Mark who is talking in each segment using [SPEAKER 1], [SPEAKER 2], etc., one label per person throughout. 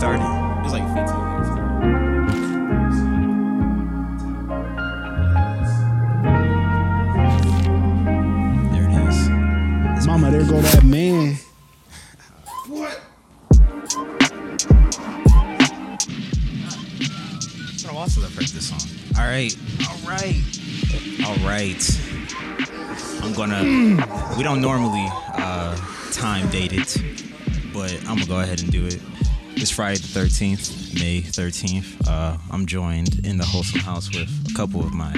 [SPEAKER 1] 30.
[SPEAKER 2] It's like 15 minutes.
[SPEAKER 1] There it is.
[SPEAKER 3] Mama, there go that man.
[SPEAKER 1] Should have also have heard this song. All right. All right. All right. I'm gonna. we don't normally uh, time date it, but I'm gonna go ahead and do it. It's Friday the 13th, May 13th. Uh, I'm joined in the wholesome house with a couple of my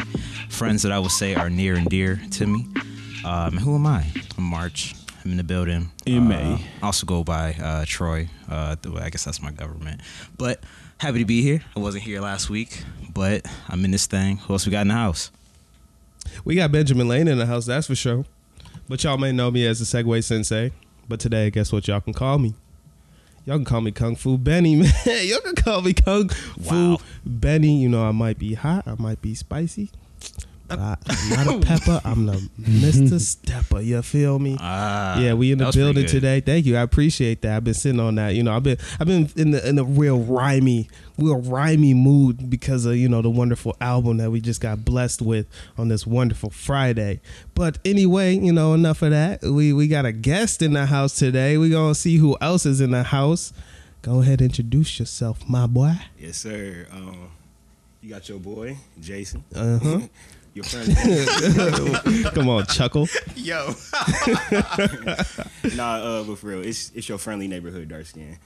[SPEAKER 1] friends that I would say are near and dear to me. Um, who am I? I'm March. I'm in the building.
[SPEAKER 3] In
[SPEAKER 1] Uh,
[SPEAKER 3] May.
[SPEAKER 1] I also go by uh, Troy. Uh, th- I guess that's my government. But happy to be here. I wasn't here last week, but I'm in this thing. Who else we got in the house?
[SPEAKER 4] We got Benjamin Lane in the house, that's for sure. But y'all may know me as the Segway Sensei. But today, guess what? Y'all can call me. Y'all can call me Kung Fu Benny, man. Y'all can call me Kung
[SPEAKER 1] Wow.
[SPEAKER 4] Fu Benny. You know, I might be hot, I might be spicy. But I, am not a pepper. I'm the Mr. Stepper. You feel me?
[SPEAKER 1] Ah,
[SPEAKER 4] yeah, we in
[SPEAKER 1] that
[SPEAKER 4] the
[SPEAKER 1] was pretty
[SPEAKER 4] building
[SPEAKER 1] good.
[SPEAKER 4] today. Thank you. I appreciate that. I've been sitting on that. You know, I've been I've been in the in a real rhymey, real rhymey mood because of, you know, the wonderful album that we just got blessed with on this wonderful Friday. But anyway, you know, enough of that. We we got a guest in the house today. we gonna see who else is in the house. Go ahead, introduce yourself, my boy.
[SPEAKER 2] Yes, sir. Um, you got your boy, Jason.
[SPEAKER 4] Uh-huh.
[SPEAKER 2] Your friend.
[SPEAKER 4] Come on, chuckle.
[SPEAKER 2] Yo. nah, uh, but for real, it's it's your friendly neighborhood dark skin,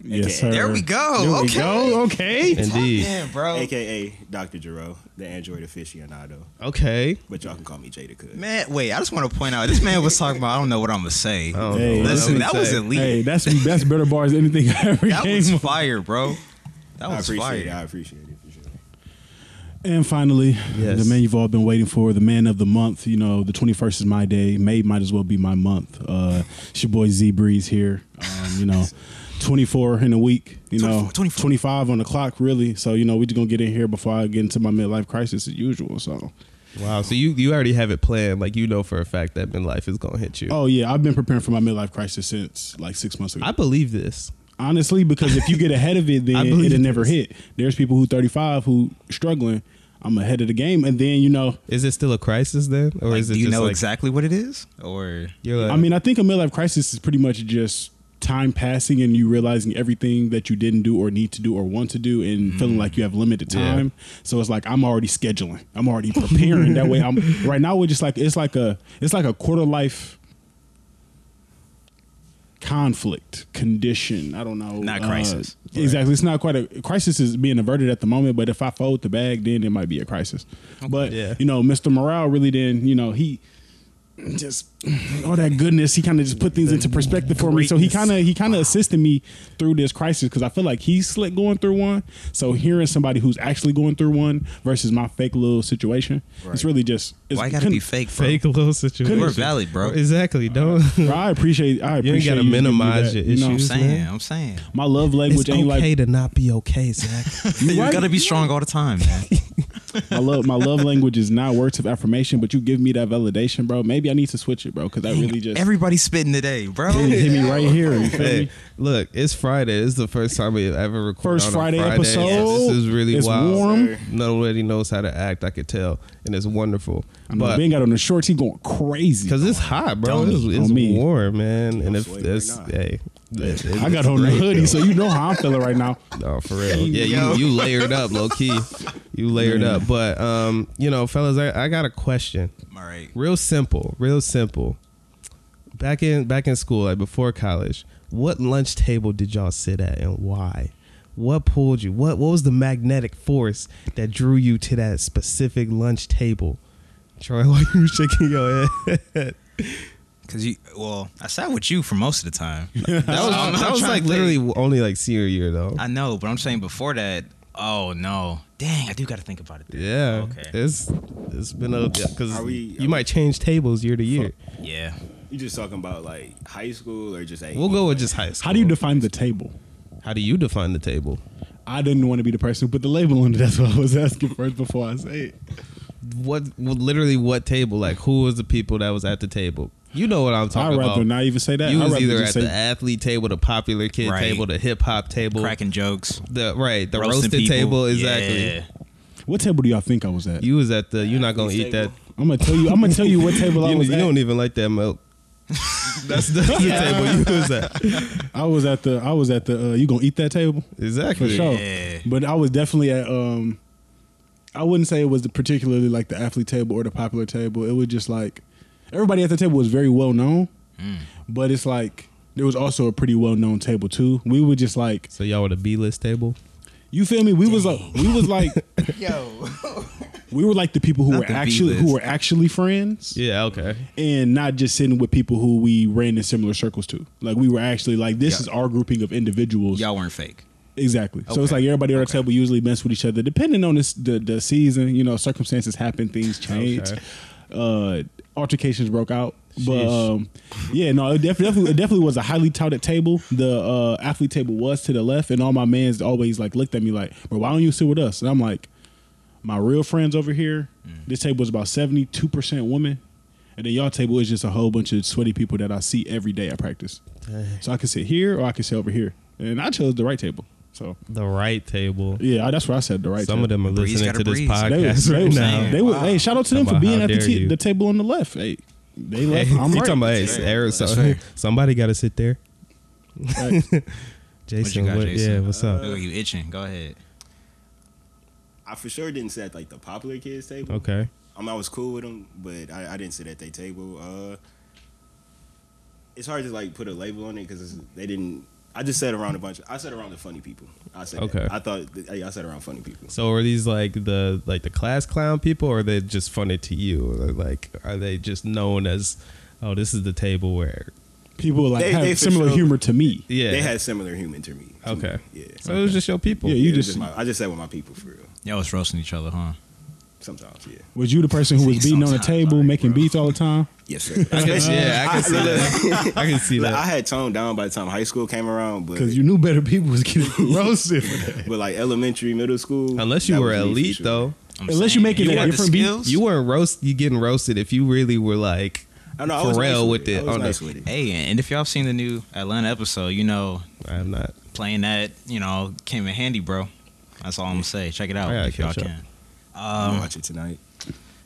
[SPEAKER 3] Yes,
[SPEAKER 2] Okay,
[SPEAKER 3] sir.
[SPEAKER 1] There we
[SPEAKER 3] There
[SPEAKER 1] go.
[SPEAKER 3] we
[SPEAKER 1] okay.
[SPEAKER 3] go. Okay.
[SPEAKER 4] Indeed.
[SPEAKER 1] Yeah, bro.
[SPEAKER 2] aka Dr. Jero, the android aficionado.
[SPEAKER 4] Okay.
[SPEAKER 2] But y'all can call me Jada Cook.
[SPEAKER 1] Man, wait, I just want to point out this man was talking about I don't know what I'm gonna say.
[SPEAKER 4] Oh,
[SPEAKER 3] Hey,
[SPEAKER 1] Listen, that
[SPEAKER 4] What
[SPEAKER 1] was
[SPEAKER 4] he say?
[SPEAKER 1] elite.
[SPEAKER 3] Hey, that's that's better bars than anything I ever
[SPEAKER 1] that was
[SPEAKER 3] came up.
[SPEAKER 1] fire, bro. That
[SPEAKER 2] I
[SPEAKER 1] was
[SPEAKER 2] appreciate
[SPEAKER 1] fire.
[SPEAKER 2] it. I appreciate it for sure.
[SPEAKER 3] And finally,
[SPEAKER 4] Yes.
[SPEAKER 3] the man you've all been waiting for, the man of the month. You know, the 21st is my day. May might as well be my month. Uh, it's your boy Z Breeze here. Um, you know, 24 in a week. You know,
[SPEAKER 1] 24, 24.
[SPEAKER 3] 25 on the clock, really. So, you know, we just going to get in here before I get into my midlife crisis as usual. So,
[SPEAKER 4] Wow. So you you already have it planned. Like you know for a fact that midlife is gonna hit you.
[SPEAKER 3] oh, yeah, I've been preparing for my midlife crisis since like six months ago.
[SPEAKER 4] I believe this.
[SPEAKER 3] Honestly, because if you get ahead of it,
[SPEAKER 4] I
[SPEAKER 3] then
[SPEAKER 4] believe
[SPEAKER 3] it'll never
[SPEAKER 4] this.
[SPEAKER 3] hit. There's people who 35 who struggling. I'm ahead of the game. And then, you know,
[SPEAKER 4] Is it still a crisis then, or
[SPEAKER 1] Like,
[SPEAKER 4] is it
[SPEAKER 1] do you
[SPEAKER 4] just
[SPEAKER 1] know
[SPEAKER 4] like
[SPEAKER 1] exactly what it is? Or
[SPEAKER 4] you're like,
[SPEAKER 3] I mean, I think a midlife crisis is pretty much just time passing and you realizing everything that you didn't do or need to do or want to do and feeling like you have limited
[SPEAKER 4] Yeah.
[SPEAKER 3] time. So it's like I'm already scheduling. I'm already preparing. that way I'm right now we're just like it's like a it's like a quarter life conflict condition i don't know uh,
[SPEAKER 1] Not crisis.
[SPEAKER 3] exactly it's not quite a crisis is being averted at the moment but if i fold the bag then it might be a crisis but
[SPEAKER 4] Yeah.
[SPEAKER 3] you know mr morale really didn't you know he just all that goodness. He kind of just put things into perspective for me. So he
[SPEAKER 4] greatness.
[SPEAKER 3] kind of he kind of assisted me through this crisis because I feel like he's slick going through one. So hearing somebody who's actually going through one versus my fake little situation, it's really just it's
[SPEAKER 1] why you gotta
[SPEAKER 3] couldn't-
[SPEAKER 1] be fake, bro?
[SPEAKER 4] fake little situation?
[SPEAKER 1] We're valid, bro.
[SPEAKER 4] Exactly.
[SPEAKER 3] Uh,
[SPEAKER 4] Don't.
[SPEAKER 3] Bro, I appreciate. I appreciate
[SPEAKER 4] You ain't gotta
[SPEAKER 3] giving me
[SPEAKER 4] minimize your
[SPEAKER 3] You know what I'm
[SPEAKER 1] I'm
[SPEAKER 4] issues.
[SPEAKER 3] saying?
[SPEAKER 1] saying,
[SPEAKER 4] man.
[SPEAKER 1] I'm saying.
[SPEAKER 3] My love language
[SPEAKER 4] It's okay
[SPEAKER 3] ain't like
[SPEAKER 4] to not be okay, Zach.
[SPEAKER 1] You
[SPEAKER 3] right.
[SPEAKER 1] gotta be strong all the time, man.
[SPEAKER 3] my love. My love language is not words of affirmation, but you give me that validation, bro. Maybe I need to switch it, bro, because I really just
[SPEAKER 1] Everybody's spitting today, bro.
[SPEAKER 3] it hit me right here. You feel
[SPEAKER 4] Hey,
[SPEAKER 3] me?
[SPEAKER 4] look, it's Friday. It's the first time we ever recorded.
[SPEAKER 3] First
[SPEAKER 4] on a
[SPEAKER 3] Friday episode.
[SPEAKER 4] This is really
[SPEAKER 3] It's
[SPEAKER 4] wild.
[SPEAKER 3] warm.
[SPEAKER 4] Nobody knows how to act. I could tell, and it's wonderful.
[SPEAKER 3] I mean,
[SPEAKER 4] but
[SPEAKER 3] Ben got on the shorts. He going crazy.
[SPEAKER 4] because it's hot, bro. It's,
[SPEAKER 3] Dummy.
[SPEAKER 4] it's
[SPEAKER 3] On me.
[SPEAKER 4] warm, man. And if
[SPEAKER 2] sweating
[SPEAKER 4] it's
[SPEAKER 2] right now.
[SPEAKER 4] hey, it- it-
[SPEAKER 3] I got on the
[SPEAKER 4] great,
[SPEAKER 3] hoodie,
[SPEAKER 4] though.
[SPEAKER 3] so you know how I'm feeling right now.
[SPEAKER 4] Oh, for real.
[SPEAKER 1] Yo.
[SPEAKER 4] Yeah, you, you layered up, low key. You layered up. But um, you know, fellas, I, I got a question.
[SPEAKER 1] All right.
[SPEAKER 4] Real simple, real simple. Back in back in school, like before college, what lunch table did y'all sit at and why? What pulled you? What what was the magnetic force that drew you to that specific lunch table? Troy, why you shaking your head?
[SPEAKER 1] Cause you well, I sat with you for most of the time.
[SPEAKER 4] That was,
[SPEAKER 1] I'm- I'm
[SPEAKER 4] that was
[SPEAKER 1] trying
[SPEAKER 4] like
[SPEAKER 1] to think.
[SPEAKER 4] literally only like senior year though.
[SPEAKER 1] I know, but I'm saying before that, oh no. Dang, I do gotta think about it. then.
[SPEAKER 4] Yeah,
[SPEAKER 1] Okay.
[SPEAKER 4] it's it's been a because
[SPEAKER 2] Are we-
[SPEAKER 4] you might change tables year to year.
[SPEAKER 1] Yeah.
[SPEAKER 2] You just talking about like high school or just like
[SPEAKER 4] We'll go with just high school.
[SPEAKER 3] How do you define the table?
[SPEAKER 4] How do you define the table?
[SPEAKER 3] I didn't want to be the person who put the label on it. That's what I was asking first before I say it.
[SPEAKER 4] What, what literally what table? Like who was the people that was at the table? You know what I'm
[SPEAKER 3] I'd
[SPEAKER 4] talking
[SPEAKER 3] rather
[SPEAKER 4] about.
[SPEAKER 3] not even say that.
[SPEAKER 4] you
[SPEAKER 3] I'd
[SPEAKER 4] was
[SPEAKER 3] rather
[SPEAKER 4] either at
[SPEAKER 3] just say
[SPEAKER 4] the athlete table, the popular kid
[SPEAKER 1] Right.
[SPEAKER 4] table, the hip hop table,
[SPEAKER 1] cracking jokes,
[SPEAKER 4] the right, the
[SPEAKER 1] roasting
[SPEAKER 4] roasted
[SPEAKER 1] people.
[SPEAKER 4] table. Exactly.
[SPEAKER 1] Yeah.
[SPEAKER 3] what table do y'all think I was at?
[SPEAKER 4] You was at the. You're not gonna eat that.
[SPEAKER 2] Table.
[SPEAKER 3] I'm gonna tell you. I'm gonna tell you what table I
[SPEAKER 4] You,
[SPEAKER 3] was
[SPEAKER 4] you
[SPEAKER 3] at.
[SPEAKER 4] don't even like that milk. that's that's the table you was at.
[SPEAKER 3] I was at the. I was at the. Uh, you gonna eat that table?
[SPEAKER 4] Exactly.
[SPEAKER 3] for sure.
[SPEAKER 1] Yeah.
[SPEAKER 3] But I was definitely at. Um, I wouldn't say it was the, particularly like the athlete table or the popular table. It was just like everybody at the table was very well known,
[SPEAKER 1] Mm.
[SPEAKER 3] but it's like there was also a pretty well known table too. We were just like,
[SPEAKER 4] So y'all were the B list table.
[SPEAKER 3] you feel me? We was like, we was like,
[SPEAKER 2] Yo.
[SPEAKER 3] we were like the people who
[SPEAKER 1] Not
[SPEAKER 3] were
[SPEAKER 1] the
[SPEAKER 3] actually who
[SPEAKER 1] B-list.
[SPEAKER 3] were actually friends,
[SPEAKER 4] Yeah. Okay.
[SPEAKER 3] and not just sitting with people who we ran in similar circles to. Like we were actually like, this
[SPEAKER 1] Yeah.
[SPEAKER 3] is our grouping of individuals.
[SPEAKER 1] Y'all weren't fake.
[SPEAKER 3] Exactly. So it's
[SPEAKER 1] Okay.
[SPEAKER 3] like everybody on the
[SPEAKER 1] Okay.
[SPEAKER 3] table usually mess with each other, depending on this the, the season. You know, circumstances happen, things change,
[SPEAKER 4] Okay.
[SPEAKER 3] uh, altercations broke out. But um, yeah, no, it def- definitely it definitely was a highly touted table. The uh, athlete table was to the left, and all my mans always like looked at me like, "Bro, why don't you sit with us?" And I'm like, "My real friends over here.
[SPEAKER 4] Mm.
[SPEAKER 3] This table was about seventy two percent women." And then y'all table is just a whole bunch of sweaty people that I see every day at practice. So I could sit here or I could sit over here. And I chose the right table. So
[SPEAKER 4] The right table.
[SPEAKER 3] yeah, I- that's what I said. The right.
[SPEAKER 4] Some of
[SPEAKER 3] table.
[SPEAKER 4] them are
[SPEAKER 1] Breeze
[SPEAKER 4] listening
[SPEAKER 1] gotta
[SPEAKER 4] to this
[SPEAKER 1] breeze.
[SPEAKER 3] They, was-
[SPEAKER 4] podcast
[SPEAKER 3] they,
[SPEAKER 4] right
[SPEAKER 3] was-
[SPEAKER 4] now.
[SPEAKER 3] they was- Hey, shout out to them for
[SPEAKER 4] Talking about
[SPEAKER 3] being at
[SPEAKER 4] how
[SPEAKER 3] the,
[SPEAKER 4] dare
[SPEAKER 3] t-
[SPEAKER 4] you.
[SPEAKER 3] the table on the left. Hey, they left.
[SPEAKER 4] Hey,
[SPEAKER 3] I'm
[SPEAKER 4] you
[SPEAKER 3] right.
[SPEAKER 4] talking about hey, Eric, so- somebody got to sit there.
[SPEAKER 3] Right.
[SPEAKER 4] Jason,
[SPEAKER 1] got,
[SPEAKER 4] what,
[SPEAKER 1] Jason?
[SPEAKER 4] yeah, what's up?
[SPEAKER 1] Look, you itching. Go ahead.
[SPEAKER 2] I for sure didn't sit at like the popular kids table.
[SPEAKER 4] okay,
[SPEAKER 2] I mean, I was cool with them, but I, I didn't sit at their table. Uh, it's hard to like put a label on it because they didn't. I just sat around a bunch. I sat around the funny people. I said,
[SPEAKER 4] Okay.
[SPEAKER 2] I thought that- I sat around funny people.
[SPEAKER 4] so are these like the like the class clown people, or are they just funny to you? Or like, are they just known as, oh, this is the table where?
[SPEAKER 3] People like
[SPEAKER 2] They-
[SPEAKER 3] have
[SPEAKER 2] they for
[SPEAKER 3] similar
[SPEAKER 2] sure-
[SPEAKER 3] humor to me.
[SPEAKER 4] Yeah,
[SPEAKER 2] They had similar human to me. to
[SPEAKER 4] okay,
[SPEAKER 2] me. Yeah.
[SPEAKER 4] So it was just your people.
[SPEAKER 3] Yeah,
[SPEAKER 2] Yeah,
[SPEAKER 3] you
[SPEAKER 2] it was
[SPEAKER 3] just-
[SPEAKER 2] my, I just sat with my people for real.
[SPEAKER 1] Y'all was roasting each other, huh?
[SPEAKER 2] Sometimes, yeah.
[SPEAKER 3] Was you the person who was
[SPEAKER 1] See,
[SPEAKER 3] beating on the
[SPEAKER 1] sometimes,
[SPEAKER 3] table,
[SPEAKER 1] like,
[SPEAKER 3] making
[SPEAKER 1] bro.
[SPEAKER 3] beats all the time?
[SPEAKER 2] Yes, sir.
[SPEAKER 4] yeah, I can see that. I can see
[SPEAKER 2] Like, I
[SPEAKER 4] that.
[SPEAKER 2] had toned down by the time high school came around, but
[SPEAKER 3] Because you knew better people was getting roasted.
[SPEAKER 2] but like elementary, middle school.
[SPEAKER 4] Unless you
[SPEAKER 2] that
[SPEAKER 4] were
[SPEAKER 2] was me for
[SPEAKER 4] elite,
[SPEAKER 2] sure.
[SPEAKER 4] though,
[SPEAKER 1] I'm
[SPEAKER 3] Unless you make it a
[SPEAKER 1] got the
[SPEAKER 3] different beat,
[SPEAKER 1] skills?
[SPEAKER 4] you weren't roast. You getting roasted if you really were like
[SPEAKER 2] I know, I
[SPEAKER 4] for
[SPEAKER 2] was nice
[SPEAKER 4] real
[SPEAKER 2] with
[SPEAKER 4] with
[SPEAKER 2] it.
[SPEAKER 4] it.
[SPEAKER 2] I was
[SPEAKER 4] on
[SPEAKER 2] nice
[SPEAKER 4] the-
[SPEAKER 2] with it.
[SPEAKER 1] Hey, and if y'all seen the new Atlanta episode, you know
[SPEAKER 4] I'm not.
[SPEAKER 1] playing that, you know, came in handy, bro. That's all I'm gonna say. Check it out
[SPEAKER 4] I gotta
[SPEAKER 1] if y'all
[SPEAKER 4] catch up.
[SPEAKER 1] can.
[SPEAKER 2] I'm gonna
[SPEAKER 1] Um,
[SPEAKER 2] watch it tonight.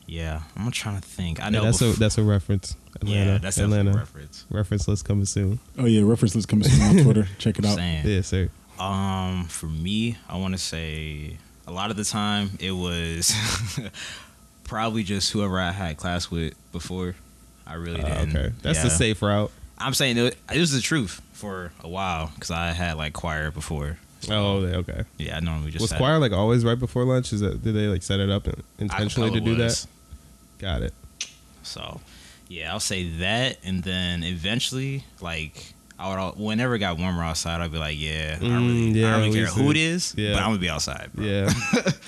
[SPEAKER 1] yeah, I'm trying to think. I
[SPEAKER 4] Yeah,
[SPEAKER 1] know
[SPEAKER 4] that's a
[SPEAKER 1] bef-
[SPEAKER 4] that's a reference. Atlanta,
[SPEAKER 1] yeah, that's definitely
[SPEAKER 4] Atlanta.
[SPEAKER 1] a reference.
[SPEAKER 4] reference list coming soon.
[SPEAKER 3] oh yeah, reference list coming soon on Twitter. Check it out.
[SPEAKER 1] Saying.
[SPEAKER 4] Yeah, sir.
[SPEAKER 1] Um, for me, I want to say a lot of the time it was probably just whoever I had class with before. I really
[SPEAKER 4] Uh,
[SPEAKER 1] didn't.
[SPEAKER 4] okay, that's the
[SPEAKER 1] Yeah.
[SPEAKER 4] safe route.
[SPEAKER 1] I'm saying it, it was the truth for a while because I had like choir before.
[SPEAKER 4] Oh, they- okay.
[SPEAKER 1] Yeah, I normally just
[SPEAKER 4] was
[SPEAKER 1] had-
[SPEAKER 4] choir like always right before lunch? Is that did they like set it up in- intentionally to
[SPEAKER 1] acapella
[SPEAKER 4] do
[SPEAKER 1] was.
[SPEAKER 4] that? Got it.
[SPEAKER 1] So, yeah, I'll say that, and then eventually, like, I would al- whenever it got warmer outside, I'd be like, yeah, I don't
[SPEAKER 4] Mm,
[SPEAKER 1] really,
[SPEAKER 4] yeah,
[SPEAKER 1] I don't
[SPEAKER 4] we
[SPEAKER 1] really care
[SPEAKER 4] used
[SPEAKER 1] who it
[SPEAKER 4] to-
[SPEAKER 1] is,
[SPEAKER 4] yeah.
[SPEAKER 1] but I'm gonna be outside. Bro.
[SPEAKER 4] Yeah.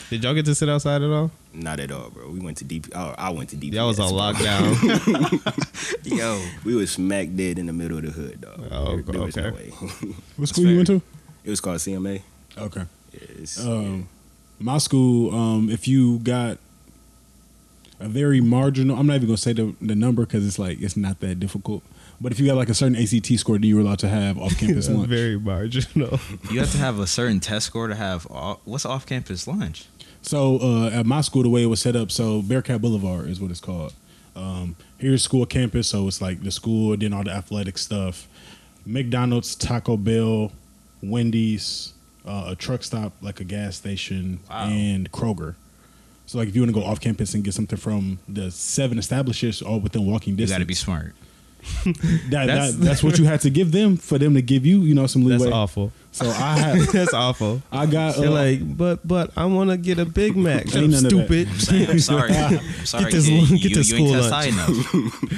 [SPEAKER 4] did y'all get to sit outside at all?
[SPEAKER 2] Not at all, bro. We went to deep. Oh, I went to deep.
[SPEAKER 4] Y'all was on lockdown.
[SPEAKER 1] Yo,
[SPEAKER 2] We was smack dead in the middle of the hood, dog.
[SPEAKER 4] Oh,
[SPEAKER 2] There- there was no
[SPEAKER 4] okay.
[SPEAKER 2] way.
[SPEAKER 3] What school you went to?
[SPEAKER 2] it was called CMA.
[SPEAKER 3] Okay.
[SPEAKER 2] It's,
[SPEAKER 1] Uh,
[SPEAKER 3] Um, my school, um, if you got a very marginal, I'm not even gonna say the, the number because it's like it's not that difficult. But if you got like a certain ACT score, then you were allowed to have off campus lunch.
[SPEAKER 4] Very marginal.
[SPEAKER 1] you have to have a certain test score to have off, what's off campus lunch.
[SPEAKER 3] So uh, at my school, the way it was set up, so Bearcat Boulevard is what it's called. Um, here's school campus, so it's like the school, then all the athletic stuff, McDonald's, Taco Bell, Wendy's, uh, a truck stop like a gas station,
[SPEAKER 1] Wow.
[SPEAKER 3] and Kroger. So like if you want to go off campus and get something from the seven establishes all within walking
[SPEAKER 1] You
[SPEAKER 3] distance,
[SPEAKER 1] got to be smart.
[SPEAKER 3] that,
[SPEAKER 4] That's-
[SPEAKER 3] that's, that, that's what you had to give them for them to give you, you know, some
[SPEAKER 4] That's
[SPEAKER 3] leeway.
[SPEAKER 4] awful.
[SPEAKER 3] So I had,
[SPEAKER 4] That's awful.
[SPEAKER 3] I got
[SPEAKER 4] They're
[SPEAKER 3] uh,
[SPEAKER 4] like, but but I want to get a Big Mac.
[SPEAKER 3] Ain't
[SPEAKER 4] Shut up,
[SPEAKER 3] none of that.
[SPEAKER 4] stupid.
[SPEAKER 1] I'm saying, I'm sorry, I'm sorry,
[SPEAKER 4] Get this-
[SPEAKER 1] kid.
[SPEAKER 4] get
[SPEAKER 1] you,
[SPEAKER 4] this
[SPEAKER 1] you ain't
[SPEAKER 4] school
[SPEAKER 1] test high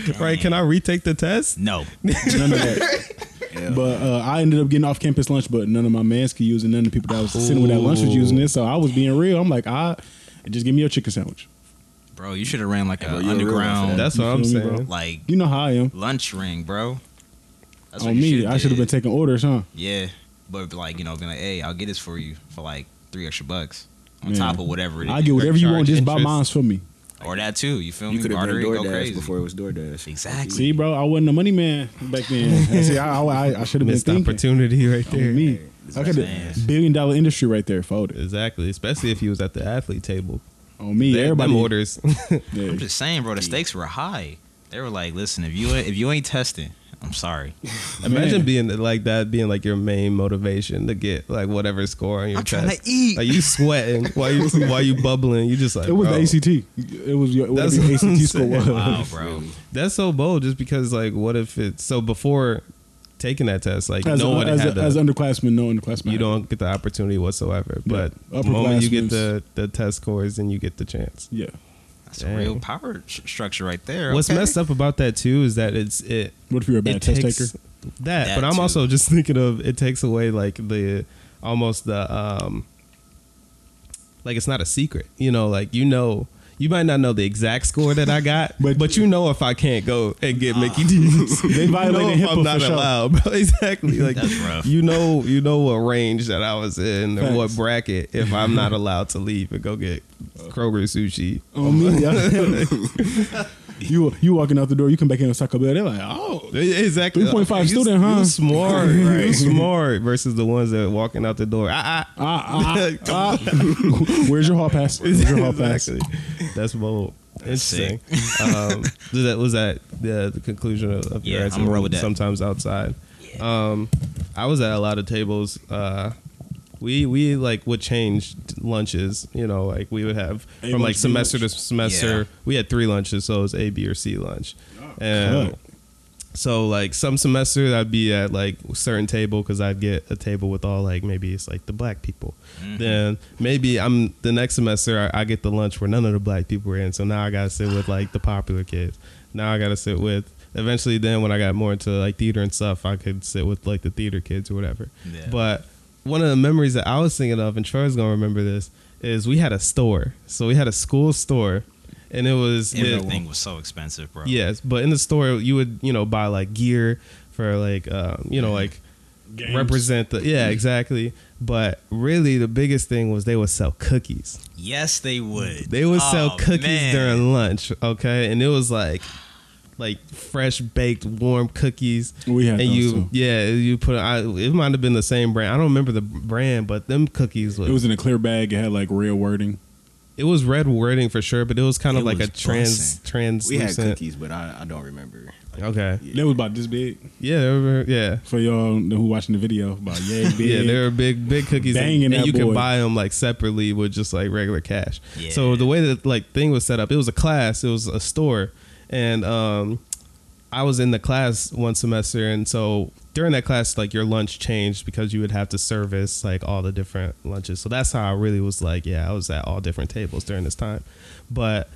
[SPEAKER 1] enough.
[SPEAKER 4] right? Can I retake the test?
[SPEAKER 1] No,
[SPEAKER 3] none of that.
[SPEAKER 2] yeah.
[SPEAKER 3] But uh, I ended up getting off campus lunch, but none of my mans could use it. None of the people that was sitting with that lunch was using it. So I was being real. I'm like, I just give me your chicken sandwich.
[SPEAKER 1] bro, you should have ran like
[SPEAKER 2] Bro,
[SPEAKER 1] an
[SPEAKER 2] you're a real one for
[SPEAKER 1] underground
[SPEAKER 4] That's what
[SPEAKER 3] You
[SPEAKER 4] I'm
[SPEAKER 3] feel me,
[SPEAKER 4] saying.
[SPEAKER 1] like
[SPEAKER 3] You know how I am.
[SPEAKER 1] lunch ring, bro. That's
[SPEAKER 3] On Oh, me, I should have
[SPEAKER 1] did.
[SPEAKER 3] been taking orders, huh?
[SPEAKER 1] Yeah, but like you know, being like, hey, I'll get this for you for like three extra bucks on
[SPEAKER 3] Man,
[SPEAKER 1] top of whatever it is.
[SPEAKER 3] I get whatever you
[SPEAKER 4] charge
[SPEAKER 3] want. Just buy
[SPEAKER 4] interest.
[SPEAKER 3] mines for me.
[SPEAKER 1] or that too. You feel
[SPEAKER 2] You
[SPEAKER 1] me?
[SPEAKER 2] could have been
[SPEAKER 1] Artery, go
[SPEAKER 2] DoorDash
[SPEAKER 1] crazy.
[SPEAKER 2] before it was DoorDash.
[SPEAKER 1] Exactly.
[SPEAKER 3] See, bro, I wasn't a money man back then. See, I, I, I- I should have been
[SPEAKER 4] Missed
[SPEAKER 3] thinking.
[SPEAKER 4] opportunity right
[SPEAKER 3] On
[SPEAKER 4] there.
[SPEAKER 3] me.
[SPEAKER 2] That's
[SPEAKER 3] I
[SPEAKER 2] what I'm
[SPEAKER 3] could
[SPEAKER 2] saying.
[SPEAKER 3] have billion dollar industry right there folded.
[SPEAKER 4] Exactly, especially if he was at the athlete table.
[SPEAKER 3] On me,
[SPEAKER 4] Them-
[SPEAKER 3] everybody
[SPEAKER 4] them orders.
[SPEAKER 3] Yeah.
[SPEAKER 1] I'm just saying, bro. The stakes were high. They were like, listen, if you ain't- if you ain't testing, I'm sorry.
[SPEAKER 4] Imagine
[SPEAKER 3] Man.
[SPEAKER 4] being like that, being like your main motivation to get like whatever score on your
[SPEAKER 1] I'm
[SPEAKER 4] test.
[SPEAKER 1] tryna eat.
[SPEAKER 4] Like you sweating while you while you bubbling. You just like
[SPEAKER 3] It was
[SPEAKER 4] bro,
[SPEAKER 3] the ACT. It was your, whatever
[SPEAKER 4] That's
[SPEAKER 3] your
[SPEAKER 4] what I'm
[SPEAKER 3] ACT score
[SPEAKER 4] saying.
[SPEAKER 3] was.
[SPEAKER 1] Wow, bro.
[SPEAKER 4] That's so bold, just because like what if it's so before taking that test, like
[SPEAKER 3] As,
[SPEAKER 4] no one
[SPEAKER 3] as,
[SPEAKER 4] had the,
[SPEAKER 3] as underclassmen, no underclassmen.
[SPEAKER 4] you don't get the opportunity whatsoever.
[SPEAKER 3] Yeah.
[SPEAKER 4] But the moment you
[SPEAKER 3] Upperclassmen.
[SPEAKER 4] get the the test scores, then you get the chance.
[SPEAKER 3] Yeah.
[SPEAKER 1] That's
[SPEAKER 4] Dang.
[SPEAKER 1] a real power sh- structure right there.
[SPEAKER 4] What's
[SPEAKER 1] okay?
[SPEAKER 4] messed up about that too is that it's it
[SPEAKER 3] What if you're a bad
[SPEAKER 4] it
[SPEAKER 3] test
[SPEAKER 4] takes
[SPEAKER 3] taker?
[SPEAKER 4] That,
[SPEAKER 1] That
[SPEAKER 4] but I'm
[SPEAKER 1] too.
[SPEAKER 4] also just thinking of it takes away like the almost the um like it's not a secret, you know. Like you know, you might not know the exact score that I got, but
[SPEAKER 3] But-
[SPEAKER 4] but you know if I can't go and
[SPEAKER 1] Ah.
[SPEAKER 4] get Mickey D's,
[SPEAKER 3] They violated
[SPEAKER 4] you know if I'm
[SPEAKER 3] HIPAA
[SPEAKER 4] not
[SPEAKER 3] for sure.
[SPEAKER 4] allowed, bro. Exactly, like
[SPEAKER 1] That's rough.
[SPEAKER 4] you know, you know what range that I was in or what
[SPEAKER 3] Facts.
[SPEAKER 4] bracket if I'm not allowed to leave and go get Kroger sushi.
[SPEAKER 3] On Oh, me, yeah. you you walking out the door, you come back in with Taco Bell. They're like, oh,
[SPEAKER 4] Exactly.
[SPEAKER 3] 3.5
[SPEAKER 4] You-
[SPEAKER 3] student, huh?
[SPEAKER 4] You smart,
[SPEAKER 2] Right.
[SPEAKER 4] you smart versus the ones that walking out the door. I, I.
[SPEAKER 3] ah, ah, ah. where's your hall pass? Where's your hall pass?
[SPEAKER 4] exactly. That's bold. Interesting.
[SPEAKER 1] sick.
[SPEAKER 4] um, was that was that the, the conclusion of, of your
[SPEAKER 1] Yeah,
[SPEAKER 4] answer?
[SPEAKER 1] I'm roll with that.
[SPEAKER 4] Sometimes outside. Um, I was at a lot of tables. Uh, we we like would change lunches. You know, like we would have
[SPEAKER 3] A
[SPEAKER 4] from like
[SPEAKER 3] lunch, B
[SPEAKER 4] semester
[SPEAKER 3] lunch.
[SPEAKER 4] to semester.
[SPEAKER 1] Yeah.
[SPEAKER 4] We had three lunches, so it was A, B, or C lunch. and
[SPEAKER 3] cut.
[SPEAKER 4] so like some semester I'd be at like a certain table because I'd get a table with all like maybe it's like the black people. Then maybe I'm the next semester I, I get the lunch where none of the black people were in. So now I gotta sit with like the popular kids. Now I gotta sit with. Eventually, then when I got more into like theater and stuff, I could sit with like the theater kids or whatever.
[SPEAKER 1] Yeah.
[SPEAKER 4] But one of the memories that I was thinking of, and Troy's gonna remember this, is we had a store. So we had a school store, and it was it-
[SPEAKER 1] Everything was so expensive, bro.
[SPEAKER 4] Yes, but in the store you would you know buy like gear for like uh, you know like
[SPEAKER 3] Games.
[SPEAKER 4] represent the yeah exactly. But really, the biggest thing was they would sell cookies.
[SPEAKER 1] Yes, they would.
[SPEAKER 4] They would sell
[SPEAKER 1] Oh,
[SPEAKER 4] cookies
[SPEAKER 1] man.
[SPEAKER 4] during lunch, okay? And it was like like fresh baked warm cookies.
[SPEAKER 3] We had
[SPEAKER 4] and
[SPEAKER 3] those,
[SPEAKER 4] you
[SPEAKER 3] too.
[SPEAKER 4] yeah you put I, it might have been the same brand. I don't remember the brand, but them cookies
[SPEAKER 3] It was in a clear bag. It had like real wording.
[SPEAKER 4] it was red wording for sure, but it was kind of
[SPEAKER 1] It
[SPEAKER 4] like a
[SPEAKER 1] was
[SPEAKER 4] trans
[SPEAKER 1] bussin'.
[SPEAKER 2] We had
[SPEAKER 4] translucent.
[SPEAKER 2] cookies, but I, I don't remember. Like,
[SPEAKER 4] Okay,
[SPEAKER 2] Yeah.
[SPEAKER 3] That was about this big
[SPEAKER 4] yeah, they were- yeah.
[SPEAKER 3] for y'all who watching the video. About yay big.
[SPEAKER 4] Yeah, they were big, big cookies, and,
[SPEAKER 3] Banging
[SPEAKER 4] and
[SPEAKER 3] that
[SPEAKER 4] you can
[SPEAKER 3] boy.
[SPEAKER 4] buy them like separately with just like regular cash.
[SPEAKER 1] Yeah.
[SPEAKER 4] So the way that like thing was set up, it was a class, it was a store, and um, I was in the class one semester, and so during that class, like your lunch changed because you would have to service like all the different lunches. So that's how I really was like, yeah, I was at all different tables during this time, but.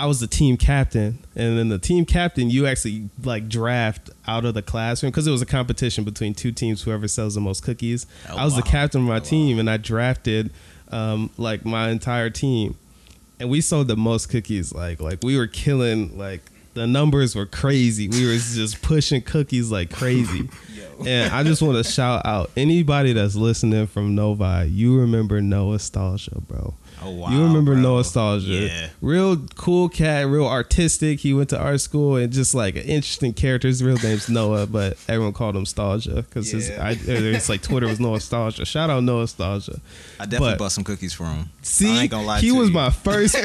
[SPEAKER 4] I was the team captain, and then the team captain you actually like draft out of the classroom because it was a competition between two teams. Whoever sells the most cookies,
[SPEAKER 1] Oh,
[SPEAKER 4] I was the
[SPEAKER 1] wow.
[SPEAKER 4] captain of my team, and I drafted um, like my entire team, and we sold the most cookies. Like like we were killing. Like the numbers were crazy. We were just pushing cookies like crazy. and I just want to shout out anybody that's listening from Novi. You remember Noah Stalsha, bro.
[SPEAKER 1] Oh, wow,
[SPEAKER 4] You remember
[SPEAKER 1] bro.
[SPEAKER 4] Noah Stalsha?
[SPEAKER 1] Yeah.
[SPEAKER 4] Real cool cat, real artistic. He went to art school and just like an interesting character. His real name's Noah, but everyone called him Stalgia because his
[SPEAKER 1] Yeah.
[SPEAKER 4] I, uh, it's like Twitter was Noah Stalgia. Shout out Noah Stalgia.
[SPEAKER 1] I definitely
[SPEAKER 4] But-
[SPEAKER 1] bought some cookies for him.
[SPEAKER 4] See,
[SPEAKER 1] I ain't gonna lie
[SPEAKER 4] he
[SPEAKER 1] to
[SPEAKER 4] was
[SPEAKER 1] you.
[SPEAKER 4] my first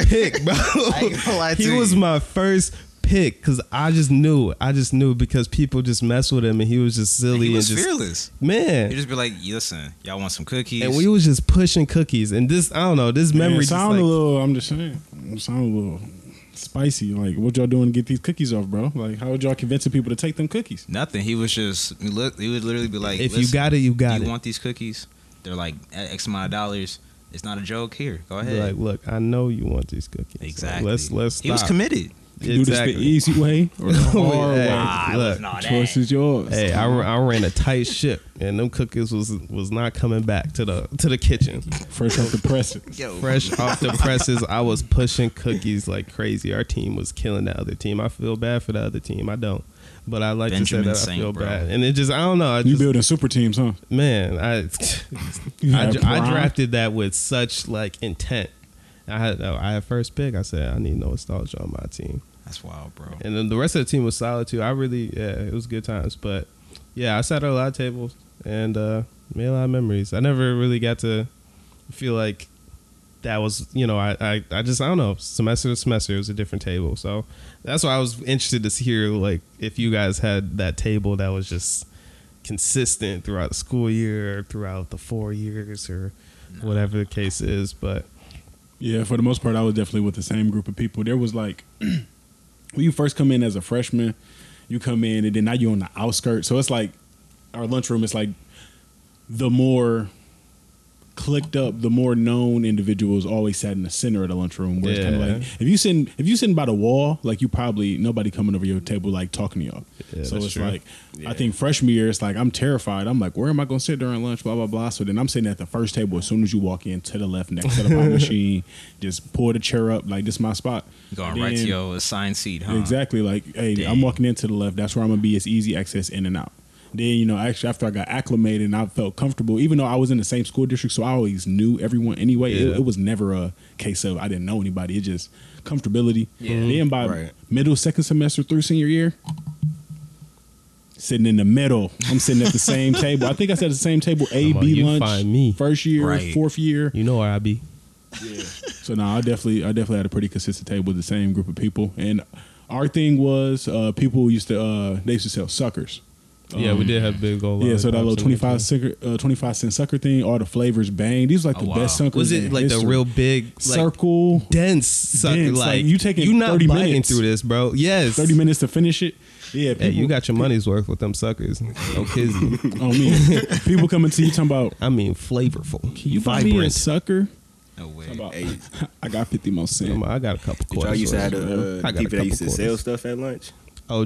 [SPEAKER 4] pick, bro.
[SPEAKER 1] ain't gonna lie
[SPEAKER 4] he
[SPEAKER 1] to
[SPEAKER 4] was
[SPEAKER 1] you.
[SPEAKER 4] my first pick because I just knew. I just knew because people just mess with him and he was just silly
[SPEAKER 1] He was
[SPEAKER 4] and just
[SPEAKER 1] fearless.
[SPEAKER 4] man.
[SPEAKER 1] He just be like, listen, y'all want some cookies?
[SPEAKER 4] and we was just pushing cookies and this I don't know this
[SPEAKER 3] Man,
[SPEAKER 4] memory
[SPEAKER 3] it
[SPEAKER 4] just
[SPEAKER 3] sound a
[SPEAKER 4] like-
[SPEAKER 3] little. I'm just saying. It sound a little spicy. Like what y'all doing to get these cookies off, bro? Like how y'all convincing people to take them cookies?
[SPEAKER 1] Nothing. He was just he look. He would literally be like,
[SPEAKER 4] if you
[SPEAKER 1] listen,
[SPEAKER 4] got it you got
[SPEAKER 1] you
[SPEAKER 4] it
[SPEAKER 1] want these cookies? They're like at X amount of dollars. It's not a joke. Here, go
[SPEAKER 4] Be
[SPEAKER 1] ahead.
[SPEAKER 4] like look I know you want these cookies Like,
[SPEAKER 1] exactly.
[SPEAKER 4] let's let's
[SPEAKER 1] He was
[SPEAKER 4] stop.
[SPEAKER 1] committed.
[SPEAKER 3] Do this the easy way
[SPEAKER 4] Oh,
[SPEAKER 3] or the hard
[SPEAKER 4] Hey,
[SPEAKER 3] way?
[SPEAKER 1] Nah, Ah, it
[SPEAKER 4] look,
[SPEAKER 1] was not that.
[SPEAKER 3] Choice is yours.
[SPEAKER 4] Hey, I, ra- I ran a tight ship, and them cookies was was not coming back to the to the kitchen.
[SPEAKER 3] First off the press. it.
[SPEAKER 1] Yo,
[SPEAKER 4] Fresh off the presses, I was pushing cookies like crazy. Our team was killing the other team. I feel bad for the other team. I don't, but I like
[SPEAKER 1] Benjamin
[SPEAKER 4] to say that I
[SPEAKER 1] Saint,
[SPEAKER 4] feel
[SPEAKER 1] bro.
[SPEAKER 4] bad. And it just I don't know. I
[SPEAKER 3] You
[SPEAKER 4] just,
[SPEAKER 3] building super teams, huh?
[SPEAKER 4] man, I
[SPEAKER 3] You
[SPEAKER 4] I,
[SPEAKER 3] have
[SPEAKER 4] dr- I
[SPEAKER 3] prime.
[SPEAKER 4] drafted that with such like intent, I had I had first pick. I said I need nostalgia on my team,
[SPEAKER 1] That's wild, bro.
[SPEAKER 4] and then the rest of the team was solid too. I really yeah, it was good times. But yeah, I sat at a lot of tables and uh, made a lot of memories. I never really got to feel like that was you know I, I I just I don't know semester to semester it was a different table. So that's why I was interested to hear like if you guys had that table that was just consistent throughout the school year or throughout the four years or whatever the case is. But
[SPEAKER 3] Yeah, for the most part, I was definitely with the same group of people. There was like, when you first come in as a freshman, you come in and then now you're on the outskirts. So it's like our lunchroom is like the more clicked up, the more known individuals always sat in the center of the lunchroom. Where it's kind
[SPEAKER 4] Yeah.
[SPEAKER 3] of like if you sitting if you sitting by the wall, like you probably nobody coming over your table like talking to y'all.
[SPEAKER 4] Yeah,
[SPEAKER 3] so
[SPEAKER 4] that's
[SPEAKER 3] it's
[SPEAKER 4] true.
[SPEAKER 3] like
[SPEAKER 2] Yeah.
[SPEAKER 3] I think freshman year, it's like I'm terrified. I'm like, where am I going to sit during lunch? Blah blah blah. So then I'm sitting at the first table as soon as you walk in to the left next to the pop machine. Just pull the chair up like this is my spot.
[SPEAKER 1] Going right to
[SPEAKER 3] Then-
[SPEAKER 1] your assigned seat, huh?
[SPEAKER 3] Exactly. Like, hey,
[SPEAKER 1] Dang.
[SPEAKER 3] I'm walking into the left. That's where I'm gonna be. It's easy access in and out. Then you know, actually, after I got acclimated and I felt comfortable, even though I was in the same school district, so I always knew everyone anyway. It,
[SPEAKER 4] Yeah.
[SPEAKER 3] it was never a case of I didn't know anybody. It just comfortability. Then by
[SPEAKER 2] Right.
[SPEAKER 3] middle second semester through senior year, sitting in the middle, I'm sitting at the same table. I think I said the same table A
[SPEAKER 4] Come on,
[SPEAKER 3] B
[SPEAKER 4] you
[SPEAKER 3] lunch
[SPEAKER 4] find me.
[SPEAKER 3] first year,
[SPEAKER 1] Right.
[SPEAKER 3] fourth year.
[SPEAKER 4] you know where I be.
[SPEAKER 3] So no, I definitely, I definitely had a pretty consistent table with the same group of people. And our thing was, uh, people used to, uh, they used to sell suckers.
[SPEAKER 4] yeah, we did have big goal.
[SPEAKER 3] Um, yeah, so that little
[SPEAKER 4] lollipops and
[SPEAKER 3] 25 sucker, uh, 25 cent sucker thing, all the flavors bang. These were like
[SPEAKER 1] Oh,
[SPEAKER 3] the
[SPEAKER 1] wow.
[SPEAKER 3] best suckers.
[SPEAKER 4] Was it
[SPEAKER 3] in
[SPEAKER 4] like the
[SPEAKER 3] history.
[SPEAKER 4] real big like,
[SPEAKER 3] circle?
[SPEAKER 4] dense sucker?
[SPEAKER 3] Dense,
[SPEAKER 4] Like,
[SPEAKER 3] like, you taking
[SPEAKER 4] you not
[SPEAKER 3] 30
[SPEAKER 4] biting
[SPEAKER 3] minutes.
[SPEAKER 4] through this, bro? Yes,
[SPEAKER 3] 30 minutes to finish it. Yeah, people,
[SPEAKER 4] Hey, you got your money's worth with them suckers. No kidding.
[SPEAKER 3] on me. people coming to you talking about,
[SPEAKER 4] I mean, flavorful.
[SPEAKER 3] can you buy me a
[SPEAKER 4] vibrant.
[SPEAKER 3] sucker?
[SPEAKER 1] No way.
[SPEAKER 3] Talking about,
[SPEAKER 2] Hey,
[SPEAKER 3] I got 50 more
[SPEAKER 4] Come
[SPEAKER 3] cents.
[SPEAKER 4] on, I got a couple
[SPEAKER 2] did y'all
[SPEAKER 4] quarters.
[SPEAKER 2] used to
[SPEAKER 4] for
[SPEAKER 2] have
[SPEAKER 4] you,
[SPEAKER 2] the
[SPEAKER 4] bro. I
[SPEAKER 2] uh,
[SPEAKER 4] got a
[SPEAKER 2] people that
[SPEAKER 4] couple
[SPEAKER 2] used to sell
[SPEAKER 4] quarters.
[SPEAKER 2] stuff at lunch?
[SPEAKER 4] Oh,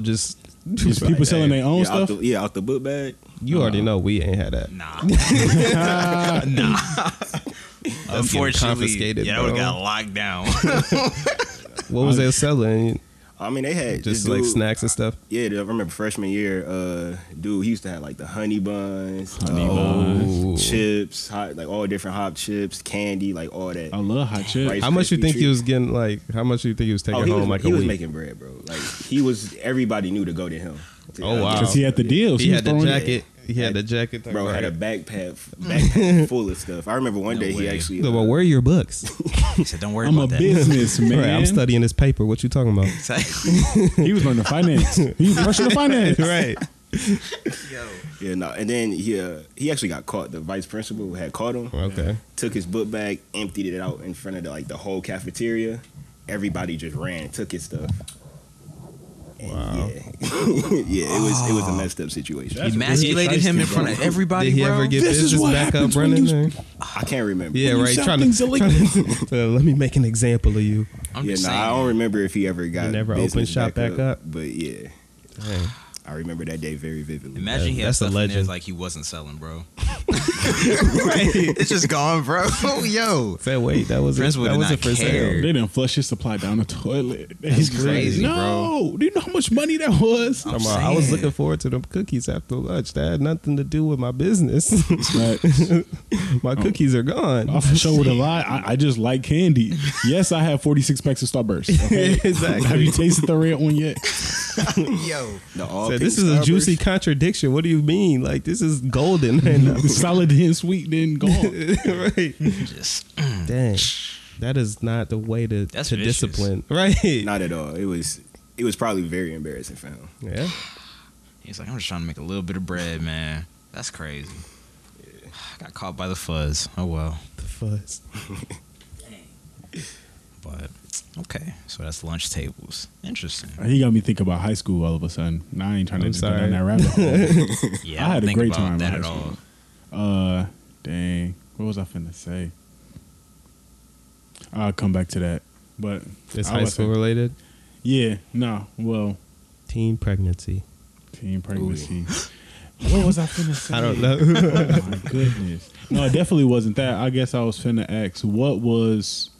[SPEAKER 4] just
[SPEAKER 3] Just people selling their own
[SPEAKER 2] yeah, Out
[SPEAKER 3] stuff.
[SPEAKER 2] the, yeah, out the book bag.
[SPEAKER 4] You already know we ain't had that.
[SPEAKER 1] Nah. nah. Unfortunately,
[SPEAKER 4] confiscated,
[SPEAKER 1] yeah, that would
[SPEAKER 4] bro.
[SPEAKER 1] have got locked down.
[SPEAKER 4] What was they selling?
[SPEAKER 2] I mean, they had
[SPEAKER 4] Just
[SPEAKER 2] this
[SPEAKER 4] like
[SPEAKER 2] dude-
[SPEAKER 4] snacks and stuff.
[SPEAKER 2] Yeah, I remember freshman year, uh, dude, he used to have like the honey buns,
[SPEAKER 3] Honey
[SPEAKER 2] uh,
[SPEAKER 4] buns.
[SPEAKER 2] chips, hot, like all different hop chips, candy, like all that.
[SPEAKER 3] I love hot chips.
[SPEAKER 2] Rice
[SPEAKER 4] How much you
[SPEAKER 2] Krispie
[SPEAKER 4] think he
[SPEAKER 2] treat.
[SPEAKER 4] was getting? Like, how much you think he was taking
[SPEAKER 2] Oh, he
[SPEAKER 4] home?
[SPEAKER 2] was,
[SPEAKER 4] like
[SPEAKER 2] he
[SPEAKER 4] a
[SPEAKER 2] was
[SPEAKER 4] week?
[SPEAKER 2] making bread, bro. Like he was, everybody knew to go to him.
[SPEAKER 4] Oh, wow.
[SPEAKER 3] Because he had the deals.
[SPEAKER 4] he
[SPEAKER 3] was
[SPEAKER 4] had the
[SPEAKER 3] throwing it.
[SPEAKER 4] jacket. He had the jacket.
[SPEAKER 2] Bro had a
[SPEAKER 4] Right.
[SPEAKER 2] backpack, backpack full of stuff. I remember one
[SPEAKER 1] No
[SPEAKER 2] day he
[SPEAKER 1] way.
[SPEAKER 2] actually.
[SPEAKER 4] So,
[SPEAKER 2] uh,
[SPEAKER 4] well, where are your books?
[SPEAKER 1] he said, "Don't worry
[SPEAKER 3] I'm a
[SPEAKER 1] about that."
[SPEAKER 3] businessman.
[SPEAKER 4] Right, I'm studying this paper. What you talking about?
[SPEAKER 3] He was learning finance. He was rushing the finance.
[SPEAKER 4] right.
[SPEAKER 1] Yo,
[SPEAKER 2] yeah, no. And then he uh, he actually got caught. The vice principal had caught him.
[SPEAKER 4] Okay.
[SPEAKER 2] took his book bag, emptied it out in front of the, like the whole cafeteria. Everybody just ran, took his stuff. And
[SPEAKER 4] Wow.
[SPEAKER 2] Yeah, yeah. It was it was a
[SPEAKER 4] Ah.
[SPEAKER 2] messed up situation.
[SPEAKER 3] That's
[SPEAKER 1] emasculated
[SPEAKER 3] really
[SPEAKER 1] him in
[SPEAKER 3] feisty,
[SPEAKER 1] front
[SPEAKER 3] bro.
[SPEAKER 1] of everybody,
[SPEAKER 4] Did he
[SPEAKER 1] bro.
[SPEAKER 4] ever get
[SPEAKER 3] This is
[SPEAKER 4] business
[SPEAKER 3] what
[SPEAKER 4] back up
[SPEAKER 3] happens when
[SPEAKER 4] running?
[SPEAKER 3] you-
[SPEAKER 4] or-
[SPEAKER 2] I can't remember.
[SPEAKER 4] Yeah,
[SPEAKER 3] you
[SPEAKER 4] right.
[SPEAKER 3] sell
[SPEAKER 4] Trying
[SPEAKER 3] things
[SPEAKER 4] to,
[SPEAKER 3] illegal.
[SPEAKER 4] trying to- uh, let me make an example of you.
[SPEAKER 1] I'm
[SPEAKER 2] yeah.
[SPEAKER 1] just
[SPEAKER 2] Nah,
[SPEAKER 1] saying.
[SPEAKER 2] I don't remember if he ever got
[SPEAKER 4] You never
[SPEAKER 2] business
[SPEAKER 4] opened shop back up?
[SPEAKER 2] But yeah,
[SPEAKER 4] Dang.
[SPEAKER 2] I remember that day very vividly.
[SPEAKER 1] Imagine he had
[SPEAKER 4] That's a
[SPEAKER 1] stuff in there
[SPEAKER 4] legend.
[SPEAKER 1] like he wasn't selling, bro. It's just gone, bro. Yo,
[SPEAKER 4] Say wait, that was
[SPEAKER 1] Prince
[SPEAKER 4] that
[SPEAKER 1] would
[SPEAKER 4] was
[SPEAKER 1] not
[SPEAKER 4] it for
[SPEAKER 1] care.
[SPEAKER 4] sale.
[SPEAKER 3] They didn't flush his supply down the toilet. He's just
[SPEAKER 1] crazy,
[SPEAKER 3] like, no. Do you know how much money that was?
[SPEAKER 1] I'm
[SPEAKER 4] Come on, I was
[SPEAKER 1] saying.
[SPEAKER 4] looking forward to them cookies after lunch. That had nothing to do with my business.
[SPEAKER 3] Right.
[SPEAKER 1] Oh.
[SPEAKER 4] my cookies are gone.
[SPEAKER 3] Off the show with a lie. I, I just like candy. Yes, I have 46 packs of Starburst. okay?
[SPEAKER 4] Exactly.
[SPEAKER 3] have you tasted the red one yet?
[SPEAKER 1] yo,
[SPEAKER 2] The all
[SPEAKER 4] Said,
[SPEAKER 2] pink
[SPEAKER 4] this is a
[SPEAKER 2] Starburst-
[SPEAKER 4] juicy contradiction. What do you mean? Like this is golden right now.
[SPEAKER 3] Solid and sweet, then gone.
[SPEAKER 4] right.
[SPEAKER 1] just
[SPEAKER 4] Dang. That is not the way to,
[SPEAKER 1] That's
[SPEAKER 4] to
[SPEAKER 1] vicious.
[SPEAKER 4] discipline. Right.
[SPEAKER 2] Not at all. It was it was probably very embarrassing for him.
[SPEAKER 4] yeah.
[SPEAKER 1] he's like, I'm just trying to make a little bit of bread, man. That's crazy. Got caught by the fuzz. Oh well,
[SPEAKER 4] The fuzz.
[SPEAKER 1] but okay. So that's lunch tables. Interesting.
[SPEAKER 3] He got me thinking about high school all of a sudden. Now I ain't trying
[SPEAKER 4] I'm
[SPEAKER 3] to go
[SPEAKER 4] sorry.
[SPEAKER 3] down that rabbit hole.
[SPEAKER 1] Yeah,
[SPEAKER 3] I
[SPEAKER 1] don't
[SPEAKER 3] had a
[SPEAKER 1] think
[SPEAKER 3] great
[SPEAKER 1] about
[SPEAKER 3] time in
[SPEAKER 1] That
[SPEAKER 3] high
[SPEAKER 1] at
[SPEAKER 3] school.
[SPEAKER 1] all.
[SPEAKER 3] Uh, dang. What was I finna say? I'll come back to that. But
[SPEAKER 4] It's
[SPEAKER 3] I
[SPEAKER 4] high
[SPEAKER 3] was-
[SPEAKER 4] school related.
[SPEAKER 3] Yeah. No. Well,
[SPEAKER 4] Teen pregnancy.
[SPEAKER 3] teen pregnancy. what was I finna say?
[SPEAKER 4] I don't know.
[SPEAKER 3] Oh my goodness. No, it definitely wasn't that. I guess I was finna ask what was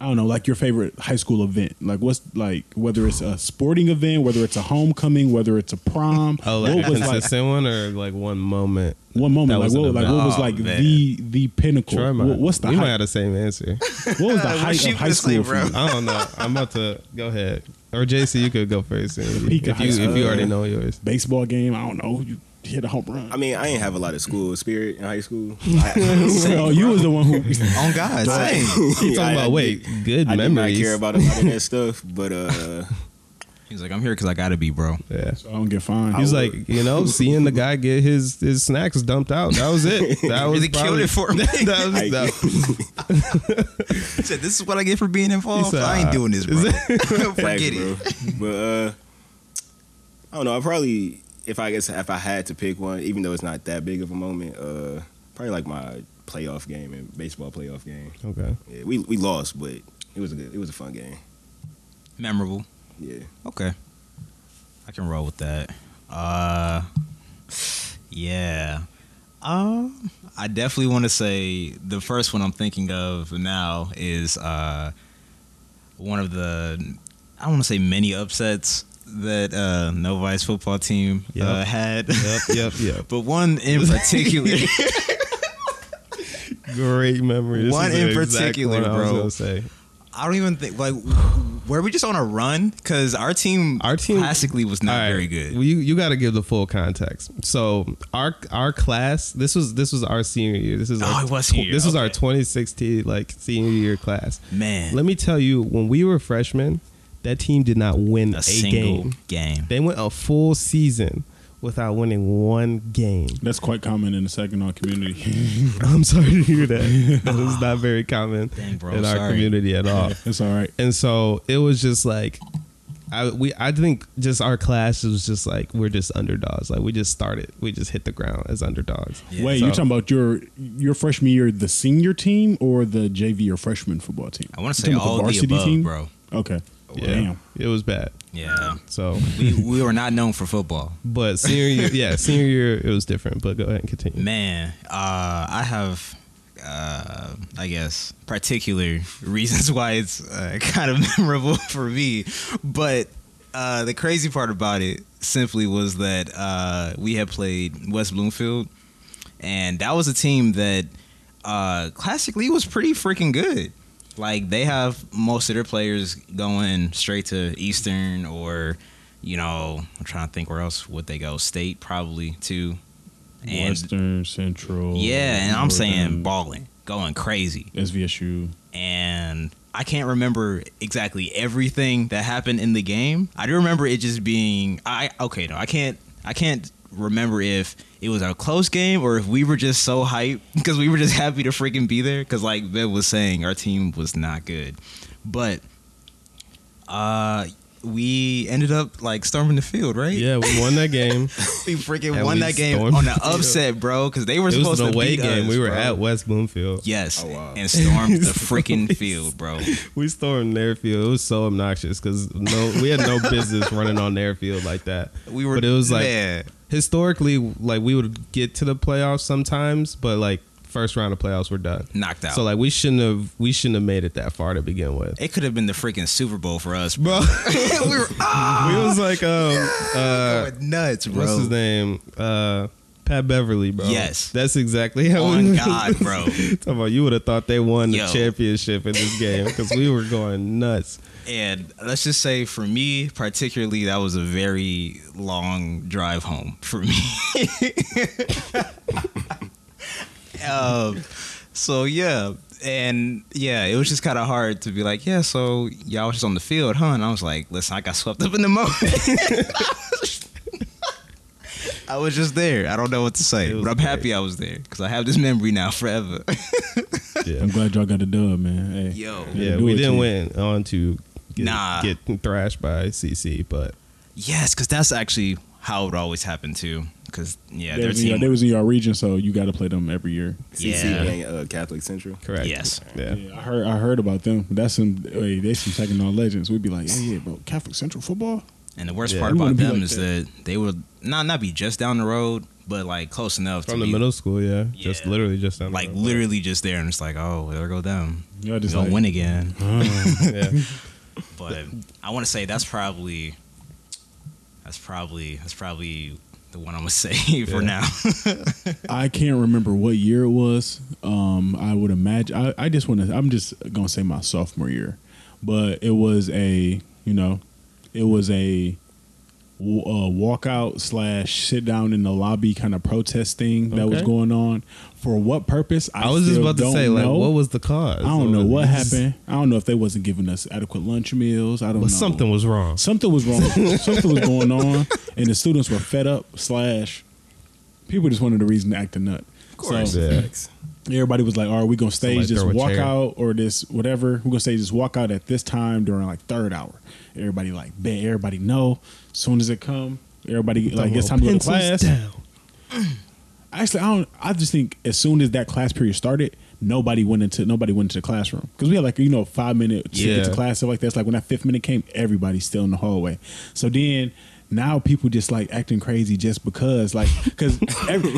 [SPEAKER 3] I don't know, like your favorite high school event. Like what's like whether it's a sporting event, whether it's a homecoming, whether it's a prom.
[SPEAKER 4] Oh, like
[SPEAKER 3] what
[SPEAKER 4] a
[SPEAKER 3] was like
[SPEAKER 4] consistent one or like one moment?
[SPEAKER 3] one moment?
[SPEAKER 4] That
[SPEAKER 3] Like
[SPEAKER 4] was an
[SPEAKER 3] what, like
[SPEAKER 4] event.
[SPEAKER 3] what was
[SPEAKER 1] Oh,
[SPEAKER 3] like
[SPEAKER 1] man.
[SPEAKER 3] the the pinnacle?
[SPEAKER 4] Troy might-
[SPEAKER 3] What, what's the
[SPEAKER 4] we might
[SPEAKER 3] height?
[SPEAKER 4] have the same answer.
[SPEAKER 3] What was the
[SPEAKER 1] We're
[SPEAKER 3] height of
[SPEAKER 1] shooting
[SPEAKER 3] high
[SPEAKER 1] the
[SPEAKER 3] school?
[SPEAKER 1] sleep,
[SPEAKER 3] for
[SPEAKER 1] bro.
[SPEAKER 3] you?
[SPEAKER 4] I don't know. I'm about to go ahead. Or JC, you could go first. If you,
[SPEAKER 3] peak of
[SPEAKER 4] if
[SPEAKER 3] high
[SPEAKER 4] you, if
[SPEAKER 3] school.
[SPEAKER 4] you already know yours.
[SPEAKER 3] Baseball game. I don't know. You hit a home run.
[SPEAKER 2] I mean, I ain't have a lot of school spirit in high school. I,
[SPEAKER 3] oh, you was the one who.
[SPEAKER 1] On Oh, God, same.
[SPEAKER 4] You talking
[SPEAKER 2] I- I
[SPEAKER 4] about, wait,
[SPEAKER 2] did-
[SPEAKER 4] good
[SPEAKER 2] I did not
[SPEAKER 4] memories.
[SPEAKER 2] care about a lot of that stuff, but uh,
[SPEAKER 1] He's like, I'm here because I gotta be, bro.
[SPEAKER 4] yeah.
[SPEAKER 3] I don't get fined.
[SPEAKER 4] He's
[SPEAKER 3] I
[SPEAKER 4] like, you know, seeing the guy get his his snacks dumped out. That was it. That was
[SPEAKER 1] They killed
[SPEAKER 4] probably-
[SPEAKER 1] it for me.
[SPEAKER 4] that was,
[SPEAKER 2] I-
[SPEAKER 4] that-
[SPEAKER 1] He said, "This is what I get for being involved.
[SPEAKER 4] said,
[SPEAKER 1] I ain't doing this, bro.
[SPEAKER 2] Facts,
[SPEAKER 1] Forget it."
[SPEAKER 2] bro. But uh, I don't know. I probably, if I guess, if I had to pick one, even though it's not that big of a moment, uh, probably like my playoff game and baseball playoff game.
[SPEAKER 4] okay.
[SPEAKER 2] Yeah, we we lost, but it was a good, it was a fun game.
[SPEAKER 1] Memorable.
[SPEAKER 2] Yeah,
[SPEAKER 1] Okay. I can roll with that. Uh yeah. Um I definitely want to say the first one I'm thinking of now is uh one of the I don't want to say many upsets that uh Novice football team uh,
[SPEAKER 4] Yep.
[SPEAKER 1] had.
[SPEAKER 4] Yep. Yep. Yep.
[SPEAKER 1] But one in particular,
[SPEAKER 4] Great memory. This
[SPEAKER 1] One
[SPEAKER 4] is the
[SPEAKER 1] in
[SPEAKER 4] exact
[SPEAKER 1] particular,
[SPEAKER 4] one I was
[SPEAKER 1] bro.
[SPEAKER 4] gonna say.
[SPEAKER 1] I don't even think like were we just on a run because our team
[SPEAKER 4] Our team-
[SPEAKER 1] classically was not
[SPEAKER 4] All right.
[SPEAKER 1] very good.
[SPEAKER 4] Well, you you got to give the full context. So our our class this was this was our senior year. This is
[SPEAKER 1] Oh,
[SPEAKER 4] our,
[SPEAKER 1] it was
[SPEAKER 4] tw-
[SPEAKER 1] senior,
[SPEAKER 4] This was our
[SPEAKER 1] okay.
[SPEAKER 4] 2016 like senior year class.
[SPEAKER 1] Man.
[SPEAKER 4] let me tell you, when we were freshmen, that team did not win
[SPEAKER 1] a,
[SPEAKER 4] a,
[SPEAKER 1] single
[SPEAKER 4] game.
[SPEAKER 1] game.
[SPEAKER 4] They went a full season without winning one game.
[SPEAKER 3] That's quite common in the Saginaw community.
[SPEAKER 4] I'm sorry to hear that. That is not very common
[SPEAKER 1] Dang, bro,
[SPEAKER 4] in our
[SPEAKER 1] sorry.
[SPEAKER 4] community at all.
[SPEAKER 3] That's all right.
[SPEAKER 4] and so it was just like I we I think just our class was just like we're just underdogs. Like we just started, we just hit the ground as underdogs.
[SPEAKER 1] Yeah,
[SPEAKER 3] Wait,
[SPEAKER 4] so-
[SPEAKER 3] you're talking about your your freshman year, the senior team or the JV or freshman football team?
[SPEAKER 1] I want to say
[SPEAKER 3] You talking about
[SPEAKER 1] all the
[SPEAKER 3] varsity
[SPEAKER 1] above, bro.
[SPEAKER 3] Okay.
[SPEAKER 4] Yeah,
[SPEAKER 3] Damn.
[SPEAKER 4] it was bad.
[SPEAKER 1] Yeah,
[SPEAKER 4] So,
[SPEAKER 1] we, we were not known for football.
[SPEAKER 4] but senior year, yeah, senior year it was different. But go ahead and continue.
[SPEAKER 1] Man, uh, I have, uh, I guess, particular reasons why it's uh, kind of memorable for me. But uh, the crazy part about it simply was that uh, we had played West Bloomfield, and that was a team that uh, classically was pretty freaking good. Like they have most of their players going straight to Eastern or, you know, I'm trying to think where else would they go? State probably too. And
[SPEAKER 3] Western Central.
[SPEAKER 1] yeah, and I'm saying
[SPEAKER 3] Northern,
[SPEAKER 1] balling, going crazy.
[SPEAKER 3] SVSU.
[SPEAKER 1] And I can't remember exactly everything that happened in the game. I do remember it just being I okay, no, I can't I can't remember if it was a close game or if we were just so hyped because we were just happy to freaking be there cuz like Ben was saying our team was not good. But uh we ended up like storming the field, right?
[SPEAKER 4] Yeah, we won that game.
[SPEAKER 1] we freaking
[SPEAKER 4] And
[SPEAKER 1] won
[SPEAKER 4] we
[SPEAKER 1] that game
[SPEAKER 4] stormed
[SPEAKER 1] on an
[SPEAKER 4] the field.
[SPEAKER 1] upset, bro, because they were
[SPEAKER 4] It was
[SPEAKER 1] supposed
[SPEAKER 4] an
[SPEAKER 1] to
[SPEAKER 4] away
[SPEAKER 1] beat
[SPEAKER 4] game.
[SPEAKER 1] us,
[SPEAKER 4] we were
[SPEAKER 1] bro.
[SPEAKER 4] at West Bloomfield.
[SPEAKER 1] Yes,
[SPEAKER 2] Oh, wow.
[SPEAKER 1] and stormed the freaking field, bro.
[SPEAKER 4] We stormed their field. It was so obnoxious because no, we had no business running on their field like that.
[SPEAKER 1] We were,
[SPEAKER 4] but it was like
[SPEAKER 1] man,
[SPEAKER 4] historically, like we would get to the playoffs sometimes, but like first round of playoffs, we're done.
[SPEAKER 1] knocked out.
[SPEAKER 4] So like we shouldn't have we shouldn't have made it that far to begin with,
[SPEAKER 1] it could have been the freaking Super Bowl for us, bro.
[SPEAKER 4] bro.
[SPEAKER 1] we were ah!
[SPEAKER 4] we was like um uh
[SPEAKER 1] going nuts, bro.
[SPEAKER 4] what's his name uh Pat Beverly, bro.
[SPEAKER 1] Yes.
[SPEAKER 4] that's exactly how.
[SPEAKER 1] On
[SPEAKER 4] we-
[SPEAKER 1] Oh God, bro.
[SPEAKER 4] Talking about you would have thought they won the
[SPEAKER 1] Yo.
[SPEAKER 4] championship in this game because we were going nuts.
[SPEAKER 1] And let's just say, for me particularly, that was a very long drive home for me. um, so yeah, and yeah, it was just kind of hard to be like, yeah. So y'all was just on the field, huh? And I was like, listen, I got swept up in the moment. I was just there. I don't know what to say,
[SPEAKER 4] It was
[SPEAKER 1] but I'm
[SPEAKER 4] great.
[SPEAKER 1] happy I was there because I have this memory now forever.
[SPEAKER 4] Yeah,
[SPEAKER 3] I'm glad y'all got a dub, man. Hey.
[SPEAKER 1] Yo.
[SPEAKER 4] yeah,
[SPEAKER 3] do
[SPEAKER 4] we
[SPEAKER 3] it to
[SPEAKER 4] didn't
[SPEAKER 3] you.
[SPEAKER 4] win on to get,
[SPEAKER 1] Nah.
[SPEAKER 4] get thrashed by CC, but
[SPEAKER 1] Yes, because that's actually how it always happened too. Because yeah,
[SPEAKER 3] They
[SPEAKER 1] their
[SPEAKER 3] was, in your,
[SPEAKER 1] team.
[SPEAKER 3] they was in your region, so you got to play them every year.
[SPEAKER 2] CC
[SPEAKER 1] Yeah.
[SPEAKER 2] playing uh, Catholic Central.
[SPEAKER 4] correct.
[SPEAKER 1] Yes.
[SPEAKER 4] yeah.
[SPEAKER 3] Yeah. I heard. I heard about them. That's some. Hey, they some Saginaw legends. We'd be like, yeah, yeah, bro, Catholic Central football.
[SPEAKER 1] and the worst
[SPEAKER 4] Yeah.
[SPEAKER 1] part
[SPEAKER 3] We wanna
[SPEAKER 1] about
[SPEAKER 3] be
[SPEAKER 1] them
[SPEAKER 3] like
[SPEAKER 1] is
[SPEAKER 3] that.
[SPEAKER 1] that. they would not not be just down the road, but like close enough
[SPEAKER 4] From
[SPEAKER 1] to
[SPEAKER 4] the
[SPEAKER 1] be,
[SPEAKER 4] middle school, yeah. Just
[SPEAKER 1] Yeah.
[SPEAKER 4] literally just down the
[SPEAKER 1] like
[SPEAKER 4] road.
[SPEAKER 1] literally just there, and it's like, oh, there go them.
[SPEAKER 3] Y'all
[SPEAKER 1] Just
[SPEAKER 3] just
[SPEAKER 1] gonna
[SPEAKER 3] like, Oh,
[SPEAKER 1] win again.
[SPEAKER 4] Yeah.
[SPEAKER 1] But I want to say that's probably that's probably that's probably the one I'm gonna say for
[SPEAKER 4] Yeah.
[SPEAKER 1] now.
[SPEAKER 3] I can't remember what year it was. Um, I would imagine. I, I just want to. I'm just gonna say my sophomore year, but it was a you know, it was a, w- a walkout slash sit down in the lobby kind of protest thing that was
[SPEAKER 4] Okay.
[SPEAKER 3] going on. For what purpose?
[SPEAKER 4] I was just
[SPEAKER 3] still
[SPEAKER 4] about to
[SPEAKER 3] don't
[SPEAKER 4] say, like,
[SPEAKER 3] know.
[SPEAKER 4] what was the cause?
[SPEAKER 3] I don't know
[SPEAKER 4] Was it
[SPEAKER 3] what
[SPEAKER 4] just-
[SPEAKER 3] happened. I don't know if they wasn't giving us adequate lunch meals. I don't
[SPEAKER 4] But
[SPEAKER 3] know.
[SPEAKER 4] something was wrong.
[SPEAKER 3] something was wrong. something was going on, and the students were fed up. Slash, people just wanted a reason to act a nut. Of
[SPEAKER 1] course.
[SPEAKER 3] so,
[SPEAKER 4] Yeah.
[SPEAKER 3] everybody was like, "All right, we're gonna stage
[SPEAKER 4] like,
[SPEAKER 3] this
[SPEAKER 4] throw a
[SPEAKER 3] walk
[SPEAKER 4] chair.
[SPEAKER 3] out or this whatever. We're gonna stage this walk out at this time during like third hour." Everybody like, "Bet everybody know." Soon as it come, everybody like, "It's time to go to class."
[SPEAKER 4] Pencils down.
[SPEAKER 3] Actually, I don't. I just think as soon as that class period started, nobody went into nobody went into the classroom because we had like you know five minutes to get to
[SPEAKER 4] Yeah.
[SPEAKER 3] class stuff like that. It's like when that fifth minute came, everybody's still in the hallway. So then. Now people just like acting crazy just because, like, because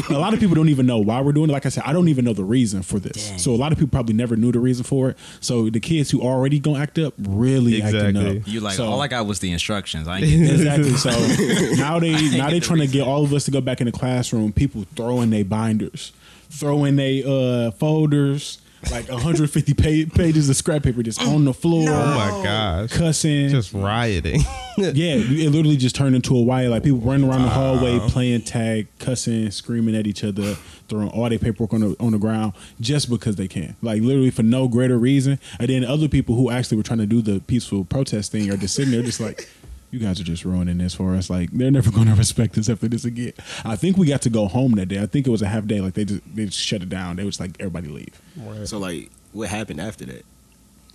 [SPEAKER 3] a lot of people don't even know why we're doing it. Like I said, I don't even know the reason for this.
[SPEAKER 1] Dang.
[SPEAKER 3] So a lot of people probably never knew the reason for it. So the kids who already gonna act up really acting
[SPEAKER 4] Exactly.
[SPEAKER 3] up.
[SPEAKER 1] You like
[SPEAKER 3] So-
[SPEAKER 1] all I got was the instructions. I ain't get
[SPEAKER 3] Exactly. So now they now
[SPEAKER 1] get
[SPEAKER 3] they
[SPEAKER 1] the
[SPEAKER 3] trying to get all of us to go back in the classroom. People throwing their binders, throwing their uh, folders, like 150 pa- pages of scrap paper just on the floor,
[SPEAKER 4] Oh my gosh.
[SPEAKER 3] cussing.
[SPEAKER 4] Just rioting.
[SPEAKER 3] yeah, it literally just turned into a riot. Like people running around the hallway, playing tag, cussing, screaming at each other, throwing all their paperwork on the on the ground just because they can. Like literally for no greater reason. And then other people who actually were trying to do the peaceful protest thing are just sitting there, just like. You guys are just ruining this for us. Like they're never going to respect us after this again. I think we got to go home that day. I think it was a half day. Like they just they just shut it down. They was like everybody leave.
[SPEAKER 2] So like, what happened after that?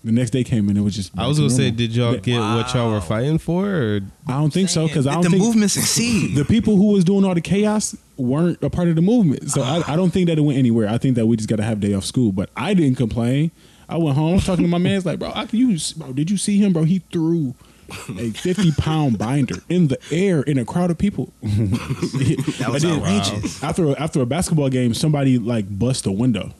[SPEAKER 3] The next day came and it was just.
[SPEAKER 4] I was gonna say,
[SPEAKER 3] normal.
[SPEAKER 4] did y'all get what y'all were
[SPEAKER 1] Wow.
[SPEAKER 4] fighting for? Or
[SPEAKER 3] I don't think so because I
[SPEAKER 1] Did
[SPEAKER 3] don't
[SPEAKER 1] the
[SPEAKER 3] think
[SPEAKER 1] movement succeed.
[SPEAKER 3] the people who was doing all the chaos weren't a part of the movement. So I, I don't think that it went anywhere. I think that we just got to have day off school. But I didn't complain. I went home I was talking to my man's like, bro, I, you, bro, did you see him, bro? He threw a fifty pound binder in the air in a crowd of people. that
[SPEAKER 1] was outrageous.
[SPEAKER 3] After after a basketball game, somebody like bust a window.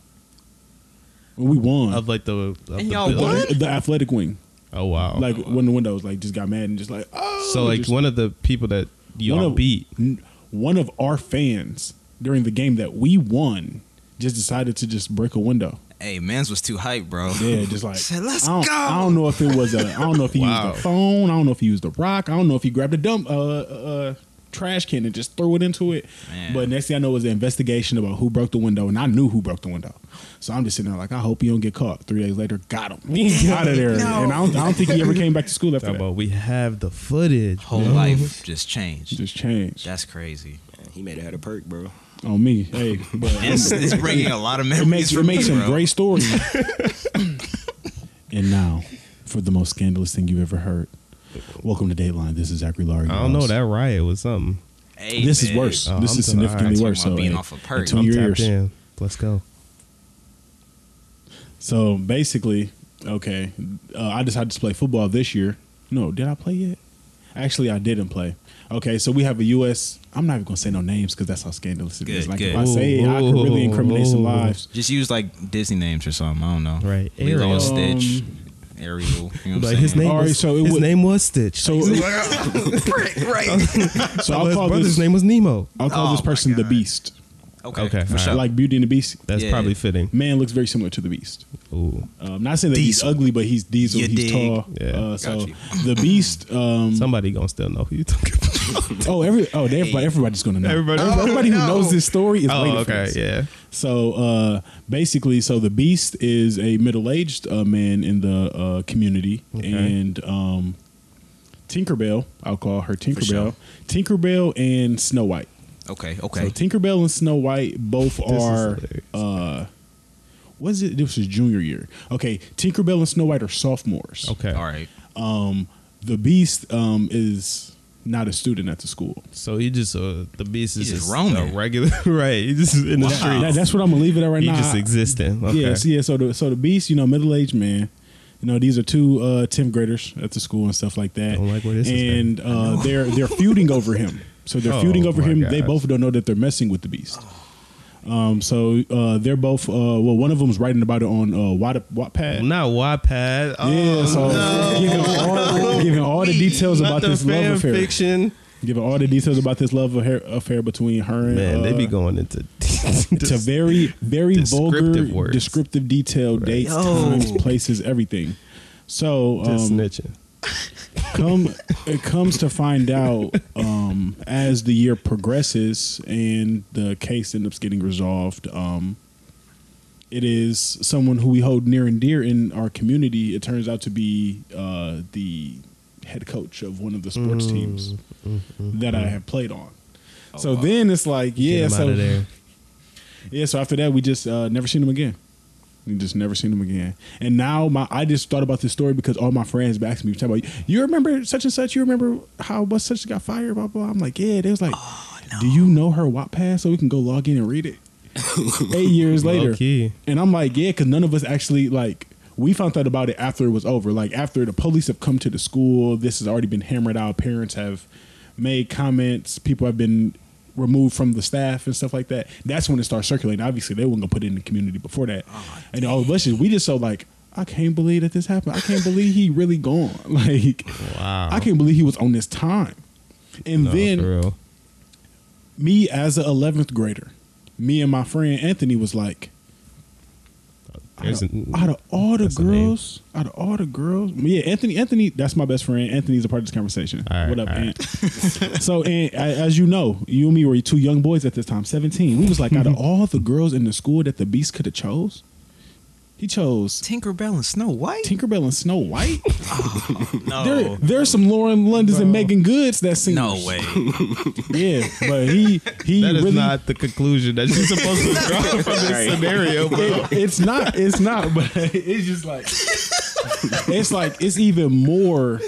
[SPEAKER 3] And we won.
[SPEAKER 4] of like the of the
[SPEAKER 1] y'all
[SPEAKER 4] building?
[SPEAKER 1] won?
[SPEAKER 3] the, the athletic wing,
[SPEAKER 4] Oh wow.
[SPEAKER 3] like when the windows like just got mad and just like oh.
[SPEAKER 4] so like
[SPEAKER 3] just-
[SPEAKER 4] one of the people that y'all
[SPEAKER 3] one of,
[SPEAKER 4] beat.
[SPEAKER 3] n- one of our fans during the game that we won just decided to just break a window.
[SPEAKER 1] hey, man's was too hype, bro.
[SPEAKER 3] Yeah, just like
[SPEAKER 1] Said, "Let's
[SPEAKER 3] I don't,
[SPEAKER 1] go."
[SPEAKER 3] I don't know if it was a. I don't know if he
[SPEAKER 4] Wow.
[SPEAKER 3] used a phone. I don't know if he used a rock. I don't know if he grabbed a dump uh, uh trash can and just threw it into it.
[SPEAKER 1] Man.
[SPEAKER 3] But next thing I know was an investigation about who broke the window, and I knew who broke the window. So I'm just sitting there like, I hope he don't get caught. Three days later, got him out of there,
[SPEAKER 1] No.
[SPEAKER 3] and I don't, I don't think he ever came back to school after
[SPEAKER 4] Talking
[SPEAKER 3] that.
[SPEAKER 4] about we have the footage.
[SPEAKER 1] Whole
[SPEAKER 4] man.
[SPEAKER 1] life just changed.
[SPEAKER 3] Just changed
[SPEAKER 1] That's crazy.
[SPEAKER 2] Man, he made it out of perk, bro.
[SPEAKER 3] on me. Hey, but
[SPEAKER 1] It's, it's bringing a lot of memories.
[SPEAKER 3] it makes
[SPEAKER 1] for
[SPEAKER 3] it
[SPEAKER 1] me,
[SPEAKER 3] makes some
[SPEAKER 1] bro.
[SPEAKER 3] great stories. and now, for the most scandalous thing you ever heard. Welcome to Dateline. This is Zachary Laurie.
[SPEAKER 4] I don't know that riot was something.
[SPEAKER 1] Hey,
[SPEAKER 3] This is
[SPEAKER 1] man.
[SPEAKER 3] worse.
[SPEAKER 4] Oh,
[SPEAKER 3] this
[SPEAKER 4] I'm
[SPEAKER 3] is
[SPEAKER 4] t-
[SPEAKER 3] significantly
[SPEAKER 4] I'm
[SPEAKER 1] talking
[SPEAKER 3] worse. So,
[SPEAKER 1] about being
[SPEAKER 3] hey,
[SPEAKER 1] off of perk.
[SPEAKER 3] and to
[SPEAKER 1] Two
[SPEAKER 4] I'm
[SPEAKER 3] your
[SPEAKER 4] tapped
[SPEAKER 3] ears.
[SPEAKER 4] in. Let's go.
[SPEAKER 3] So basically, okay, uh, I decided to play football this year. No, did I play yet? Actually, I didn't play. Okay, so we have a U.S. I'm not even gonna say no names because that's how scandalous it is.
[SPEAKER 1] Good,
[SPEAKER 3] Like
[SPEAKER 1] good.
[SPEAKER 3] if I say it, I could really incriminate some
[SPEAKER 4] Ooh.
[SPEAKER 3] lives.
[SPEAKER 1] Just use like Disney names or something. I don't know.
[SPEAKER 4] Right.
[SPEAKER 1] Lilo
[SPEAKER 4] Ariel.
[SPEAKER 1] and Stitch. Ariel. You know what
[SPEAKER 4] Like
[SPEAKER 1] I'm
[SPEAKER 4] his
[SPEAKER 1] saying?
[SPEAKER 4] name,
[SPEAKER 3] All right,
[SPEAKER 4] was,
[SPEAKER 3] so it
[SPEAKER 4] his
[SPEAKER 3] would-
[SPEAKER 4] name was Stitch.
[SPEAKER 3] So, so
[SPEAKER 4] Oh,
[SPEAKER 3] I'll
[SPEAKER 4] his
[SPEAKER 3] call
[SPEAKER 4] brother's
[SPEAKER 3] this
[SPEAKER 4] name was Nemo.
[SPEAKER 3] I'll call
[SPEAKER 1] Oh
[SPEAKER 3] this
[SPEAKER 1] my
[SPEAKER 3] person the
[SPEAKER 1] God.
[SPEAKER 3] Beast,
[SPEAKER 1] Okay.
[SPEAKER 4] Okay,
[SPEAKER 1] For
[SPEAKER 4] all
[SPEAKER 1] sure.
[SPEAKER 4] right.
[SPEAKER 3] like Beauty and the Beast.
[SPEAKER 4] That's
[SPEAKER 1] Yeah.
[SPEAKER 4] probably fitting.
[SPEAKER 3] man looks very similar to the Beast.
[SPEAKER 4] Ooh.
[SPEAKER 3] Um, not saying that
[SPEAKER 1] Diesel.
[SPEAKER 3] he's ugly, but he's diesel.
[SPEAKER 1] You
[SPEAKER 3] he's
[SPEAKER 1] dig?
[SPEAKER 3] tall.
[SPEAKER 4] Yeah.
[SPEAKER 3] Uh,
[SPEAKER 4] Got
[SPEAKER 3] so
[SPEAKER 1] you.
[SPEAKER 3] the Beast. Um,
[SPEAKER 4] Somebody gonna still know who you talking about.
[SPEAKER 3] oh, every oh, they, everybody, everybody's gonna know.
[SPEAKER 4] Everybody- Oh,
[SPEAKER 3] everybody who
[SPEAKER 1] no.
[SPEAKER 3] knows this story is waiting
[SPEAKER 4] Oh,
[SPEAKER 3] for
[SPEAKER 4] okay,
[SPEAKER 3] this.
[SPEAKER 4] yeah.
[SPEAKER 3] So uh, basically, so the Beast is a middle-aged uh, man in the uh, community,
[SPEAKER 4] Okay.
[SPEAKER 3] and um, Tinkerbell. I'll call her Tinkerbell.
[SPEAKER 1] sure.
[SPEAKER 3] Tinkerbell and Snow White.
[SPEAKER 1] Okay. Okay.
[SPEAKER 3] So Tinkerbell and Snow White both
[SPEAKER 4] is
[SPEAKER 3] are
[SPEAKER 4] hilarious.
[SPEAKER 3] uh was it this was junior year. Okay, Tinkerbell and Snow White are sophomores.
[SPEAKER 4] Okay.
[SPEAKER 1] All right.
[SPEAKER 3] Um the Beast um is not a student at the school.
[SPEAKER 4] So he just uh, the beast is
[SPEAKER 1] He just
[SPEAKER 4] just
[SPEAKER 1] roaming.
[SPEAKER 4] a regular right. He just in the streets.
[SPEAKER 3] That- that's what I'm gonna leave it at right
[SPEAKER 4] he
[SPEAKER 3] now.
[SPEAKER 4] just
[SPEAKER 3] I-
[SPEAKER 4] existing. Okay.
[SPEAKER 3] Yeah, so, yeah, so the so the Beast, you know, middle aged man. You know, these are two uh, tenth graders at the school and stuff like that.
[SPEAKER 4] Don't like where this is
[SPEAKER 3] and uh, they're they're feuding over him. So they're
[SPEAKER 4] Oh,
[SPEAKER 3] feuding over
[SPEAKER 4] my
[SPEAKER 3] him. They
[SPEAKER 4] gosh.
[SPEAKER 3] both don't know that they're messing with the beast. Um, so uh, they're both. Uh, well, one of them's writing about it on uh, Wat- Wattpad.
[SPEAKER 4] Not Wattpad. Oh,
[SPEAKER 3] Yeah, so giving all, giving all the details
[SPEAKER 4] Not
[SPEAKER 3] about
[SPEAKER 4] the
[SPEAKER 3] this
[SPEAKER 4] fan
[SPEAKER 3] love affair.
[SPEAKER 4] fiction.
[SPEAKER 3] Giving all the details about this love affair, affair between her and
[SPEAKER 4] Man, they be
[SPEAKER 3] uh,
[SPEAKER 4] going into
[SPEAKER 3] to very very
[SPEAKER 4] descriptive
[SPEAKER 3] vulgar,
[SPEAKER 4] words.
[SPEAKER 3] descriptive detail, dates,
[SPEAKER 4] Yo.
[SPEAKER 3] times, places, everything. So
[SPEAKER 4] just
[SPEAKER 3] um,
[SPEAKER 4] snitching.
[SPEAKER 3] come it comes to find out um, as the year progresses and the case ends up getting resolved. Um, it is someone who we hold near and dear in our community. It turns out to be uh, the head coach of one of the sports
[SPEAKER 4] Mm-hmm.
[SPEAKER 3] teams that I have played on.
[SPEAKER 4] Oh,
[SPEAKER 3] so
[SPEAKER 1] wow.
[SPEAKER 3] then it's like, yeah,
[SPEAKER 4] Get 'em
[SPEAKER 3] so
[SPEAKER 4] outta there.
[SPEAKER 3] yeah, so after that, we just uh, never seen him again. We just never seen him again. And now my, I just thought about this story because all my friends back to me talking about you remember such and such. You remember how what such got fired? Blah blah. blah." I'm like, yeah. They was like, do you know her Wattpad so we can go log in and read it? Eight years later,
[SPEAKER 4] Low-key.
[SPEAKER 3] and I'm like, yeah, because none of us actually like. We found out about it after it was over. Like after the police have come to the school, this has already been hammered out. Parents have made comments. People have been removed from the staff and stuff like that. That's when it starts circulating. Obviously, they weren't gonna put it in the community before that. and all of us, just- we just so like, I can't believe that this happened. I can't believe he really gone. Like,
[SPEAKER 4] Wow.
[SPEAKER 3] I can't believe he was on this time. And
[SPEAKER 4] No,
[SPEAKER 3] then
[SPEAKER 4] for real.
[SPEAKER 3] me as an 11th grader, me and my friend Anthony was like, out
[SPEAKER 4] There's
[SPEAKER 3] of,
[SPEAKER 4] an-
[SPEAKER 3] out of all the
[SPEAKER 4] that's a name.
[SPEAKER 3] girls, out of all the girls, yeah, Anthony, Anthony, that's my best friend. Anthony's a part of this conversation.
[SPEAKER 4] All right,
[SPEAKER 3] what up,
[SPEAKER 4] all right.
[SPEAKER 3] Ant? so, Ant, a- as you know, you and me were two young boys at this time, seventeen. We was like, out of all the girls in the school that the Beast could have chose, he chose
[SPEAKER 1] Tinkerbell and Snow White?
[SPEAKER 3] Tinkerbell and Snow White.
[SPEAKER 1] no.
[SPEAKER 3] There, there's some Lauren Londons and Megan Goods that sing.
[SPEAKER 1] Oh. no way.
[SPEAKER 3] Yeah, but he he
[SPEAKER 4] that is
[SPEAKER 3] really
[SPEAKER 4] not the conclusion that you're supposed to draw from this
[SPEAKER 2] Right.
[SPEAKER 4] scenario, bro.
[SPEAKER 3] It- it's not. It's not. But it's just like it's like it's even more.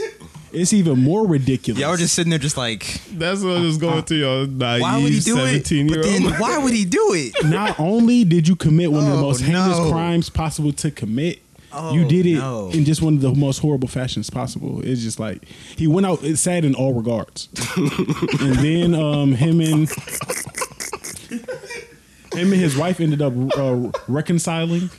[SPEAKER 3] It's even more ridiculous.
[SPEAKER 1] Y'all were just sitting there just like,
[SPEAKER 4] That's what I was going to y'all. Nah,
[SPEAKER 1] why
[SPEAKER 4] you
[SPEAKER 1] would he do it?
[SPEAKER 4] 17
[SPEAKER 1] But
[SPEAKER 4] year
[SPEAKER 1] then
[SPEAKER 4] old.
[SPEAKER 1] why would he do it?
[SPEAKER 3] not only did you commit one of the
[SPEAKER 1] Oh,
[SPEAKER 3] most heinous
[SPEAKER 1] no.
[SPEAKER 3] crimes possible to commit.
[SPEAKER 1] Oh,
[SPEAKER 3] you did it
[SPEAKER 1] no.
[SPEAKER 3] in just one of the most horrible fashions possible. It's just like he went out it's sad in all regards. and then um, him and him and his wife ended up uh, reconciling.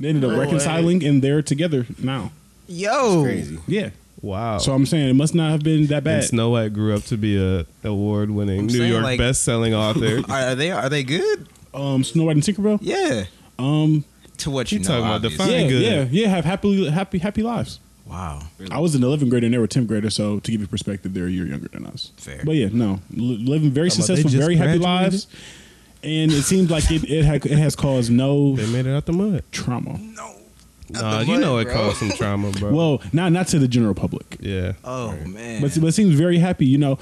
[SPEAKER 3] They ended up reconciling, and they're together now.
[SPEAKER 1] Yo.
[SPEAKER 2] Crazy.
[SPEAKER 3] Yeah.
[SPEAKER 4] Wow.
[SPEAKER 3] So I'm saying it must not have been that
[SPEAKER 4] and
[SPEAKER 3] bad.
[SPEAKER 4] Snow White grew up to be a award winning
[SPEAKER 1] I'm
[SPEAKER 4] New
[SPEAKER 1] saying,
[SPEAKER 4] York
[SPEAKER 1] like-
[SPEAKER 4] best selling author.
[SPEAKER 1] Are, are they are they good?
[SPEAKER 3] um, Snow White and Tinkerbell.
[SPEAKER 1] Yeah.
[SPEAKER 3] Um,
[SPEAKER 1] To what
[SPEAKER 4] You
[SPEAKER 1] you,
[SPEAKER 4] talking
[SPEAKER 1] know,
[SPEAKER 4] about the
[SPEAKER 1] obviously.
[SPEAKER 4] Pretty
[SPEAKER 3] yeah,
[SPEAKER 4] good.
[SPEAKER 3] yeah, yeah. Have happily happy happy lives.
[SPEAKER 1] Wow.
[SPEAKER 3] I was an 11th grader and they were 10th grader, so to give you perspective, they're a year younger than us.
[SPEAKER 1] Fair.
[SPEAKER 3] But yeah, no, L- living very
[SPEAKER 4] Talking about
[SPEAKER 3] successful,
[SPEAKER 4] they just
[SPEAKER 3] very happy
[SPEAKER 4] graduated?
[SPEAKER 3] lives, and it seems like it it, ha- it has caused no
[SPEAKER 4] they made it out the mud.
[SPEAKER 3] trauma.
[SPEAKER 1] No.
[SPEAKER 4] Nah,
[SPEAKER 1] the
[SPEAKER 4] you know
[SPEAKER 1] mud,
[SPEAKER 4] it
[SPEAKER 1] bro.
[SPEAKER 4] caused some trauma, bro.
[SPEAKER 3] Well, not not to the general public,
[SPEAKER 4] yeah.
[SPEAKER 1] Oh man.
[SPEAKER 3] but but seems very happy. You know,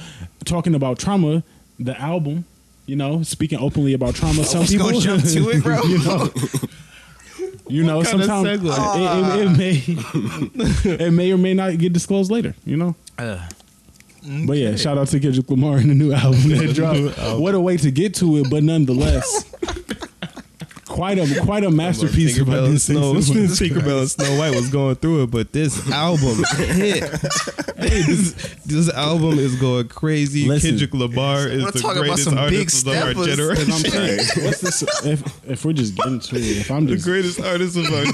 [SPEAKER 3] talking about trauma, the album. You know, speaking openly about trauma. Some
[SPEAKER 1] Let's
[SPEAKER 3] people
[SPEAKER 1] go jump to it, bro.
[SPEAKER 3] you know, you know
[SPEAKER 4] kind of
[SPEAKER 3] sometimes it, it- it may it may or may not get disclosed later. You know.
[SPEAKER 1] Uh,
[SPEAKER 3] But yeah, shout out to Kendrick Lamar and the new album that dropped. What a way to get to it, but nonetheless, quite a quite a masterpiece if I
[SPEAKER 4] Tinkerbell
[SPEAKER 3] did
[SPEAKER 4] and
[SPEAKER 3] say
[SPEAKER 4] Snow,
[SPEAKER 3] so.
[SPEAKER 4] Tinkerbell and Snow White was going through it, but this album hit. this, this album is going crazy.
[SPEAKER 3] Listen.
[SPEAKER 4] Kendrick Lamar is
[SPEAKER 1] Wanna
[SPEAKER 4] the
[SPEAKER 1] talk about
[SPEAKER 4] greatest
[SPEAKER 1] some big
[SPEAKER 4] artist of our
[SPEAKER 1] steppers?
[SPEAKER 3] And
[SPEAKER 4] generation.
[SPEAKER 3] I'm saying, what's this? If, if we're just getting to it, if I'm
[SPEAKER 4] The
[SPEAKER 3] just
[SPEAKER 4] greatest artist of our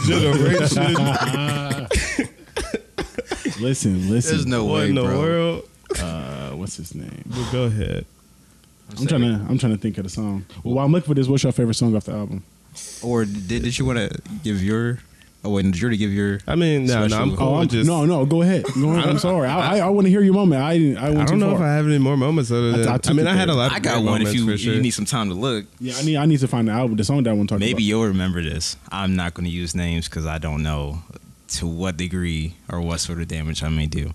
[SPEAKER 4] generation.
[SPEAKER 3] listen, listen.
[SPEAKER 1] There's no
[SPEAKER 4] What
[SPEAKER 1] way,
[SPEAKER 4] in the
[SPEAKER 1] bro.
[SPEAKER 4] world?
[SPEAKER 3] uh, what's his name?
[SPEAKER 4] But go ahead.
[SPEAKER 3] I'm trying to I'm trying to think of the song. Well, while I'm looking for this, what's your favorite song off the album?
[SPEAKER 1] Or did, did you want to give your? Oh wait, did you already give your?
[SPEAKER 4] I mean, no, no,
[SPEAKER 1] Special.
[SPEAKER 4] I'm cool.
[SPEAKER 3] Oh, I'm,
[SPEAKER 4] with just,
[SPEAKER 3] no, no, go ahead. Go ahead. I'm sorry. I I, I want to hear your moment. I didn't. I went
[SPEAKER 4] I don't
[SPEAKER 3] too
[SPEAKER 4] know
[SPEAKER 3] far.
[SPEAKER 4] if I have any more moments other
[SPEAKER 3] I-
[SPEAKER 4] than.
[SPEAKER 3] I
[SPEAKER 4] I,
[SPEAKER 3] took
[SPEAKER 4] mean,
[SPEAKER 3] it
[SPEAKER 4] I had a
[SPEAKER 3] there.
[SPEAKER 4] lot. Of
[SPEAKER 1] I got
[SPEAKER 4] great
[SPEAKER 1] one. If
[SPEAKER 4] moments,
[SPEAKER 1] you
[SPEAKER 4] for
[SPEAKER 1] if
[SPEAKER 4] sure.
[SPEAKER 1] you need some time to look,
[SPEAKER 3] yeah, I need I need to find the album, the song that I want to talk about.
[SPEAKER 1] maybe you'll remember this. I'm not going to use names because I don't know to what degree or what sort of damage I may do,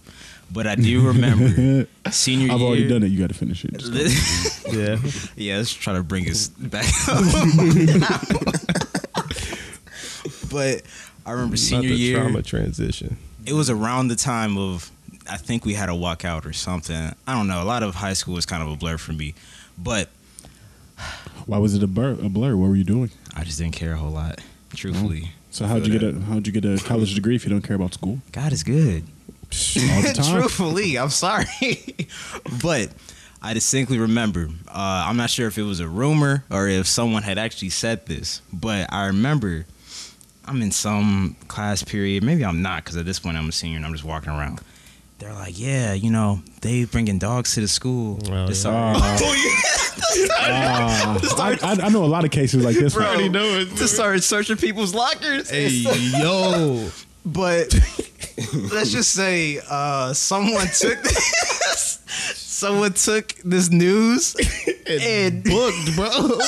[SPEAKER 1] but I do remember senior
[SPEAKER 3] I've
[SPEAKER 1] year.
[SPEAKER 3] already done it. You got to finish it. Just go.
[SPEAKER 4] yeah,
[SPEAKER 1] yeah, let's try to bring us back up. but I remember
[SPEAKER 4] not
[SPEAKER 1] senior
[SPEAKER 4] the
[SPEAKER 1] year.
[SPEAKER 4] trauma transition.
[SPEAKER 1] it was around the time of I think we had a walkout or something. I don't know. A lot of high school was kind of a blur for me, but
[SPEAKER 3] Why was it a blur? A blur? What were you doing?
[SPEAKER 1] I just didn't care a whole lot, truthfully.
[SPEAKER 3] So how'd you get a how'd you get a college degree if you don't care about school
[SPEAKER 1] Mm-hmm. God is good.
[SPEAKER 3] all the time?
[SPEAKER 1] truthfully, I'm sorry, but I distinctly remember. Uh, I'm not sure if it was a rumor or if someone had actually said this, but I remember I'm in some class period. Maybe I'm not because at this point I'm a senior and I'm just walking around. They're like, yeah, you know, they bringing dogs to the school.
[SPEAKER 4] Oh,
[SPEAKER 1] This-
[SPEAKER 3] Ah, I, I, I know a lot of cases like this
[SPEAKER 1] Bro,
[SPEAKER 3] one.
[SPEAKER 1] Just started searching people's lockers.
[SPEAKER 4] Hey yo,
[SPEAKER 1] but let's just say uh, someone took this. Someone took this news and
[SPEAKER 4] booked, bro.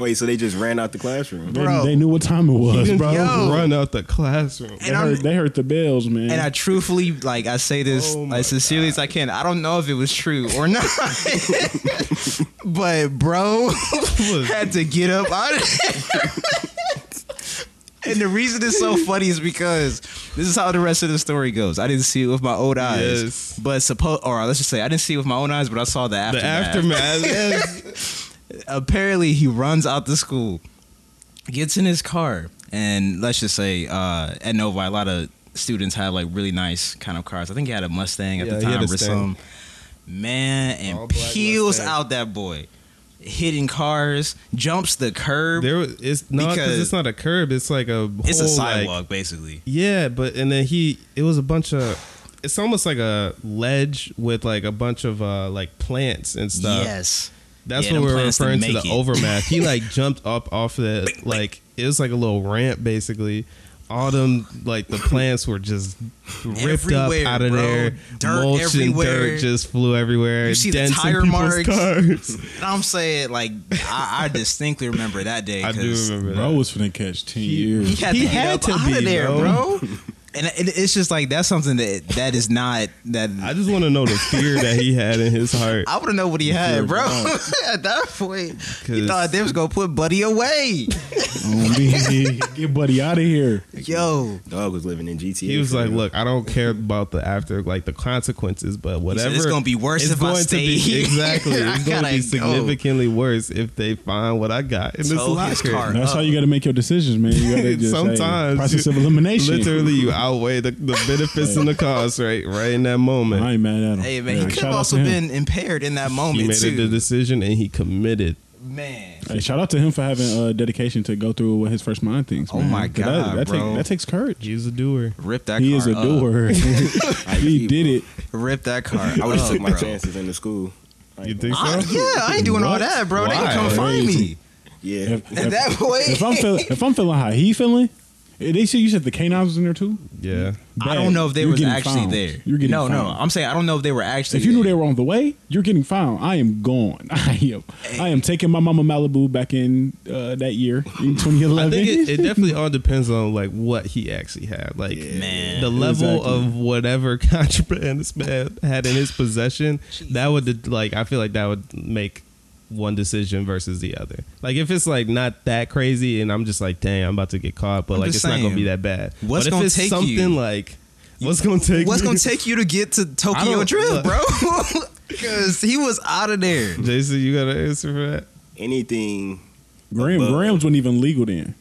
[SPEAKER 2] Wait, so they just ran out the classroom?
[SPEAKER 3] They,
[SPEAKER 1] bro.
[SPEAKER 3] they knew what time it was, bro.
[SPEAKER 1] Yo.
[SPEAKER 4] Run out the classroom.
[SPEAKER 3] They
[SPEAKER 1] And I'm-
[SPEAKER 3] heard, they heard the bells, man.
[SPEAKER 1] And I truthfully, like, I say this
[SPEAKER 4] Mm-hmm. Oh my
[SPEAKER 1] as sincerely as I can. I don't know if it was true or not, but bro had to get up out of there. And the reason it's so funny is because this is how the rest of the story goes. I didn't see it with my own eyes,
[SPEAKER 4] Yes.
[SPEAKER 1] but suppose, or let's just say, I didn't see it with my own eyes, but I saw the
[SPEAKER 4] The
[SPEAKER 1] aftermath.
[SPEAKER 4] aftermath. yes.
[SPEAKER 1] Apparently, he runs out the school, gets in his car, and let's just say uh, at Nova, a lot of students have like really nice kind of cars. I think he had a Mustang at
[SPEAKER 4] Yeah,
[SPEAKER 1] the
[SPEAKER 4] he had
[SPEAKER 1] time
[SPEAKER 4] a
[SPEAKER 1] or some. Man, and
[SPEAKER 4] All black
[SPEAKER 1] peels
[SPEAKER 4] Mustang.
[SPEAKER 1] out that boy, hitting cars, jumps the curb.
[SPEAKER 4] There was- it's not because
[SPEAKER 1] Because-
[SPEAKER 4] it's not a curb. It's like a whole,
[SPEAKER 1] it's a
[SPEAKER 4] like-
[SPEAKER 1] sidewalk, basically.
[SPEAKER 4] yeah, but and then he it was a bunch of it's almost like a ledge with like a bunch of uh like plants and stuff.
[SPEAKER 1] Yes.
[SPEAKER 4] That's
[SPEAKER 1] Yeah,
[SPEAKER 4] what
[SPEAKER 1] them
[SPEAKER 4] we're
[SPEAKER 1] plants didn't
[SPEAKER 4] referring to the
[SPEAKER 1] make it.
[SPEAKER 4] overmath. He like jumped up off the like it was like a little ramp basically. All them like the plants were just ripped
[SPEAKER 1] Everywhere,
[SPEAKER 4] up out of
[SPEAKER 1] bro.
[SPEAKER 4] there.
[SPEAKER 1] Dirt
[SPEAKER 4] Mulch and
[SPEAKER 1] everywhere.
[SPEAKER 4] dirt just flew everywhere.
[SPEAKER 1] You see the
[SPEAKER 4] dents in
[SPEAKER 1] tire
[SPEAKER 4] people's
[SPEAKER 1] marks.
[SPEAKER 4] Cars.
[SPEAKER 1] And I'm saying, like, I, I distinctly remember that day.
[SPEAKER 4] I do
[SPEAKER 1] 'cause
[SPEAKER 4] remember that.
[SPEAKER 3] bro was finna catch ten
[SPEAKER 1] He
[SPEAKER 3] years.
[SPEAKER 1] had,
[SPEAKER 4] He
[SPEAKER 1] to,
[SPEAKER 4] had
[SPEAKER 1] get up
[SPEAKER 4] to
[SPEAKER 1] out
[SPEAKER 4] be,
[SPEAKER 1] of there,
[SPEAKER 4] bro.
[SPEAKER 1] bro. And it, it's just like that's something that that is not that
[SPEAKER 4] I
[SPEAKER 1] I,
[SPEAKER 4] just want to know the fear that he had in his heart.
[SPEAKER 1] want to know what he had, bro. At that point, he
[SPEAKER 4] 'Cause-
[SPEAKER 1] thought they was gonna put Buddy away.
[SPEAKER 3] Oh, man. Get buddy out of here.
[SPEAKER 1] Yo,
[SPEAKER 2] Dog was living in GTA.
[SPEAKER 4] He was
[SPEAKER 2] for
[SPEAKER 4] like,
[SPEAKER 2] real.
[SPEAKER 4] "Look, I don't care about the after, like the consequences, but whatever.
[SPEAKER 1] "It's gonna be worse
[SPEAKER 4] it's
[SPEAKER 1] if I
[SPEAKER 4] going to be-
[SPEAKER 1] stay."
[SPEAKER 4] exactly,
[SPEAKER 1] I
[SPEAKER 4] it's going to
[SPEAKER 1] gotta
[SPEAKER 4] be
[SPEAKER 1] go.
[SPEAKER 4] significantly worse if they find what I got in this
[SPEAKER 1] Tow his
[SPEAKER 4] locker.
[SPEAKER 1] car.
[SPEAKER 3] That's how you got to make your decisions, man. You got to just hey,
[SPEAKER 4] Sometimes
[SPEAKER 3] process
[SPEAKER 4] you-
[SPEAKER 3] of elimination.
[SPEAKER 4] Literally, you outweigh the, the benefits and the costs, right? Right in that moment,
[SPEAKER 3] I ain't mad at him.
[SPEAKER 1] hey man,
[SPEAKER 3] Yeah,
[SPEAKER 1] he could
[SPEAKER 3] shout
[SPEAKER 1] have
[SPEAKER 3] out
[SPEAKER 1] also
[SPEAKER 3] to him.
[SPEAKER 1] been impaired in that
[SPEAKER 4] he
[SPEAKER 1] moment
[SPEAKER 4] made
[SPEAKER 1] too.
[SPEAKER 4] the decision and he committed.
[SPEAKER 1] man,
[SPEAKER 3] Hey, shout out to him for having uh, dedication to go through with his first mind things.
[SPEAKER 1] Oh
[SPEAKER 3] man.
[SPEAKER 1] my
[SPEAKER 3] 'Cause
[SPEAKER 1] God,
[SPEAKER 3] that, that,
[SPEAKER 1] bro.
[SPEAKER 3] that takes courage.
[SPEAKER 4] He's a doer.
[SPEAKER 1] rip that.
[SPEAKER 3] He
[SPEAKER 1] car
[SPEAKER 3] is a
[SPEAKER 1] up.
[SPEAKER 3] doer. he did it.
[SPEAKER 1] Rip that car.
[SPEAKER 2] I would have
[SPEAKER 1] up,
[SPEAKER 2] took my
[SPEAKER 1] Oh, bro.
[SPEAKER 2] chances in the school.
[SPEAKER 4] You think so?
[SPEAKER 1] I, yeah, I ain't doing all
[SPEAKER 3] What?
[SPEAKER 1] that, bro. They
[SPEAKER 4] Why?
[SPEAKER 1] can come find me.
[SPEAKER 3] Crazy.
[SPEAKER 2] Yeah,
[SPEAKER 3] If,
[SPEAKER 1] At
[SPEAKER 3] if-
[SPEAKER 1] that point,
[SPEAKER 3] if I'm feeling, if I'm feeling how he feeling, eh, they said you said the canines was in there too.
[SPEAKER 4] yeah,
[SPEAKER 1] I don't know if they
[SPEAKER 3] You're
[SPEAKER 1] was
[SPEAKER 3] getting
[SPEAKER 1] actually
[SPEAKER 3] found.
[SPEAKER 1] there.
[SPEAKER 3] You're getting
[SPEAKER 1] no, no.
[SPEAKER 3] found.
[SPEAKER 1] I'm saying I don't know if they were actually.
[SPEAKER 3] If you knew
[SPEAKER 1] there.
[SPEAKER 3] they were on the way, you're getting found. I am gone. I am. I am taking my mama Malibu back in uh, that year in 2011.
[SPEAKER 4] I think it, it definitely all depends on like what he actually had, like
[SPEAKER 1] Man.
[SPEAKER 4] the level
[SPEAKER 3] Exactly.
[SPEAKER 4] of whatever contraband this man had in his possession. That would de- like I feel like that would make one decision versus the other. Like if it's like not that crazy, and I'm just like, dang, I'm about to get caught, but
[SPEAKER 1] I'm
[SPEAKER 4] like it's
[SPEAKER 1] just
[SPEAKER 4] not gonna
[SPEAKER 1] saying,
[SPEAKER 4] be that bad.
[SPEAKER 1] what's
[SPEAKER 4] but if
[SPEAKER 1] gonna
[SPEAKER 4] it's
[SPEAKER 1] take
[SPEAKER 4] something
[SPEAKER 1] you?
[SPEAKER 4] like what's gonna take?
[SPEAKER 1] What's
[SPEAKER 4] you?
[SPEAKER 1] gonna take you to get to Tokyo
[SPEAKER 4] don't-
[SPEAKER 1] Drift,
[SPEAKER 4] look.
[SPEAKER 1] bro? Because he was out of there.
[SPEAKER 4] Jason? You got to answer for that.
[SPEAKER 2] anything.
[SPEAKER 3] Graham,
[SPEAKER 2] above-
[SPEAKER 3] Graham's wasn't even legal then.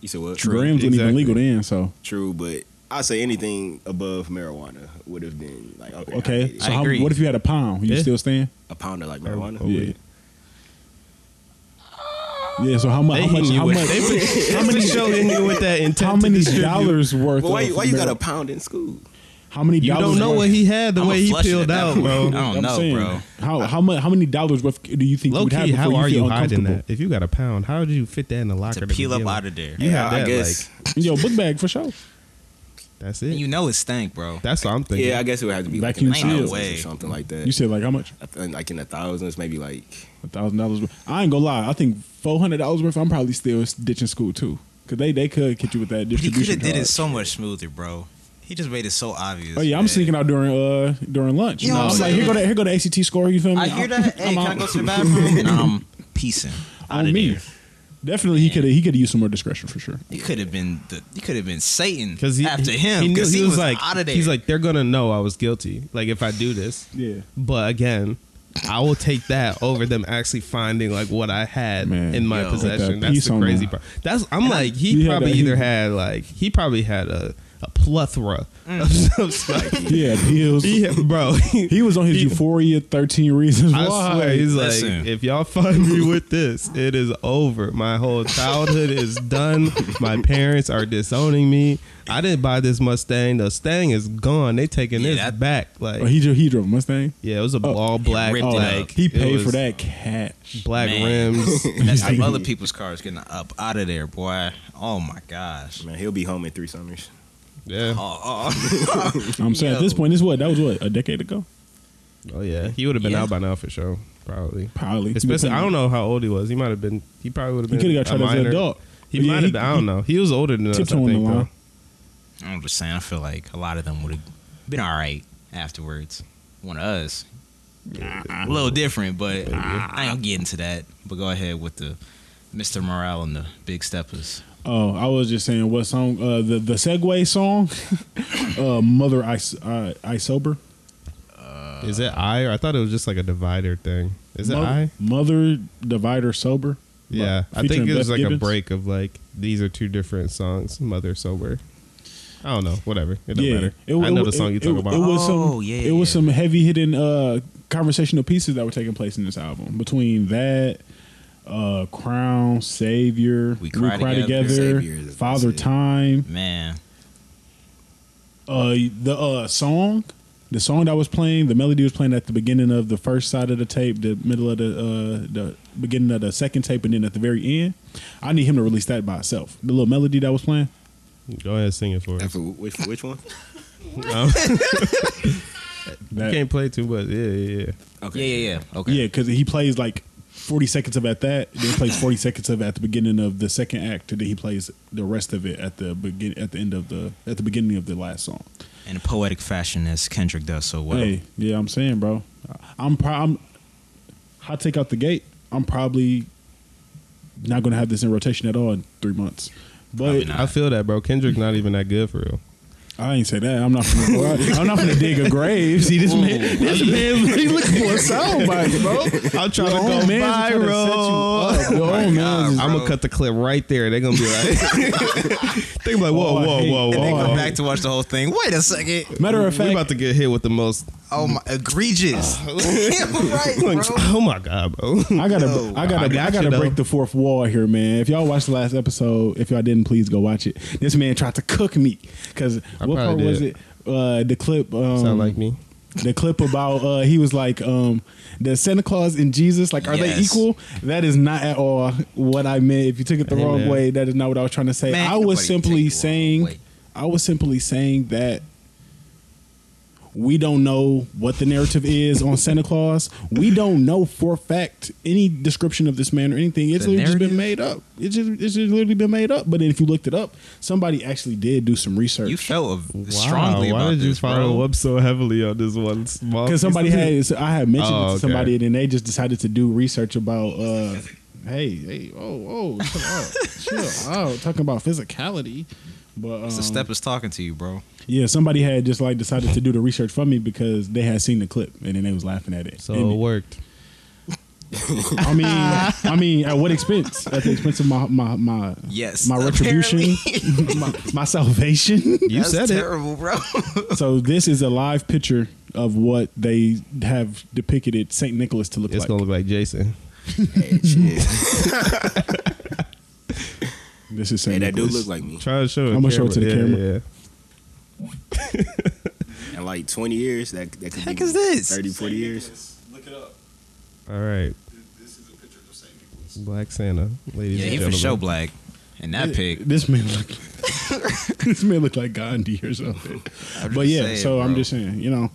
[SPEAKER 2] You said what?
[SPEAKER 3] Graham's wasn't even
[SPEAKER 4] Exactly.
[SPEAKER 3] legal then. So
[SPEAKER 2] True, but I say anything above marijuana would have been like okay. I
[SPEAKER 3] okay.
[SPEAKER 2] did it.
[SPEAKER 3] So
[SPEAKER 1] I
[SPEAKER 3] how,
[SPEAKER 1] agree.
[SPEAKER 3] what if you had a pound? You
[SPEAKER 4] Yeah.
[SPEAKER 3] still staying?
[SPEAKER 2] a pounder like marijuana.
[SPEAKER 4] Oh,
[SPEAKER 3] Yeah. Yeah. So how much?
[SPEAKER 4] They
[SPEAKER 3] How much?
[SPEAKER 4] hitting you
[SPEAKER 3] How
[SPEAKER 4] with-
[SPEAKER 3] much?
[SPEAKER 4] they for- They for sure hitting you with that intent.
[SPEAKER 3] How
[SPEAKER 4] to
[SPEAKER 3] many
[SPEAKER 4] distribute.
[SPEAKER 3] dollars worth?
[SPEAKER 2] But why,
[SPEAKER 3] of
[SPEAKER 2] why you got a
[SPEAKER 3] marijuana-
[SPEAKER 2] pound in school?
[SPEAKER 3] How many?
[SPEAKER 4] You
[SPEAKER 3] dollars
[SPEAKER 4] don't know
[SPEAKER 3] worth-
[SPEAKER 4] what he had the
[SPEAKER 1] I'ma
[SPEAKER 4] way he
[SPEAKER 1] flush it
[SPEAKER 4] peeled
[SPEAKER 1] at that
[SPEAKER 4] out,
[SPEAKER 1] point.
[SPEAKER 4] bro.
[SPEAKER 1] I don't
[SPEAKER 3] I'm
[SPEAKER 1] know,
[SPEAKER 3] saying,
[SPEAKER 1] bro.
[SPEAKER 3] How how much? How many dollars worth do you think you
[SPEAKER 4] Low
[SPEAKER 3] would have
[SPEAKER 4] key,
[SPEAKER 3] before
[SPEAKER 4] how
[SPEAKER 3] you
[SPEAKER 4] are
[SPEAKER 3] feel
[SPEAKER 4] you hiding
[SPEAKER 3] uncomfortable?
[SPEAKER 4] that? If you got a pound, how did you fit that in the locker?
[SPEAKER 1] To peel up
[SPEAKER 4] begin
[SPEAKER 1] out
[SPEAKER 4] with?
[SPEAKER 1] of there.
[SPEAKER 4] You
[SPEAKER 2] Yeah,
[SPEAKER 4] had
[SPEAKER 2] I
[SPEAKER 4] that.
[SPEAKER 2] guess.
[SPEAKER 4] Like,
[SPEAKER 3] Yo, book bag for sure.
[SPEAKER 4] that's
[SPEAKER 1] You
[SPEAKER 4] it.
[SPEAKER 1] know it stank, bro.
[SPEAKER 4] That's what I'm thinking.
[SPEAKER 2] Yeah, I guess it would have to be like
[SPEAKER 3] Vacuum
[SPEAKER 2] in the
[SPEAKER 1] seal. Ain't no
[SPEAKER 2] thousands
[SPEAKER 1] way.
[SPEAKER 2] or something like that.
[SPEAKER 3] You said like how much?
[SPEAKER 2] I think, like in the thousands, maybe like
[SPEAKER 3] A thousand dollars. worth. I ain't gonna lie. I think four hundred dollars worth. I'm probably still ditching school too, cause they they could get you with that
[SPEAKER 1] He could
[SPEAKER 3] distribution.
[SPEAKER 1] have did it
[SPEAKER 3] charge.
[SPEAKER 1] so much smoother, bro. He just made it so obvious.
[SPEAKER 3] Oh yeah, I'm
[SPEAKER 1] man.
[SPEAKER 3] sneaking out during uh during lunch.
[SPEAKER 1] You know
[SPEAKER 3] No,
[SPEAKER 1] what
[SPEAKER 3] I'm
[SPEAKER 1] I'm
[SPEAKER 3] like, here go
[SPEAKER 1] saying?
[SPEAKER 3] that here go the ACT score. You feel me?
[SPEAKER 1] I hear
[SPEAKER 3] I'm-
[SPEAKER 1] that. Hey,
[SPEAKER 3] I'm
[SPEAKER 1] can I
[SPEAKER 3] out.
[SPEAKER 1] go to the bathroom? and I'm piecing.
[SPEAKER 3] on me. Definitely, he could he could use some more discretion for sure.
[SPEAKER 1] It could have been the. It could have been Satan
[SPEAKER 4] Cause he,
[SPEAKER 1] after
[SPEAKER 4] he-
[SPEAKER 1] him.
[SPEAKER 4] he, knew
[SPEAKER 1] 'cause
[SPEAKER 4] he, was, like,
[SPEAKER 1] out of there.
[SPEAKER 4] he's like, they're gonna know I was guilty. Like if I do this,
[SPEAKER 3] Yeah.
[SPEAKER 4] But again, I will take that over them actually finding like what I had
[SPEAKER 3] Man,
[SPEAKER 4] in my
[SPEAKER 1] yo.
[SPEAKER 4] possession.
[SPEAKER 3] Like that
[SPEAKER 4] That's
[SPEAKER 3] piece
[SPEAKER 4] the
[SPEAKER 3] on
[SPEAKER 4] crazy
[SPEAKER 3] that.
[SPEAKER 4] part. That's I'm like he
[SPEAKER 3] Yeah,
[SPEAKER 4] probably
[SPEAKER 3] that-
[SPEAKER 4] either had like he probably had a a plethora
[SPEAKER 1] Mm.
[SPEAKER 4] of stuff.
[SPEAKER 3] Yeah, pills.
[SPEAKER 4] yeah, bro.
[SPEAKER 3] He was on his Euphoria 13 Reasons
[SPEAKER 4] I
[SPEAKER 3] Why.
[SPEAKER 4] swear, he's like,
[SPEAKER 1] Listen.
[SPEAKER 4] if y'all find me with this, it is over. My whole childhood is done. My parents are disowning me. I didn't buy this Mustang. The Mustang is gone. They taking
[SPEAKER 1] Yeah,
[SPEAKER 4] this
[SPEAKER 1] that-
[SPEAKER 4] back. Like,
[SPEAKER 3] Oh, he drove, he drove a Mustang.
[SPEAKER 4] yeah, it was a all black.
[SPEAKER 1] ripped it
[SPEAKER 4] Oh, like
[SPEAKER 1] up.
[SPEAKER 3] He
[SPEAKER 4] it
[SPEAKER 3] paid for
[SPEAKER 4] was
[SPEAKER 3] that cash.
[SPEAKER 4] black
[SPEAKER 1] Man.
[SPEAKER 4] rims.
[SPEAKER 1] That's how other people's cars getting up out of there, boy. Oh my gosh.
[SPEAKER 2] Man, he'll be home in three summers.
[SPEAKER 4] Yeah.
[SPEAKER 1] Oh, oh.
[SPEAKER 3] I'm saying at this
[SPEAKER 1] Yo.
[SPEAKER 3] point, this what that was what a decade ago,
[SPEAKER 4] Oh yeah, he would have been
[SPEAKER 1] Yeah.
[SPEAKER 4] out by now for sure, probably.
[SPEAKER 3] probably.
[SPEAKER 4] Especially, I don't know how old he was. He might have been. He probably would have
[SPEAKER 3] He
[SPEAKER 4] been.
[SPEAKER 3] could have got
[SPEAKER 4] a
[SPEAKER 3] tried as an
[SPEAKER 4] minor.
[SPEAKER 3] adult.
[SPEAKER 4] He
[SPEAKER 3] But yeah,
[SPEAKER 4] might
[SPEAKER 3] he-
[SPEAKER 4] have been. I don't know. He was older than us. I
[SPEAKER 3] Tiptoeing the
[SPEAKER 4] think,
[SPEAKER 3] line.
[SPEAKER 4] though.
[SPEAKER 1] I'm just saying, I feel like a lot of them would have been all right afterwards. One of us. A little different, but I ain't gonna get into that. But go ahead with the Mr. Morale and the Big Steppers.
[SPEAKER 3] Oh, I was just saying what song? Uh, the the Segway song, uh, "Mother I S- uh, I sober."
[SPEAKER 4] Is it I or I thought it was just like a divider thing? Is it
[SPEAKER 3] Mo-
[SPEAKER 4] I?
[SPEAKER 3] Mother divider sober.
[SPEAKER 4] Yeah, I
[SPEAKER 3] Featuring
[SPEAKER 4] think it was
[SPEAKER 3] Beth
[SPEAKER 4] like a
[SPEAKER 3] Gibbons?
[SPEAKER 4] break of like these are two different songs, Mother Sober. I don't know, whatever. It don't
[SPEAKER 3] yeah,
[SPEAKER 4] matter. I know the song you
[SPEAKER 3] it-
[SPEAKER 4] talk
[SPEAKER 3] it-
[SPEAKER 4] about.
[SPEAKER 3] It was
[SPEAKER 1] Oh,
[SPEAKER 3] some,
[SPEAKER 1] yeah,
[SPEAKER 3] it was
[SPEAKER 1] yeah.
[SPEAKER 3] some heavy hitting uh, conversational pieces that were taking place in this album. Between that, uh, Crown, Savior,
[SPEAKER 1] We Cry Together,
[SPEAKER 2] Savior is-
[SPEAKER 3] Father
[SPEAKER 2] that's it.
[SPEAKER 3] Time,
[SPEAKER 1] Man,
[SPEAKER 3] uh, the uh, song, the song that was playing, the melody was playing at the beginning of the first side of the tape, the middle of the uh, the beginning of the second tape, and then at the very end. I need him to release that by itself. The little melody that was playing.
[SPEAKER 4] Go ahead, sing it for us. Um,
[SPEAKER 2] After which which one?
[SPEAKER 4] You
[SPEAKER 3] That,
[SPEAKER 4] can't play too much. Yeah, yeah, yeah.
[SPEAKER 1] yeah, yeah, yeah. Okay,
[SPEAKER 3] Yeah, because he plays like 40 seconds of at that, then he plays 40 seconds of at the beginning of the second act, and then he plays the rest of it at the begin at the end of the at the beginning of the last song.
[SPEAKER 1] in a poetic fashion as Kendrick does so well.
[SPEAKER 3] Hey, yeah, I'm saying, bro, I'm pro- I'm hot take out the gate. I'm probably not gonna have this in rotation at all in three months.
[SPEAKER 1] Probably
[SPEAKER 3] But
[SPEAKER 1] not.
[SPEAKER 4] I feel that, bro. Kendrick not even that good for real.
[SPEAKER 3] I ain't say that. I'm not. Gonna, I'm not gonna dig a grave. See this man. This man, he looking for a soundbite, Oh bro.
[SPEAKER 4] I'm
[SPEAKER 3] Your own man's trying to set you up. Oh, Your
[SPEAKER 1] my God,
[SPEAKER 3] own man's is-
[SPEAKER 1] bro.
[SPEAKER 4] I'm gonna cut the clip right there. They're gonna be like, they be
[SPEAKER 3] Oh,
[SPEAKER 4] like, whoa,
[SPEAKER 3] I
[SPEAKER 4] whoa,
[SPEAKER 3] hate-
[SPEAKER 4] whoa,
[SPEAKER 3] and
[SPEAKER 1] They
[SPEAKER 4] whoa.
[SPEAKER 1] come
[SPEAKER 4] whoa.
[SPEAKER 1] back to watch the whole thing. Wait a second.
[SPEAKER 3] Matter of
[SPEAKER 4] we
[SPEAKER 3] fact,
[SPEAKER 4] about to get hit with the most.
[SPEAKER 1] Oh my, egregious. right,
[SPEAKER 4] oh my god, bro.
[SPEAKER 3] I gotta,
[SPEAKER 1] Yo,
[SPEAKER 3] I gotta, I,
[SPEAKER 4] I got
[SPEAKER 3] gotta
[SPEAKER 4] you, though.
[SPEAKER 3] break the fourth wall here, man. If y'all watched the last episode, if y'all didn't, please go watch it. This man tried to cook me because
[SPEAKER 4] I
[SPEAKER 3] what part
[SPEAKER 4] probably
[SPEAKER 3] was it?
[SPEAKER 4] did.
[SPEAKER 3] Uh, the clip, um,
[SPEAKER 4] Sound like me?
[SPEAKER 3] the clip about uh, he was like, um, the Santa Claus and Jesus, like, are
[SPEAKER 1] Yes.
[SPEAKER 3] they equal? That is not at all what I meant. If you took it the
[SPEAKER 4] Hey,
[SPEAKER 3] wrong
[SPEAKER 4] man.
[SPEAKER 3] way, that is not what I was trying to say.
[SPEAKER 1] Man,
[SPEAKER 3] I was
[SPEAKER 1] nobody
[SPEAKER 3] simply
[SPEAKER 1] take it the wrong
[SPEAKER 3] saying,
[SPEAKER 1] way.
[SPEAKER 3] I was simply saying that we don't know what the narrative is on Santa Claus. We don't know for a fact any description of this man or anything. It's
[SPEAKER 1] The
[SPEAKER 3] literally just been made
[SPEAKER 1] narrative?
[SPEAKER 3] up. It's just, it's just literally been made up. But then if you looked it up, somebody actually did do some research.
[SPEAKER 1] You felt a- strongly
[SPEAKER 4] Why
[SPEAKER 1] about
[SPEAKER 4] did
[SPEAKER 1] this,
[SPEAKER 4] you follow
[SPEAKER 1] bro.
[SPEAKER 4] up so heavily on this one small?
[SPEAKER 3] because somebody had so I had mentioned
[SPEAKER 4] Oh,
[SPEAKER 3] it to
[SPEAKER 4] okay.
[SPEAKER 3] somebody, and then they just decided to do research about. Uh, hey, hey, oh, oh, chill out, chill out, talking about physicality. But um,
[SPEAKER 1] The step is talking to you, bro.
[SPEAKER 3] yeah, somebody had just like decided to do the research for me because they had seen the clip, and then they was laughing at it.
[SPEAKER 4] So
[SPEAKER 3] And
[SPEAKER 4] it worked.
[SPEAKER 3] I mean, I mean, at what expense? At the expense of my my my
[SPEAKER 1] Yes,
[SPEAKER 3] my
[SPEAKER 1] apparently.
[SPEAKER 3] retribution, my, my salvation.
[SPEAKER 4] You
[SPEAKER 1] That's
[SPEAKER 4] said it.
[SPEAKER 1] terrible, bro.
[SPEAKER 3] so this is a live picture of what they have depicted Saint Nicholas to look
[SPEAKER 4] It's
[SPEAKER 3] like.
[SPEAKER 4] gonna look like Jason.
[SPEAKER 2] Hey, shit.
[SPEAKER 3] This is
[SPEAKER 2] hey,
[SPEAKER 3] Saint
[SPEAKER 2] that
[SPEAKER 3] Nicholas.
[SPEAKER 2] dude look like me.
[SPEAKER 4] Try to show.
[SPEAKER 3] I'ma show it to the camera.
[SPEAKER 2] In like 20 years, that that could
[SPEAKER 1] Heck
[SPEAKER 2] be
[SPEAKER 1] is this?
[SPEAKER 2] 30, 40 years.
[SPEAKER 5] Look it up.
[SPEAKER 4] Yeah, yeah. All right,
[SPEAKER 5] This is a picture of St. Nicholas.
[SPEAKER 4] Black Santa, ladies
[SPEAKER 1] yeah,
[SPEAKER 4] and
[SPEAKER 1] he for
[SPEAKER 4] gentlemen.
[SPEAKER 1] sure black. And that pick,
[SPEAKER 3] This man look. this man look like Gandhi or something.
[SPEAKER 1] I'm
[SPEAKER 3] But
[SPEAKER 1] just
[SPEAKER 3] yeah,
[SPEAKER 1] saying,
[SPEAKER 3] so I'm
[SPEAKER 1] bro.
[SPEAKER 3] just saying, you know.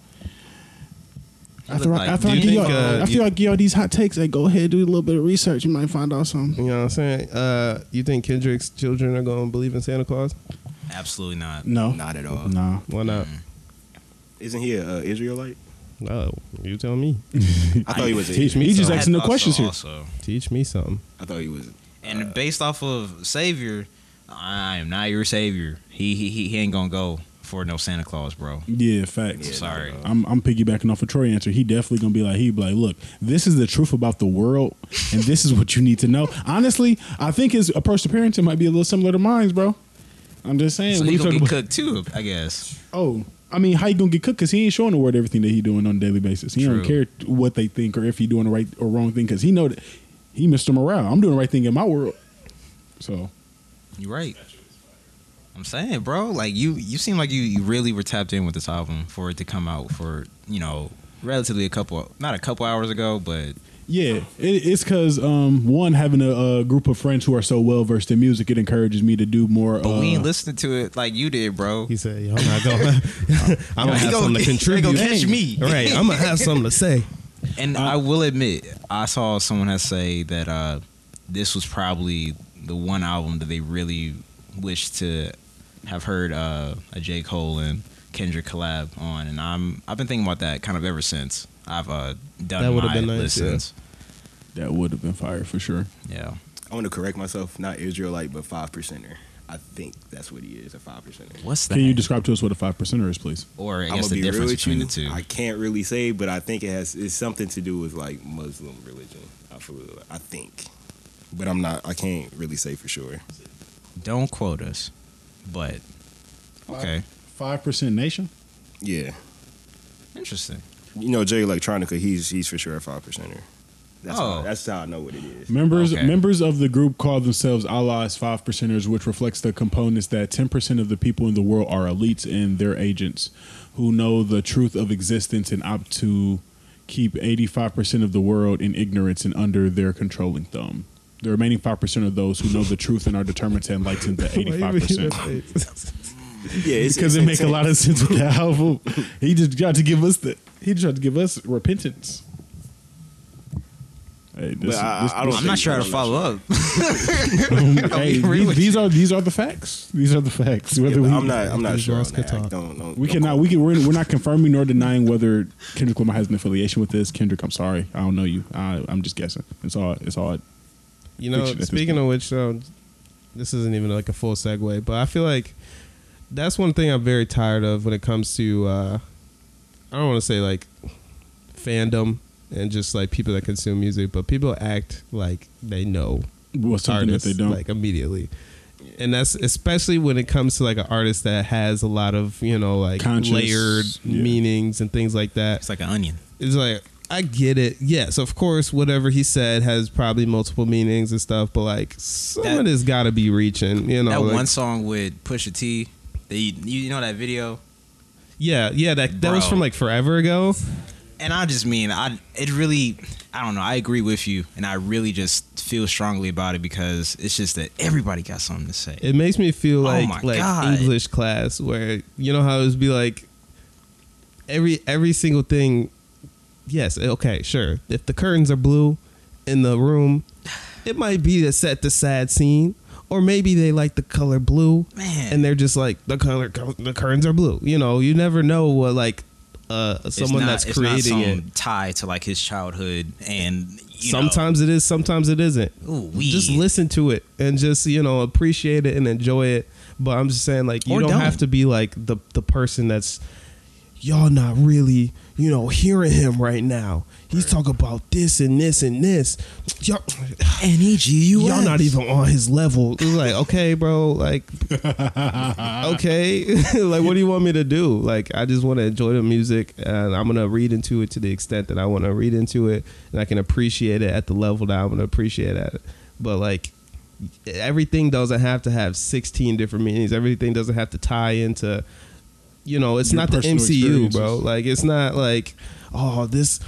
[SPEAKER 1] He
[SPEAKER 3] After,
[SPEAKER 1] look
[SPEAKER 3] I,
[SPEAKER 1] like-
[SPEAKER 3] after,
[SPEAKER 1] do
[SPEAKER 3] I
[SPEAKER 1] you
[SPEAKER 3] give
[SPEAKER 4] think,
[SPEAKER 3] y'all,
[SPEAKER 4] uh,
[SPEAKER 3] after
[SPEAKER 4] you-
[SPEAKER 3] I give y'all these hot takes, like go ahead do a little bit of research. You might find out something.
[SPEAKER 4] You know what I'm saying? Uh, you think Kendrick's children are gonna believe in Santa Claus?
[SPEAKER 1] absolutely not.
[SPEAKER 3] No,
[SPEAKER 2] Not at all.
[SPEAKER 3] no.
[SPEAKER 4] Why not?
[SPEAKER 1] Mm.
[SPEAKER 2] Isn't he a uh, Israelite?
[SPEAKER 4] No, you tell me.
[SPEAKER 2] I thought he was.
[SPEAKER 3] Teach
[SPEAKER 2] A,
[SPEAKER 3] me. He's just
[SPEAKER 1] I
[SPEAKER 3] asking the
[SPEAKER 1] thought so
[SPEAKER 3] questions here.
[SPEAKER 1] Also.
[SPEAKER 4] Teach me something.
[SPEAKER 2] I thought he was.
[SPEAKER 1] And based off of Savior, I am not your Savior. He he, he he ain't gonna go for no Santa Claus, bro.
[SPEAKER 3] Yeah, facts.
[SPEAKER 1] I'm sorry.
[SPEAKER 3] I'm, I'm piggybacking off of Troy answer. He definitely gonna be like, he be like, look, this is the truth about the world, and this is what you need to know. Honestly, I think his approach to parenting might be a little similar to mine's, bro. I'm just saying.
[SPEAKER 1] So
[SPEAKER 3] what
[SPEAKER 1] you
[SPEAKER 3] you
[SPEAKER 1] gonna
[SPEAKER 3] talking
[SPEAKER 1] get
[SPEAKER 3] about?
[SPEAKER 1] cooked too, I guess.
[SPEAKER 3] Oh, I mean, how you gonna get cooked? Because he ain't showing the world everything that he doing on a daily basis. He don't
[SPEAKER 1] True.
[SPEAKER 3] care what they think or if he doing the right or wrong thing. Because he know that he Mr. Morale. I'm doing the right thing in my world. So
[SPEAKER 1] You right. I'm saying, bro, like you you seem like you, you really were tapped in with this album for it to come out for, you know, relatively a couple not a couple hours ago, but
[SPEAKER 3] yeah, it, it's because um, one having a, a group of friends who are so well versed in music, it encourages me to do more.
[SPEAKER 1] but
[SPEAKER 3] uh,
[SPEAKER 1] we ain't listening to it like you did, bro.
[SPEAKER 4] He said, "Yo, I'm not gonna. I'm gonna
[SPEAKER 1] He
[SPEAKER 4] have
[SPEAKER 1] gonna-
[SPEAKER 4] something to
[SPEAKER 1] they
[SPEAKER 4] contribute.
[SPEAKER 1] gonna catch me.
[SPEAKER 4] right? I'm gonna have something to say.
[SPEAKER 1] And I will admit, I saw someone has say that uh, this was probably the one album that they really wished to have heard uh, a J Cole and Kendrick collab on, and I'm I've been thinking about that kind of ever since I've uh, done
[SPEAKER 4] That would've
[SPEAKER 1] my
[SPEAKER 4] been nice, yeah.
[SPEAKER 1] listens.
[SPEAKER 3] that would have been fire for sure.
[SPEAKER 1] Yeah.
[SPEAKER 2] I want to correct myself. Not Israelite, but five percenter. I think that's what he is. A five percenter.
[SPEAKER 1] what's that?
[SPEAKER 3] Can you describe to us what a five percenter is, please?
[SPEAKER 1] or I
[SPEAKER 2] I'm
[SPEAKER 1] guess
[SPEAKER 2] gonna
[SPEAKER 1] the
[SPEAKER 2] be real
[SPEAKER 1] difference
[SPEAKER 2] with
[SPEAKER 1] between
[SPEAKER 2] you.
[SPEAKER 1] the two?
[SPEAKER 2] I can't really say, but I think it has it's something to do with like Muslim religion. I feel like- I think, but I'm not. I can't really say for sure.
[SPEAKER 1] Don't quote us, but okay,
[SPEAKER 3] Five percent nation.
[SPEAKER 2] Yeah,
[SPEAKER 1] interesting.
[SPEAKER 2] you know Jay Electronica. He's he's for sure a five percenter. That's
[SPEAKER 1] Oh.
[SPEAKER 2] how, that's how I know what it is.
[SPEAKER 3] Members
[SPEAKER 1] Okay.
[SPEAKER 3] members of the group call themselves allies five percenters, which reflects the components that ten percent of the people in the world are elites and their agents who know the truth of existence and opt to keep eighty five percent of the world in ignorance and under their controlling thumb. The remaining five percent of those who know the truth and are determined to enlighten the eighty five percent.
[SPEAKER 2] Yeah, it's,
[SPEAKER 3] Because
[SPEAKER 2] it's
[SPEAKER 3] it make a
[SPEAKER 2] intense.
[SPEAKER 3] lot of sense with the album. He just tried to give us the he tried to give us repentance. Hey, this,
[SPEAKER 2] But I- I don't
[SPEAKER 1] I'm not
[SPEAKER 2] think-
[SPEAKER 1] sure how to
[SPEAKER 2] I'm not
[SPEAKER 1] follow up.
[SPEAKER 3] Mm, hey,
[SPEAKER 1] agree
[SPEAKER 3] these,
[SPEAKER 1] with
[SPEAKER 3] these are these are the facts. These are the facts.
[SPEAKER 2] Yeah,
[SPEAKER 3] Whether we,
[SPEAKER 2] but I'm not. I'm not
[SPEAKER 4] These
[SPEAKER 2] sure. On
[SPEAKER 4] girls could
[SPEAKER 2] that.
[SPEAKER 4] talk.
[SPEAKER 2] Don't, don't,
[SPEAKER 3] We
[SPEAKER 2] don't
[SPEAKER 3] cannot.
[SPEAKER 2] quote
[SPEAKER 3] We
[SPEAKER 2] me.
[SPEAKER 3] can. We're, we're not confirming nor denying whether Kendrick Lamar has an affiliation with this. Kendrick, I'm sorry. I don't know you. I, I'm just guessing. It's all. It's all.
[SPEAKER 4] You know,
[SPEAKER 3] Fiction at this
[SPEAKER 4] speaking
[SPEAKER 3] point.
[SPEAKER 4] of which, um, this isn't even like a full segue, but I feel like that's one thing I'm very tired of when it comes to uh, I don't want to say like fandom and just like people that consume music, but people act like they know
[SPEAKER 3] Well, something that
[SPEAKER 4] artists
[SPEAKER 3] they don't.
[SPEAKER 4] like immediately. And that's especially when it comes to like an artist that has a lot of you know like
[SPEAKER 3] Conscious,
[SPEAKER 4] layered
[SPEAKER 3] yeah.
[SPEAKER 4] meanings and things like that
[SPEAKER 1] It's like an onion.
[SPEAKER 4] it's like I get it. Yes, of course, whatever he said has probably multiple meanings and stuff, but like some
[SPEAKER 1] That-
[SPEAKER 4] of this got to be reaching, you know.
[SPEAKER 1] that
[SPEAKER 4] like-
[SPEAKER 1] one song with Pusha T, they you know that video,
[SPEAKER 4] yeah, yeah, that that was
[SPEAKER 1] Bro.
[SPEAKER 4] from like forever ago.
[SPEAKER 1] and I just mean I it really I don't know I agree with you, and I really just feel strongly about it because it's just that everybody got something to say.
[SPEAKER 4] It makes me feel like
[SPEAKER 1] Oh my
[SPEAKER 4] like
[SPEAKER 1] God.
[SPEAKER 4] English class where you know how it would be like every every single thing. Yes, eh, okay, sure. If the curtains are blue in the room, it might be to set the sad scene, or maybe they like the color blue,
[SPEAKER 1] Man.
[SPEAKER 4] and they're just like the color the curtains are blue. You know, you never know what like uh
[SPEAKER 1] It's
[SPEAKER 4] someone
[SPEAKER 1] not-
[SPEAKER 4] that's
[SPEAKER 1] it's
[SPEAKER 4] creating
[SPEAKER 1] not
[SPEAKER 4] it.
[SPEAKER 1] some tie to like his childhood and you know,
[SPEAKER 4] Sometimes it is, sometimes it isn't.
[SPEAKER 1] Ooh, wee.
[SPEAKER 4] Just listen to it and just you know appreciate it and enjoy it. But I'm just saying, like you
[SPEAKER 1] Or
[SPEAKER 4] don't,
[SPEAKER 1] don't.
[SPEAKER 4] have to be like the the person that's y'all not really you know hearing him right now. He's talking about this and this and this. Y'all,
[SPEAKER 1] N E G U
[SPEAKER 4] y'all not even on his level. It's like okay, bro. Like okay, like what do you want me to do? Like I just want to enjoy the music, and I'm gonna read into it to the extent that I want to read into it, and I can appreciate it at the level that I want to appreciate at it. But like everything doesn't have to have 16 different meanings. Everything doesn't have to tie into, you know, it's
[SPEAKER 3] Your
[SPEAKER 4] not the
[SPEAKER 3] personal
[SPEAKER 4] MCU, bro.
[SPEAKER 3] experiences.
[SPEAKER 4] Like it's not like oh this,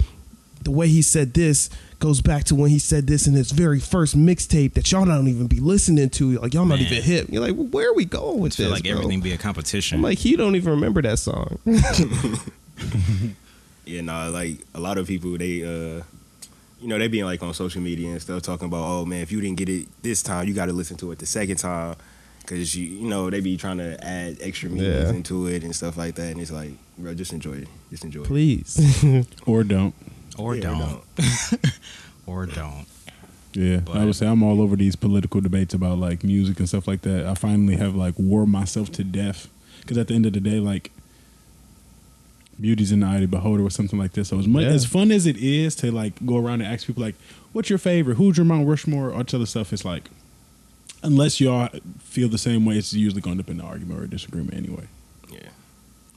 [SPEAKER 4] the way he said this. Goes back to when he said this in his very first mixtape that y'all don't even be listening to. Like y'all not
[SPEAKER 1] Man.
[SPEAKER 4] even hip. You're like, well, where are we going
[SPEAKER 1] I
[SPEAKER 4] with
[SPEAKER 1] feel
[SPEAKER 4] this?
[SPEAKER 1] like
[SPEAKER 4] bro?
[SPEAKER 1] everything be a competition.
[SPEAKER 4] I'm like, he don't even remember that song.
[SPEAKER 2] Yeah, nah, like a lot of people they uh you know, they being like on social media and stuff talking about, oh man, if you didn't get it this time, you got to listen to it the second time cuz you you know, they be trying to add extra meanings
[SPEAKER 4] Yeah.
[SPEAKER 2] into it and stuff like that and it's like, bro, just enjoy it. Just enjoy it.
[SPEAKER 4] Please.
[SPEAKER 3] or don't.
[SPEAKER 1] or,
[SPEAKER 2] Yeah,
[SPEAKER 1] don't.
[SPEAKER 2] don't.
[SPEAKER 1] or don't.
[SPEAKER 3] Yeah, I would say I'm all over these political debates about like music and stuff like that. I finally have like wore myself to death because at the end of the day, like beauty's in the eye of the beholder or something like this. So as much
[SPEAKER 4] Yeah.
[SPEAKER 3] as fun as it is to like go around and ask people like, "What's your favorite? Who's your Mount Rushmore?" or other stuff, it's like unless y'all feel the same way, it's usually going to end up in an argument or a disagreement anyway.
[SPEAKER 2] Yeah.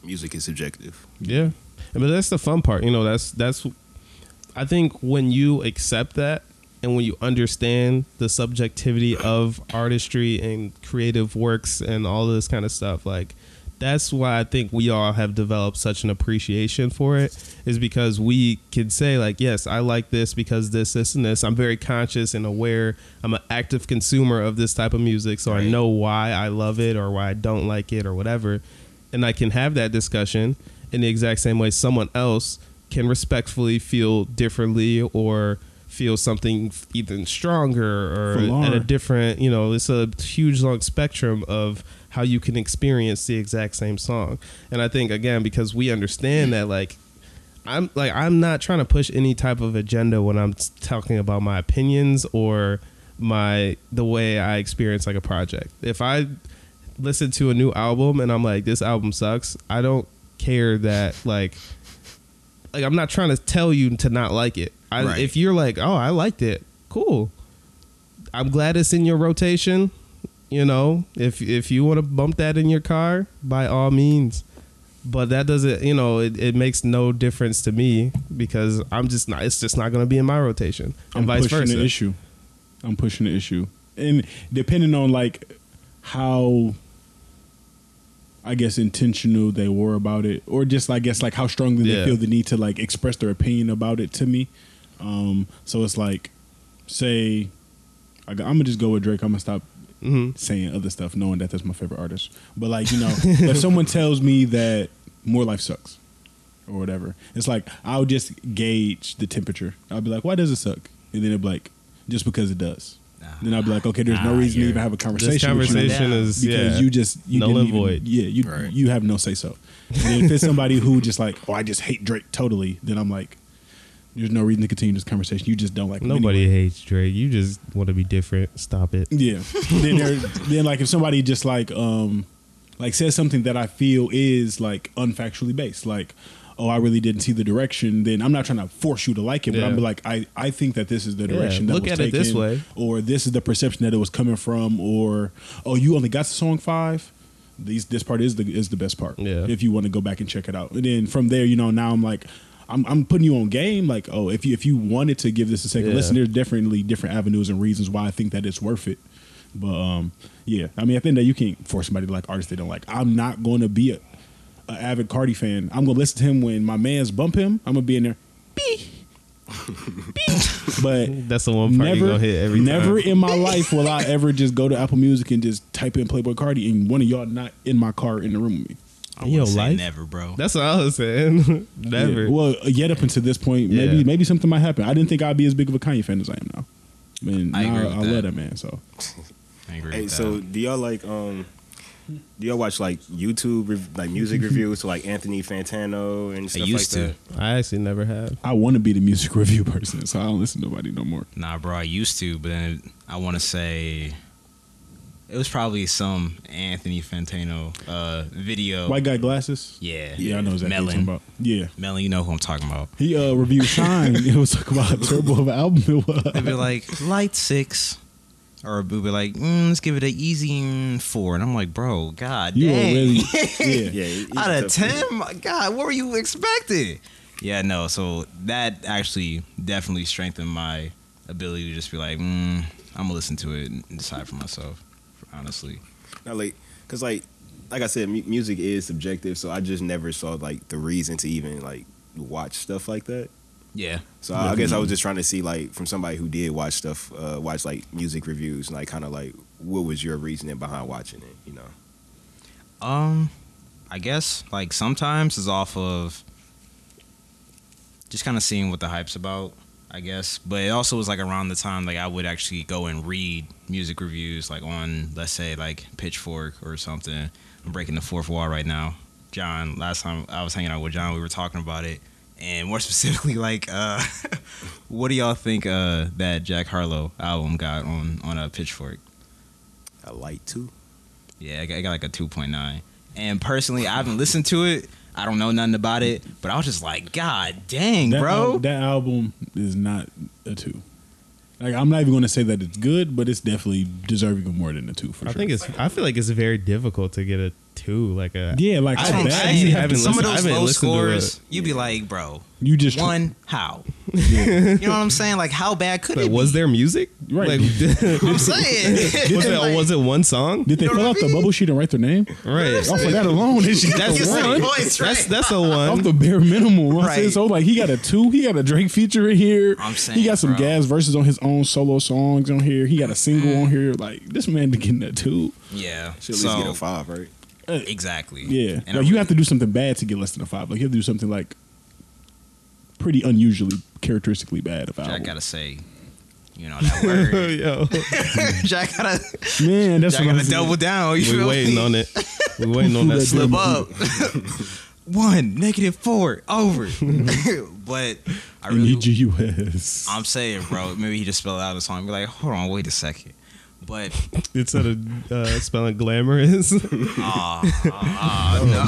[SPEAKER 2] Music is subjective.
[SPEAKER 4] Yeah, but that's the fun part. You know, that's that's. I think when you accept that and when you understand the subjectivity of artistry and creative works and all this kind of stuff, like that's why I think we all have developed such an appreciation for it is because we can say like, yes, I like this because this, this, and this. I'm very conscious and aware. I'm an active consumer of this type of music, so I know why I love it or why I don't like it or whatever and I can have that discussion in the exact same way someone else can respectfully feel differently or feel something f- even stronger or
[SPEAKER 3] For Lauren.
[SPEAKER 4] at a different you know it's a huge long spectrum of how you can experience the exact same song and i think again because we understand that like i'm like i'm not trying to push any type of agenda when i'm s- talking about my opinions or my the way i experience like a project if i listen to a new album and I'm like, this album sucks. I don't care that like, like I'm not trying to tell you to not like it. I,
[SPEAKER 1] Right.
[SPEAKER 4] If you're like, oh, I liked it, cool. I'm glad it's in your rotation. You know, if if you want to bump that in your car, by all means. But that doesn't, you know, it, it makes no difference to me because I'm just not. It's just not going to be in my rotation, and
[SPEAKER 3] I'm
[SPEAKER 4] vice
[SPEAKER 3] pushing
[SPEAKER 4] versa.
[SPEAKER 3] the issue. I'm pushing the issue, and depending on like how I guess intentional they were about it, or just I guess like how strongly
[SPEAKER 4] Yeah.
[SPEAKER 3] they feel the need to like express their opinion about it to me. Um, so it's like, say, I, am gonna just go with Drake. I'm gonna stop
[SPEAKER 4] Mhm.
[SPEAKER 3] saying other stuff, knowing that that's my favorite artist. But like you know, if someone tells me that More Life sucks or whatever, it's like I'll just gauge the temperature. I'll be like, why does it suck? And then it'll be like, just because it does. then I'll be like, okay, there's
[SPEAKER 1] Nah,
[SPEAKER 3] no reason to
[SPEAKER 1] you're-
[SPEAKER 3] even have a conversation. with you
[SPEAKER 4] conversation is,
[SPEAKER 3] because
[SPEAKER 4] yeah.
[SPEAKER 3] you just you
[SPEAKER 4] Null
[SPEAKER 3] didn't
[SPEAKER 4] and
[SPEAKER 3] even-
[SPEAKER 4] void.
[SPEAKER 3] Yeah, you
[SPEAKER 2] Right.
[SPEAKER 3] you have no say so. And if it's somebody who just like, oh, I just hate Drake totally, then I'm like, there's no reason to continue this conversation. You just don't like him
[SPEAKER 4] Nobody
[SPEAKER 3] anyway.
[SPEAKER 4] hates Drake. You just want to be different. Stop it.
[SPEAKER 3] Yeah. then there, then like if somebody just like um like says something that I feel is like unfactually based, like oh I really didn't see the direction, then I'm not trying to force you to like it, but
[SPEAKER 4] Yeah.
[SPEAKER 3] I'm like I I think that this is the
[SPEAKER 4] Yeah,
[SPEAKER 3] direction that
[SPEAKER 4] look
[SPEAKER 3] was
[SPEAKER 4] at it
[SPEAKER 3] taken,
[SPEAKER 4] this way.
[SPEAKER 3] or this is the perception that it was coming from, or oh you only got to song five. These this part is the is the best part.
[SPEAKER 4] Yeah.
[SPEAKER 3] If you want to go back and check it out, and then from there, you know, now I'm like, I'm, I'm putting you on game. Like, oh, if you if you wanted to give this a second
[SPEAKER 4] Yeah.
[SPEAKER 3] listen, there's definitely different avenues and reasons why I think that it's worth it. But um, yeah, I mean, at the end of the day, you can't force somebody to like artists they don't like. I'm not going to be a, a avid Cardi fan. I'm going to listen to him when my man's bump him. I'm going to be in there, beep, beep. But
[SPEAKER 4] That's the one part you're
[SPEAKER 3] never,
[SPEAKER 4] gonna hit every
[SPEAKER 3] never
[SPEAKER 4] time.
[SPEAKER 3] in my life will I ever just go to Apple Music and just type in Playboy Cardi and one of y'all not in my car in the room with me.
[SPEAKER 1] I
[SPEAKER 4] In
[SPEAKER 1] wouldn't
[SPEAKER 4] your
[SPEAKER 1] say
[SPEAKER 4] life?
[SPEAKER 1] never, bro.
[SPEAKER 4] That's what I was saying. never.
[SPEAKER 3] Yeah. Well, yet up until this point, maybe
[SPEAKER 4] Yeah.
[SPEAKER 3] maybe something might happen. I didn't think I'd be as big of a Kanye fan as I am now. I mean,
[SPEAKER 1] I
[SPEAKER 3] now
[SPEAKER 1] agree with
[SPEAKER 3] I love
[SPEAKER 1] that.
[SPEAKER 3] that man. So
[SPEAKER 1] I agree
[SPEAKER 2] Hey,
[SPEAKER 1] with
[SPEAKER 2] so
[SPEAKER 1] that.
[SPEAKER 2] do y'all like um do y'all watch like YouTube rev- like music reviews to like Anthony Fantano and
[SPEAKER 1] I
[SPEAKER 2] stuff
[SPEAKER 1] used
[SPEAKER 2] like
[SPEAKER 1] to.
[SPEAKER 2] that?
[SPEAKER 4] I actually never have.
[SPEAKER 3] I want to be the music review person, so I don't listen to nobody no more.
[SPEAKER 1] Nah, bro, I used to, but then I want to say it was probably some Anthony Fantano uh, video.
[SPEAKER 3] White guy glasses.
[SPEAKER 1] yeah.
[SPEAKER 3] Yeah, I know exactly what you're
[SPEAKER 1] Melon.
[SPEAKER 3] talking about. Yeah,
[SPEAKER 1] Melon, you know who I'm talking about.
[SPEAKER 3] he uh, reviewed Shine. it was talking about how terrible of an album it
[SPEAKER 1] They'd be
[SPEAKER 3] was.
[SPEAKER 1] like, light six. Or it would be like, mm, let's give it an easy mm, four. And I'm like, bro, god
[SPEAKER 3] You were
[SPEAKER 1] dang.
[SPEAKER 3] really, yeah.
[SPEAKER 2] Yeah, he- he's
[SPEAKER 1] out
[SPEAKER 2] a
[SPEAKER 1] of
[SPEAKER 2] tough
[SPEAKER 1] ten. My God, what were you expecting? Yeah, no. So that actually definitely strengthened my ability to just be like, mm, I'm gonna listen to it and decide for myself. Honestly,
[SPEAKER 2] Not like, cause like, like I said, mu- music is subjective, so I just never saw like the reason to even like watch stuff like that.
[SPEAKER 1] yeah,
[SPEAKER 2] So I, I guess I was just trying to see like from somebody who did watch stuff, uh, watch like music reviews, and like kind of like what was your reasoning behind watching it, you know?
[SPEAKER 1] Um, I guess like sometimes it's off of just kind of seeing what the hype's about, I guess. But it also was like around the time like I would actually go and read music reviews like on let's say like Pitchfork or something. I'm breaking the fourth wall right now. John, last time I was hanging out with John, we were talking about it. And more specifically, like, uh, what do y'all think uh, that Jack Harlow album got on on a Pitchfork?
[SPEAKER 2] I like too.
[SPEAKER 1] Yeah, I got, I got like a 2.9. And personally, I haven't listened to it. I don't know nothing about it, but I was just like, God dang,
[SPEAKER 3] That
[SPEAKER 1] bro.
[SPEAKER 3] al- that album is not a two. Like I'm not even going to say that it's good, but it's definitely deserving of more than a two for
[SPEAKER 4] I
[SPEAKER 3] sure.
[SPEAKER 4] think it's. I feel like it's very difficult to get a two. Like a
[SPEAKER 3] yeah, like
[SPEAKER 1] I
[SPEAKER 3] so
[SPEAKER 1] don't-
[SPEAKER 3] bad.
[SPEAKER 1] I
[SPEAKER 4] actually
[SPEAKER 1] ain't-
[SPEAKER 4] haven't
[SPEAKER 1] some
[SPEAKER 4] listened- I
[SPEAKER 1] of
[SPEAKER 4] haven't
[SPEAKER 1] those low
[SPEAKER 4] listened to it.
[SPEAKER 1] scores, you'd be like, bro,
[SPEAKER 3] You just-
[SPEAKER 1] one how?
[SPEAKER 3] Yeah.
[SPEAKER 1] You know what I'm saying? Like, how bad could
[SPEAKER 4] Like,
[SPEAKER 1] it
[SPEAKER 4] was
[SPEAKER 1] be?
[SPEAKER 4] there music?
[SPEAKER 3] Right.
[SPEAKER 4] Like, was,
[SPEAKER 1] I'm saying.
[SPEAKER 4] it,
[SPEAKER 1] Like,
[SPEAKER 4] was it one song?
[SPEAKER 3] Did they
[SPEAKER 1] You know
[SPEAKER 3] fill out
[SPEAKER 1] what I
[SPEAKER 3] the
[SPEAKER 1] mean?
[SPEAKER 3] bubble sheet and write their name?
[SPEAKER 4] Right.
[SPEAKER 3] Off of that alone, they should get
[SPEAKER 4] That's
[SPEAKER 3] the
[SPEAKER 1] That's
[SPEAKER 3] one.
[SPEAKER 1] the points, right?
[SPEAKER 4] That's that's a one.
[SPEAKER 3] Off the bare minimum. I'm saying,
[SPEAKER 1] Right.
[SPEAKER 3] So like he got a two, he got a Drake feature in here.
[SPEAKER 1] I'm saying,
[SPEAKER 3] he got some
[SPEAKER 1] bro.
[SPEAKER 3] gas verses on his own solo songs on here. He got a single
[SPEAKER 1] Mm.
[SPEAKER 3] on here. Like this man to getting a two.
[SPEAKER 1] yeah.
[SPEAKER 2] Should at least get
[SPEAKER 1] So-
[SPEAKER 2] a five, right?
[SPEAKER 1] Exactly.
[SPEAKER 3] Yeah.
[SPEAKER 1] And I
[SPEAKER 3] like you
[SPEAKER 1] really-
[SPEAKER 3] have to do something bad to get less than a five. Like you have to do something like pretty unusually characteristically bad about
[SPEAKER 1] Jack gotta say, you know that word.
[SPEAKER 4] Yo,
[SPEAKER 1] Jack gotta.
[SPEAKER 3] Man, that's
[SPEAKER 1] Jack
[SPEAKER 3] what
[SPEAKER 1] gotta
[SPEAKER 3] I'm
[SPEAKER 1] double
[SPEAKER 3] saying.
[SPEAKER 1] down. You
[SPEAKER 4] we
[SPEAKER 1] feel
[SPEAKER 4] waiting
[SPEAKER 1] me?
[SPEAKER 4] on it. We waiting on that slip.
[SPEAKER 1] Slip up. One negative four over. but I really
[SPEAKER 3] NGUS.
[SPEAKER 1] I'm saying, bro, maybe he just spelled out the song and be like, hold on, wait a second. But
[SPEAKER 4] Instead of uh, spelling glamorous,
[SPEAKER 1] ah,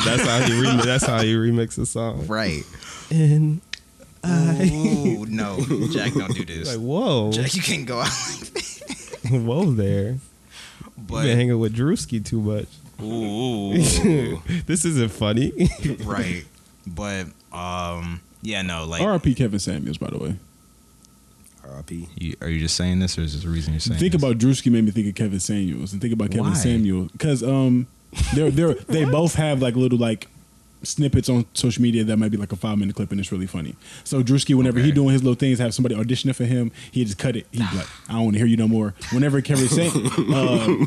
[SPEAKER 4] that's how you remix. That's how you remix the song.
[SPEAKER 1] right.
[SPEAKER 4] And
[SPEAKER 1] Ooh, no, Jack, don't do this.
[SPEAKER 4] like, whoa,
[SPEAKER 1] Jack, you can't go out like that.
[SPEAKER 4] whoa there. You've been
[SPEAKER 1] But
[SPEAKER 4] hanging with Drewski too much.
[SPEAKER 1] ooh,
[SPEAKER 4] this isn't funny.
[SPEAKER 1] right. But um, yeah, no, like,
[SPEAKER 3] RIP Kevin Samuels, by the way.
[SPEAKER 2] R.I.P.
[SPEAKER 1] you, are you just saying this, or is this a reason you're saying?
[SPEAKER 3] Think
[SPEAKER 1] this?
[SPEAKER 3] about Drewski made me think of Kevin Samuels, and think about Kevin
[SPEAKER 1] Why?
[SPEAKER 3] Samuel because um, they're they're they both have like little like snippets on social media that might be like a five minute clip, and it's really funny. So Drewski, whenever he
[SPEAKER 1] Okay.
[SPEAKER 3] doing his little things, have somebody auditioning for him, he just cut it. He'd be like, I don't want to hear you no more. Whenever Kevin Samuel, uh,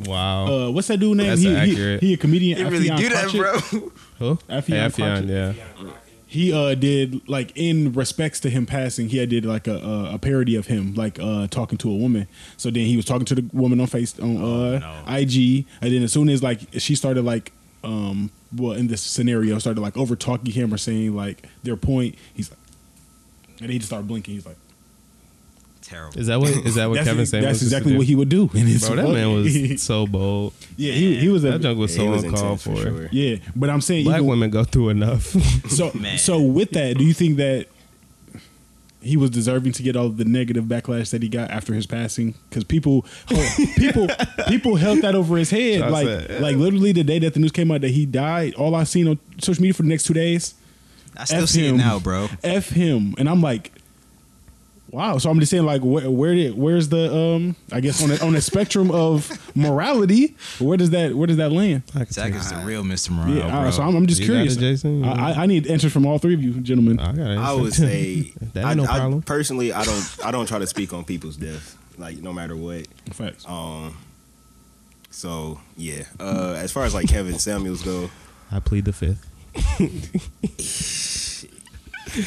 [SPEAKER 4] wow.
[SPEAKER 3] uh, what's that dude name?
[SPEAKER 4] That's
[SPEAKER 3] he, he,
[SPEAKER 4] accurate.
[SPEAKER 3] he a comedian.
[SPEAKER 1] you really
[SPEAKER 3] Afyon
[SPEAKER 1] do that,
[SPEAKER 3] Kotchik.
[SPEAKER 1] bro.
[SPEAKER 4] Huh?
[SPEAKER 3] Affion
[SPEAKER 4] Hey,
[SPEAKER 3] Crockett.
[SPEAKER 4] Affion, yeah.
[SPEAKER 3] He uh did like in respects to him passing, he had did like a a, a parody of him like uh talking to a woman. So then he was talking to the woman on face on
[SPEAKER 4] Oh,
[SPEAKER 3] uh
[SPEAKER 1] no.
[SPEAKER 3] IG, and then as soon as like she started like um well in this scenario started like over talking him or saying like their point, he's like, and he just started blinking. He's like,
[SPEAKER 1] Terrible.
[SPEAKER 4] Is that what is that what
[SPEAKER 3] that's,
[SPEAKER 4] Kevin Samuels
[SPEAKER 3] that's
[SPEAKER 4] used to
[SPEAKER 3] exactly
[SPEAKER 4] do?
[SPEAKER 3] what he would do. in his
[SPEAKER 4] Bro, that
[SPEAKER 3] book.
[SPEAKER 4] man was so bold.
[SPEAKER 3] yeah, he he was a
[SPEAKER 4] That junk was
[SPEAKER 2] Yeah,
[SPEAKER 4] so
[SPEAKER 2] he was
[SPEAKER 4] uncalled
[SPEAKER 2] intense
[SPEAKER 4] for.
[SPEAKER 2] for sure.
[SPEAKER 3] yeah. But I'm saying
[SPEAKER 4] Black
[SPEAKER 3] even-
[SPEAKER 4] women go through enough.
[SPEAKER 3] So,
[SPEAKER 1] Man.
[SPEAKER 3] so with that, do you think that he was deserving to get all the negative backlash that he got after his passing? Because people, oh, people, people held that over his head.
[SPEAKER 4] That's
[SPEAKER 3] like,
[SPEAKER 4] it.
[SPEAKER 3] like literally the day that the news came out that he died, all I seen on social media for the next two days,
[SPEAKER 1] I still
[SPEAKER 3] F
[SPEAKER 1] see
[SPEAKER 3] him.
[SPEAKER 1] it now, bro.
[SPEAKER 3] f him, and I'm like. Wow, so I'm just saying, like, where, where did, where's the, um, I guess on a, on a spectrum of morality, where does that, where does that land?
[SPEAKER 1] Zach is the real Mr. Morale,
[SPEAKER 3] Yeah, all
[SPEAKER 1] bro.
[SPEAKER 3] right, so I'm, I'm just
[SPEAKER 4] You got
[SPEAKER 3] curious.
[SPEAKER 4] it, Jason? Uh,
[SPEAKER 3] I, I- I need answers from all three of you, gentlemen.
[SPEAKER 4] I, gotta-
[SPEAKER 2] I would say
[SPEAKER 4] That ain't
[SPEAKER 2] I,
[SPEAKER 4] no
[SPEAKER 2] I-
[SPEAKER 4] problem.
[SPEAKER 2] personally I don't I don't try to speak on people's death like no matter what.
[SPEAKER 3] Facts.
[SPEAKER 2] Um so yeah, uh as far as like Kevin Samuels go,
[SPEAKER 4] I plead the fifth.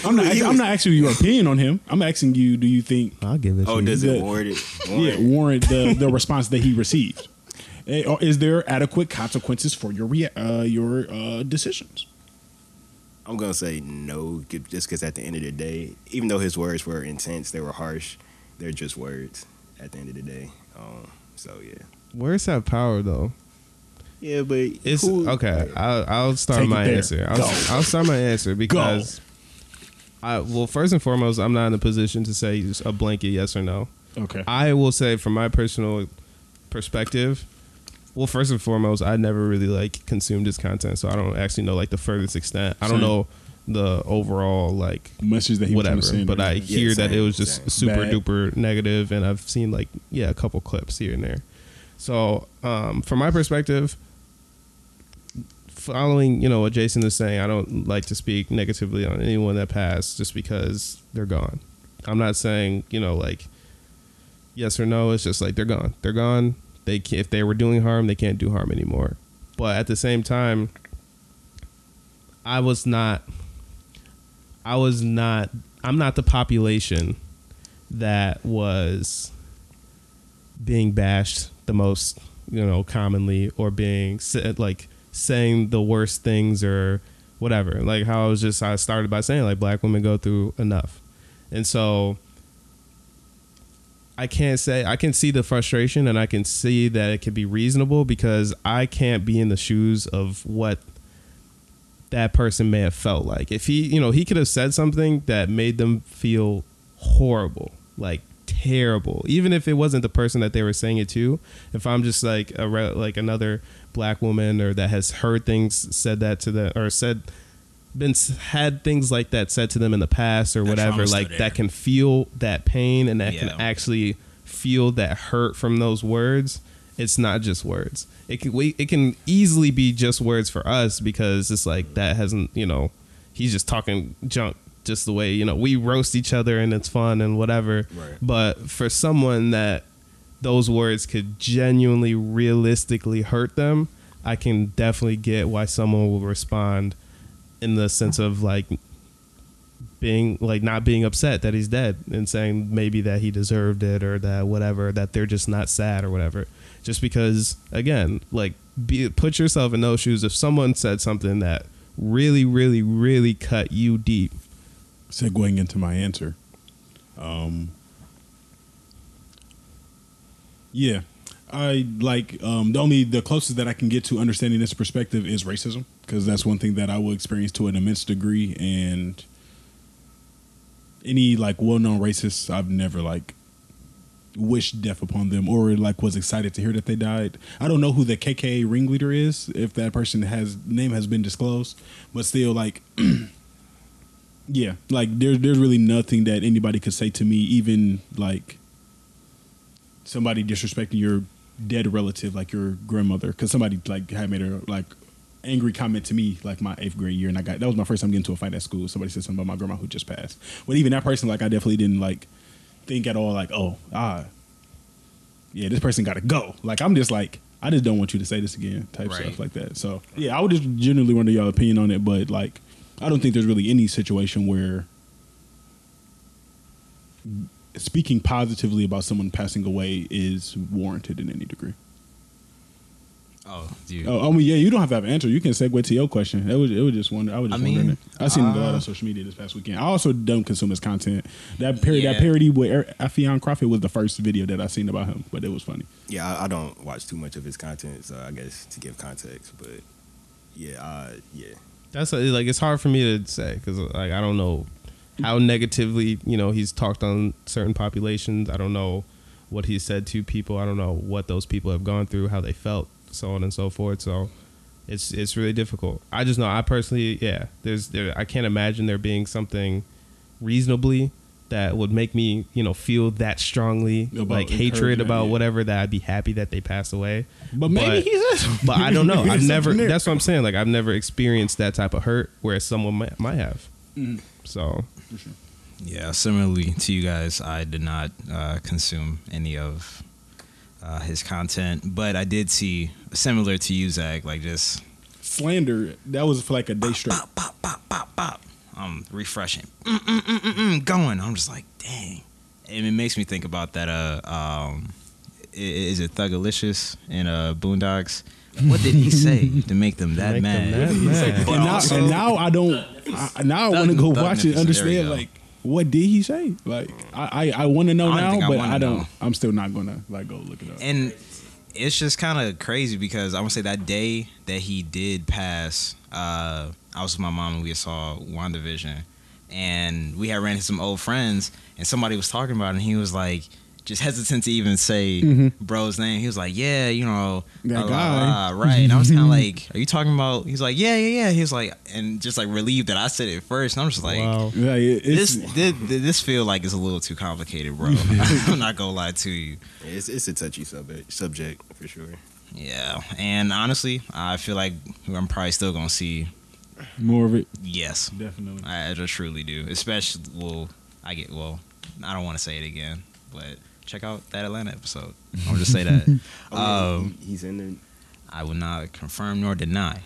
[SPEAKER 3] I'm not, I'm not asking your opinion on him. I'm asking you, do you think
[SPEAKER 4] I'll give it.
[SPEAKER 2] oh
[SPEAKER 4] to you.
[SPEAKER 2] does it
[SPEAKER 3] Yeah.
[SPEAKER 2] warrant it?
[SPEAKER 3] it
[SPEAKER 2] Warrant?
[SPEAKER 3] warrant the, the response that he received? Eh, or Is there adequate consequences for your rea- uh, your uh, decisions?
[SPEAKER 2] I'm gonna say no, ju- just because at the end of the day, even though his words were intense, they were harsh, they're just words at the end of the day. Um, so yeah,
[SPEAKER 4] Where's that power though?
[SPEAKER 2] yeah, but
[SPEAKER 4] It's
[SPEAKER 2] who-
[SPEAKER 4] okay. I'll, I'll start
[SPEAKER 3] Take it
[SPEAKER 4] my
[SPEAKER 3] there.
[SPEAKER 4] answer. I'll,
[SPEAKER 3] Go.
[SPEAKER 4] I'll start my answer because I well, first and foremost, I'm not in a position to say just a blanket yes or no.
[SPEAKER 3] Okay.
[SPEAKER 4] I will say from my personal perspective, well, first and foremost, I never really like consumed his content, so I don't actually know like the furthest extent. I don't
[SPEAKER 3] Same.
[SPEAKER 4] know the overall like
[SPEAKER 3] Message that he
[SPEAKER 4] whatever,
[SPEAKER 3] was trying to send.
[SPEAKER 4] but I hear that
[SPEAKER 2] same,
[SPEAKER 4] it was just
[SPEAKER 2] same.
[SPEAKER 4] super
[SPEAKER 3] Bad.
[SPEAKER 4] duper negative, and I've seen like yeah a couple clips here and there. So um, from my perspective, following you know what Jason is saying, I don't like to speak negatively on anyone that passed just because they're gone. I'm not saying you know like yes or no. It's just like they're gone. They're gone. They can, if they were doing harm, they can't do harm anymore. But at the same time, I was not. I was not. I'm not the population that was being bashed the most, you know, commonly, or being sa- like saying the worst things or whatever. Like how I was just I started by saying like black women go through enough, and so I can't say I can see the frustration and I can see that it can be reasonable because I can't be in the shoes of what that person may have felt like. If he, you know, he could have said something that made them feel horrible, like terrible. Even if it wasn't the person that they were saying it to, if I'm just like a re- like another black woman or that has heard things said that to the or said been s- had things like that said to them in the past or
[SPEAKER 1] That
[SPEAKER 4] whatever
[SPEAKER 1] trauma's
[SPEAKER 4] like
[SPEAKER 1] still there.
[SPEAKER 4] that can feel that pain and that
[SPEAKER 1] Yeah.
[SPEAKER 4] can actually feel that hurt from those words it's not just words it can we, it can easily be just words for us because it's like that hasn't you know he's just talking junk just the way you know we roast each other and it's fun and whatever
[SPEAKER 2] Right.
[SPEAKER 4] but for someone that those words could genuinely realistically hurt them i can definitely get why someone will respond in the sense of like being like not being upset that he's dead and saying maybe that he deserved it or that whatever that they're just not sad or whatever just because again like be, put yourself in those shoes if someone said something that really really really cut you deep
[SPEAKER 3] segueing into my answer. Um, yeah, I like um, the only the closest that I can get to understanding this perspective is racism because that's one thing that I will experience to an immense degree, and any like well-known racists I've never like wished death upon them or like was excited to hear that they died. I don't know who the KKA ringleader is if that person has name has been disclosed, but still like yeah, like there's there's really nothing that anybody could say to me, even like somebody disrespecting your dead relative, like your grandmother, because somebody like had made a like angry comment to me like my eighth grade year, and I got that was my first time getting into a fight at school. Somebody said something about my grandma who just passed, but even that person, like I definitely didn't like think at all, like oh ah, yeah, this person got to go. Like I'm just like I just don't want you to say this again, type
[SPEAKER 1] Right.
[SPEAKER 3] stuff like that. So yeah, I would just generally wonder y'all opinion on it, but like I don't think there's really any situation where speaking positively about someone passing away is warranted in any degree.
[SPEAKER 1] Oh, dude.
[SPEAKER 3] Oh, I mean, yeah, you don't have to have an answer. You can segue to your question. It was, it was just wonder. I was just
[SPEAKER 1] I mean,
[SPEAKER 3] wondering. It. I seen a lot
[SPEAKER 1] uh,
[SPEAKER 3] of social media this past weekend. I also don't consume his content. That parody,
[SPEAKER 1] Yeah.
[SPEAKER 3] that parody with Er- Afion Crawford was the first video that I seen about him, but it was funny.
[SPEAKER 2] Yeah, I, I don't watch too much of his content, so I guess to give context, but yeah, uh, yeah.
[SPEAKER 4] that's uh, like it's hard for me to say because like i don't know how negatively you know he's talked on certain populations i don't know what he said to people i don't know what those people have gone through how they felt so on and so forth so it's it's really difficult i just know i personally yeah there's there i can't imagine there being something reasonably that would make me you know feel that strongly
[SPEAKER 3] About
[SPEAKER 4] like hatred
[SPEAKER 3] encouragement,
[SPEAKER 4] about
[SPEAKER 3] yeah.
[SPEAKER 4] whatever that i'd be happy that they passed away
[SPEAKER 3] But maybe he's
[SPEAKER 4] but I don't know.
[SPEAKER 3] Maybe
[SPEAKER 4] I've
[SPEAKER 3] there's
[SPEAKER 4] never.
[SPEAKER 3] something there.
[SPEAKER 4] That's what I'm saying. Like I've never experienced that type of hurt, whereas someone might, might have.
[SPEAKER 3] Mm.
[SPEAKER 4] So
[SPEAKER 1] Yeah, similarly to you guys, I did not uh, consume any of uh, his content, but I did see similar to you, Zach, like just
[SPEAKER 3] Slander. That was for like a day straight.
[SPEAKER 1] bop, bop, bop, bop, bop. I'm refreshing, mm, mm, mm, mm, mm, going. I'm just like, dang, and it makes me think about that. Uh, um, i- is it Thugalicious in uh Boondocks? What did he say to make them that
[SPEAKER 4] Make them
[SPEAKER 1] mad?
[SPEAKER 4] that mad.
[SPEAKER 1] But
[SPEAKER 3] and, now,
[SPEAKER 1] also-
[SPEAKER 3] and now I don't. I, now I
[SPEAKER 1] Thug-
[SPEAKER 3] want to go
[SPEAKER 1] thug
[SPEAKER 3] watch it,
[SPEAKER 1] niggas, there you
[SPEAKER 3] understand
[SPEAKER 1] go.
[SPEAKER 3] like what did he say? Like I, I, I want to know
[SPEAKER 1] I don't
[SPEAKER 3] now,
[SPEAKER 1] think I
[SPEAKER 3] but
[SPEAKER 1] wanna
[SPEAKER 3] I don't.
[SPEAKER 1] know.
[SPEAKER 3] I'm still not gonna like go look it up.
[SPEAKER 1] and it's just kind of crazy because I want to say that day that he did pass, uh, I was with my mom and we saw WandaVision, and we had ran into some old friends, and somebody was talking about it, and he was like. Just hesitant to even say bro's name. He was like, "Yeah, you know,
[SPEAKER 3] Mm-hmm.
[SPEAKER 1] blah,
[SPEAKER 3] That guy."
[SPEAKER 1] blah, blah," right?" And I was kind of like, "Are you talking about?" He's like, "Yeah, yeah, yeah." He was like, and just like relieved that I said it first. And I'm just like,
[SPEAKER 4] wow,
[SPEAKER 3] Like, it- it's,
[SPEAKER 1] "This, this, this feel like it's a little too complicated, bro." I'm not gonna lie to you.
[SPEAKER 2] It's it's a touchy subject, subject for sure.
[SPEAKER 1] Yeah, and honestly, I feel like I'm probably still gonna see
[SPEAKER 3] more of it
[SPEAKER 1] yes.
[SPEAKER 3] definitely.
[SPEAKER 1] I, I just truly do. Especially, well, I get well. I don't want to say it again, but check out that Atlanta episode. I'll just say that
[SPEAKER 2] I mean,
[SPEAKER 1] Um,
[SPEAKER 2] he- he's in the
[SPEAKER 1] I will not confirm nor deny.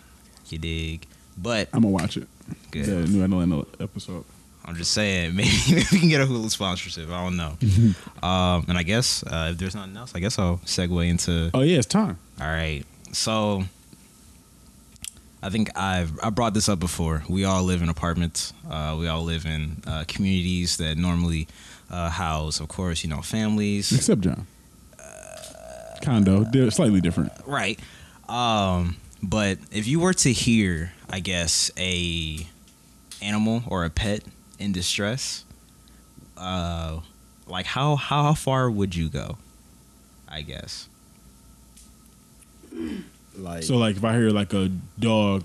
[SPEAKER 1] You dig? But
[SPEAKER 3] I'm gonna watch it.
[SPEAKER 1] good.
[SPEAKER 3] The New Atlanta episode.
[SPEAKER 1] I'm just saying, maybe, maybe we can get a Hulu sponsorship. I don't know. um, and I guess uh, if there's nothing else, I guess I'll segue into
[SPEAKER 3] Oh yeah, it's time.
[SPEAKER 1] All right. So I think I've I brought this up before. We all live in apartments. Uh, we all live in uh, communities that normally uh, house, of course, you know, families.
[SPEAKER 3] Except John. Condo, they're slightly different.
[SPEAKER 1] right. Um, but if you were to hear, I guess, a animal or a pet in distress, uh, Like how how far would you go? I guess.
[SPEAKER 2] Like
[SPEAKER 3] So like if I hear like a dog